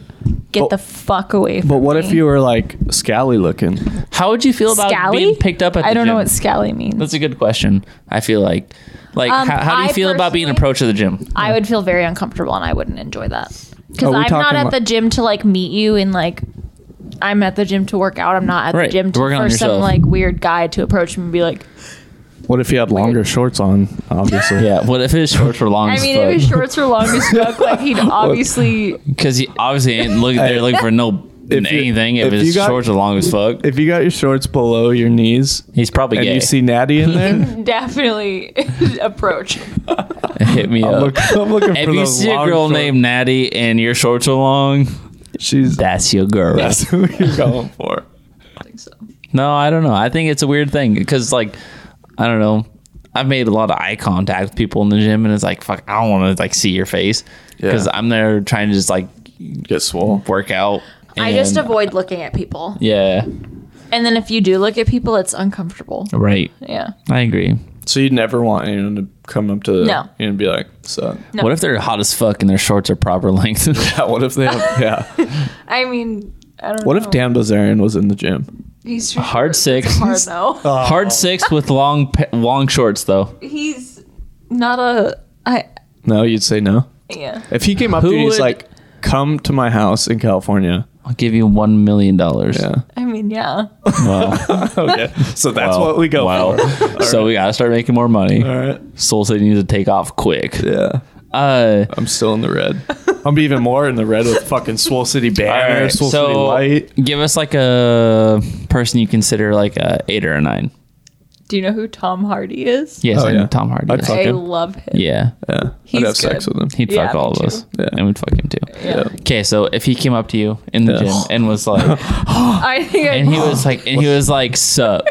[SPEAKER 2] "Get
[SPEAKER 1] But-
[SPEAKER 2] the fuck away!" From
[SPEAKER 1] But what if
[SPEAKER 2] me."
[SPEAKER 1] you were like scally looking?
[SPEAKER 3] How would you feel about
[SPEAKER 2] Scally?
[SPEAKER 3] being picked up at?
[SPEAKER 2] I
[SPEAKER 3] the
[SPEAKER 2] don't know
[SPEAKER 3] gym?
[SPEAKER 2] what scally means.
[SPEAKER 3] That's a good question. I feel like, like,
[SPEAKER 2] Um,
[SPEAKER 3] how, how do you
[SPEAKER 2] I
[SPEAKER 3] feel about being
[SPEAKER 2] personally-
[SPEAKER 3] approached at the gym?
[SPEAKER 2] I would feel very uncomfortable, and I wouldn't enjoy that because
[SPEAKER 1] Are we
[SPEAKER 2] I'm not
[SPEAKER 1] talking
[SPEAKER 2] at
[SPEAKER 1] li-
[SPEAKER 2] the gym to like meet you and like. I'm at the gym to work out. I'm not at
[SPEAKER 3] Right,
[SPEAKER 2] the gym
[SPEAKER 3] to
[SPEAKER 2] to,
[SPEAKER 3] work on
[SPEAKER 2] for some
[SPEAKER 3] yourself.
[SPEAKER 2] like weird guy to approach me and be like,
[SPEAKER 1] What if you had longer shorts on? Obviously,
[SPEAKER 3] Yeah. What if his shorts were long
[SPEAKER 2] I
[SPEAKER 3] as
[SPEAKER 2] mean, if his
[SPEAKER 3] fuck?
[SPEAKER 2] shorts were long as fuck, like he'd obviously
[SPEAKER 3] Because he obviously ain't look. They're looking for no
[SPEAKER 1] If you-
[SPEAKER 3] anything. If,
[SPEAKER 1] if
[SPEAKER 3] his
[SPEAKER 1] you got-
[SPEAKER 3] shorts are long as fuck,
[SPEAKER 1] If you got your shorts below your knees
[SPEAKER 3] he's probably
[SPEAKER 1] and
[SPEAKER 3] gay.
[SPEAKER 1] you see Natty in there,
[SPEAKER 2] definitely approach.
[SPEAKER 3] Hit me up.
[SPEAKER 1] I'm, look, I'm looking
[SPEAKER 3] If
[SPEAKER 1] for
[SPEAKER 3] you
[SPEAKER 1] those
[SPEAKER 3] see a
[SPEAKER 1] long
[SPEAKER 3] girl
[SPEAKER 1] shorts.
[SPEAKER 3] named Natty and your shorts are long,
[SPEAKER 1] she's
[SPEAKER 3] that's your girl.
[SPEAKER 1] that's who you're going for.
[SPEAKER 3] No, I don't know. I think it's a weird thing because, like, I don't know. I've made a lot of eye contact with people in the gym, and it's like, fuck, I don't want to like see your face because
[SPEAKER 1] Yeah.
[SPEAKER 3] I'm there trying to just like
[SPEAKER 1] Get swole.
[SPEAKER 3] work out.
[SPEAKER 2] I just
[SPEAKER 3] and-
[SPEAKER 2] avoid looking at people.
[SPEAKER 3] yeah,
[SPEAKER 2] And then if you do look at people, it's uncomfortable.
[SPEAKER 3] right.
[SPEAKER 2] Yeah.
[SPEAKER 3] I agree.
[SPEAKER 1] So you'd never want anyone to come up to
[SPEAKER 2] No.
[SPEAKER 1] you and be like, "So,
[SPEAKER 3] What if they're hot as fuck and their shorts are proper length?
[SPEAKER 1] yeah, what if they? Have, yeah,
[SPEAKER 2] I mean, I don't
[SPEAKER 1] what
[SPEAKER 2] know.
[SPEAKER 1] if Dan Bazarian was in the gym?
[SPEAKER 2] He's for sure-
[SPEAKER 3] Hard six, Oh.
[SPEAKER 2] Hard no.
[SPEAKER 1] Oh.
[SPEAKER 3] hard six with long pa- long shorts though.
[SPEAKER 2] He's not a. I.
[SPEAKER 1] No, you'd say no.
[SPEAKER 2] Yeah.
[SPEAKER 1] If he came up
[SPEAKER 3] Who
[SPEAKER 1] to you, and he's
[SPEAKER 3] would-
[SPEAKER 1] like, "Come to my house in California."
[SPEAKER 3] I'll give you one million dollars.
[SPEAKER 1] Yeah.
[SPEAKER 2] I mean, yeah.
[SPEAKER 3] Wow.
[SPEAKER 1] Okay. So that's
[SPEAKER 3] Wow.
[SPEAKER 1] what we go
[SPEAKER 3] Wow.
[SPEAKER 1] for.
[SPEAKER 3] so we gotta start making more money.
[SPEAKER 1] All right.
[SPEAKER 3] Soul City needs to take off quick.
[SPEAKER 1] Yeah.
[SPEAKER 3] Uh,
[SPEAKER 1] I'm still in the red. I'm even more in the red with fucking Swole City banner,
[SPEAKER 3] Alright,
[SPEAKER 1] Swole City
[SPEAKER 3] so
[SPEAKER 1] light.
[SPEAKER 3] give us like a person you consider like a eight or a nine.
[SPEAKER 6] Do you know who Tom Hardy is?
[SPEAKER 3] Yes,
[SPEAKER 1] Oh,
[SPEAKER 3] I
[SPEAKER 1] yeah.
[SPEAKER 3] know Tom Hardy.
[SPEAKER 1] I'd
[SPEAKER 3] is.
[SPEAKER 1] fuck
[SPEAKER 6] I
[SPEAKER 1] him.
[SPEAKER 6] love him.
[SPEAKER 3] Yeah,
[SPEAKER 1] Yeah.
[SPEAKER 6] He's
[SPEAKER 1] I'd have sex
[SPEAKER 6] good.
[SPEAKER 1] with him.
[SPEAKER 3] he'd
[SPEAKER 6] Yeah,
[SPEAKER 3] fuck
[SPEAKER 6] me
[SPEAKER 3] all of
[SPEAKER 6] too.
[SPEAKER 3] us,
[SPEAKER 1] Yeah.
[SPEAKER 3] and we'd fuck him too.
[SPEAKER 1] Yeah.
[SPEAKER 3] Okay, so if he came up to you in the
[SPEAKER 1] Yeah.
[SPEAKER 3] gym and was like,
[SPEAKER 6] I think I
[SPEAKER 3] and he was like, and he was like, sup.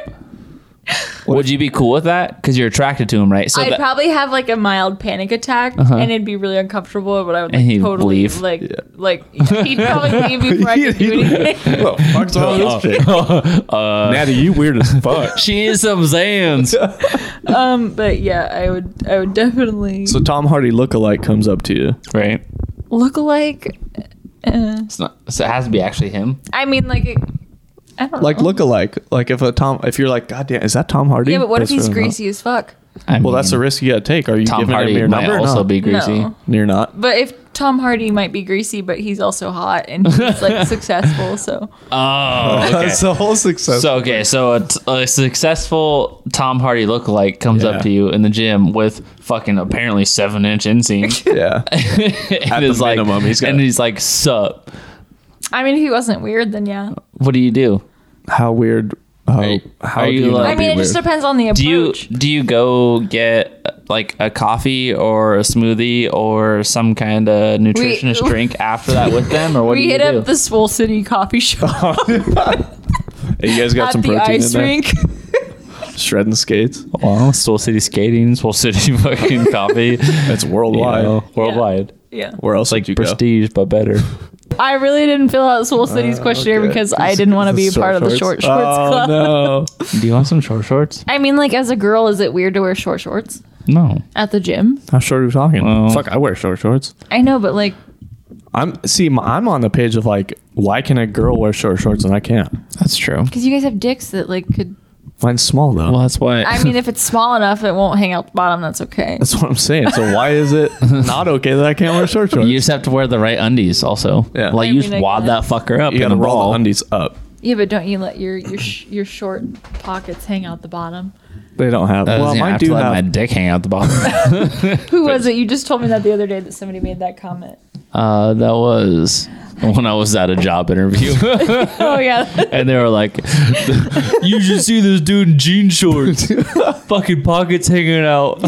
[SPEAKER 3] Would you be cool with that? Because you're attracted to him, right? So
[SPEAKER 6] I'd
[SPEAKER 3] that,
[SPEAKER 6] probably have like a mild panic attack, and it'd be really uncomfortable. But I would
[SPEAKER 3] And
[SPEAKER 6] like
[SPEAKER 3] he'd
[SPEAKER 6] totally
[SPEAKER 3] leave.
[SPEAKER 6] like like he'd probably leave before I could do anything.
[SPEAKER 1] Well, fuck's all this chick. Natty, you weird as fuck.
[SPEAKER 3] she needs some Zans.
[SPEAKER 6] um, but yeah, I would I would definitely
[SPEAKER 1] So Tom Hardy lookalike comes up to you.
[SPEAKER 3] right?
[SPEAKER 6] look alike. Uh,
[SPEAKER 3] It's not. So it has to be actually him.
[SPEAKER 6] I mean, like it, I don't
[SPEAKER 1] Like
[SPEAKER 6] know.
[SPEAKER 1] lookalike. Like if a Tom if you're like, God damn, is that Tom Hardy?
[SPEAKER 6] Yeah, but what if
[SPEAKER 1] That's
[SPEAKER 6] he's
[SPEAKER 1] really not-
[SPEAKER 6] greasy as fuck?
[SPEAKER 3] I
[SPEAKER 1] Well, that's a risk you gotta take. Are you
[SPEAKER 3] Tom
[SPEAKER 1] giving him
[SPEAKER 3] Hardy
[SPEAKER 1] your
[SPEAKER 3] might
[SPEAKER 1] number? or
[SPEAKER 3] also
[SPEAKER 1] not?
[SPEAKER 3] be greasy.
[SPEAKER 6] No.
[SPEAKER 1] You're not.
[SPEAKER 6] But if Tom Hardy might be greasy, but he's also hot and he's like successful, so
[SPEAKER 3] Oh,
[SPEAKER 1] That's the whole success.
[SPEAKER 3] So okay, so a, t- a successful Tom Hardy lookalike comes
[SPEAKER 1] Yeah.
[SPEAKER 3] up to you in the gym with fucking apparently seven inch inseam,
[SPEAKER 1] yeah.
[SPEAKER 3] and
[SPEAKER 1] the
[SPEAKER 3] is like,
[SPEAKER 1] minimum, he's got-
[SPEAKER 3] and he's like, "Sup?
[SPEAKER 6] I mean, if he wasn't weird, then yeah.
[SPEAKER 3] What do you do?
[SPEAKER 1] How weird how,
[SPEAKER 3] you-
[SPEAKER 1] how
[SPEAKER 3] are
[SPEAKER 1] do
[SPEAKER 3] you
[SPEAKER 1] you
[SPEAKER 3] like-
[SPEAKER 1] not
[SPEAKER 6] I
[SPEAKER 3] That'd
[SPEAKER 1] be
[SPEAKER 6] mean, it just
[SPEAKER 1] weird?
[SPEAKER 6] depends on the approach.
[SPEAKER 3] Do you do you go get uh, like a coffee or a smoothie or some kind of nutritionist drink after that with them, or what
[SPEAKER 6] we
[SPEAKER 3] do you
[SPEAKER 6] hit
[SPEAKER 3] do?
[SPEAKER 6] up the Swole City coffee shop
[SPEAKER 1] Hey, you guys got
[SPEAKER 6] at
[SPEAKER 1] some
[SPEAKER 6] the
[SPEAKER 1] protein in
[SPEAKER 6] ice
[SPEAKER 1] there?
[SPEAKER 6] rink.
[SPEAKER 1] Shredding skates.
[SPEAKER 3] well, Soul City skating, Soul City fucking coffee,
[SPEAKER 1] That's
[SPEAKER 3] you
[SPEAKER 1] worldwide.
[SPEAKER 3] know, worldwide,
[SPEAKER 6] yeah.
[SPEAKER 1] Where else like you go?
[SPEAKER 3] prestige but better.
[SPEAKER 6] I really didn't fill out Swole City's questionnaire
[SPEAKER 1] Uh, okay.
[SPEAKER 6] because I didn't want to be a part of the short shorts club.
[SPEAKER 1] Oh, no.
[SPEAKER 3] do you want some short shorts?
[SPEAKER 2] I mean, like, as a girl, is it weird to wear short shorts
[SPEAKER 3] No.
[SPEAKER 2] at the gym?
[SPEAKER 1] How short are we talking?
[SPEAKER 3] Well-
[SPEAKER 1] Fuck, I wear short shorts.
[SPEAKER 2] I know, but like,
[SPEAKER 1] I'm see, m- I'm on the page of like, why can a girl wear short shorts and I can't?
[SPEAKER 3] That's true.
[SPEAKER 2] because you guys have dicks that, like, could.
[SPEAKER 1] Mine's small though.
[SPEAKER 3] Well, that's why.
[SPEAKER 6] I mean, if it's small enough, it won't hang out the bottom. That's okay.
[SPEAKER 1] That's what I'm saying. So why is it not okay that I can't wear short shorts?
[SPEAKER 3] You just have to wear the right undies, also.
[SPEAKER 1] Yeah.
[SPEAKER 3] Like
[SPEAKER 1] I
[SPEAKER 3] you
[SPEAKER 6] mean,
[SPEAKER 3] just
[SPEAKER 6] I
[SPEAKER 3] wad that fucker up.
[SPEAKER 1] You gotta
[SPEAKER 3] and
[SPEAKER 1] roll
[SPEAKER 3] roll.
[SPEAKER 1] the undies up.
[SPEAKER 2] Yeah, but don't you let your your sh- your short pockets hang out the bottom?
[SPEAKER 1] They don't have.
[SPEAKER 3] That
[SPEAKER 1] well,
[SPEAKER 3] doesn't
[SPEAKER 1] mine
[SPEAKER 3] have to
[SPEAKER 1] do
[SPEAKER 3] let my
[SPEAKER 1] have.
[SPEAKER 3] dick hang out the bottom.
[SPEAKER 6] Who was it? You just told me that the other day that somebody made that comment.
[SPEAKER 3] uh, that was when I was at a job interview.
[SPEAKER 2] Oh yeah.
[SPEAKER 3] and they were like, "You should see this dude in jean shorts, fucking pockets hanging out."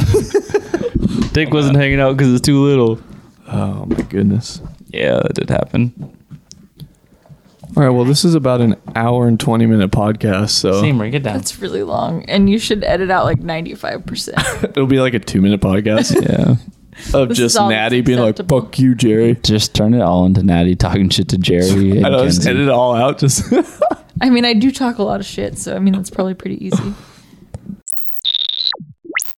[SPEAKER 3] Dick wasn't hanging out because it's too little.
[SPEAKER 1] Oh my goodness.
[SPEAKER 3] Yeah, that did happen.
[SPEAKER 1] All right. Well, this is about an hour and twenty minute podcast, so
[SPEAKER 3] Seymour, get down.
[SPEAKER 2] It's really long, and you should edit out like ninety-five percent.
[SPEAKER 1] it'll be like a two minute podcast
[SPEAKER 3] Yeah,
[SPEAKER 1] of
[SPEAKER 2] This
[SPEAKER 1] just
[SPEAKER 2] is all
[SPEAKER 1] Natty being like,
[SPEAKER 2] acceptable.
[SPEAKER 1] "Fuck you, Jerry."
[SPEAKER 8] Just turn it all into Natty talking shit to Jerry. And
[SPEAKER 1] I know, just
[SPEAKER 8] Kenzie.
[SPEAKER 1] edit it all out. Just
[SPEAKER 2] I mean, I do talk a lot of shit, so I mean that's probably pretty easy.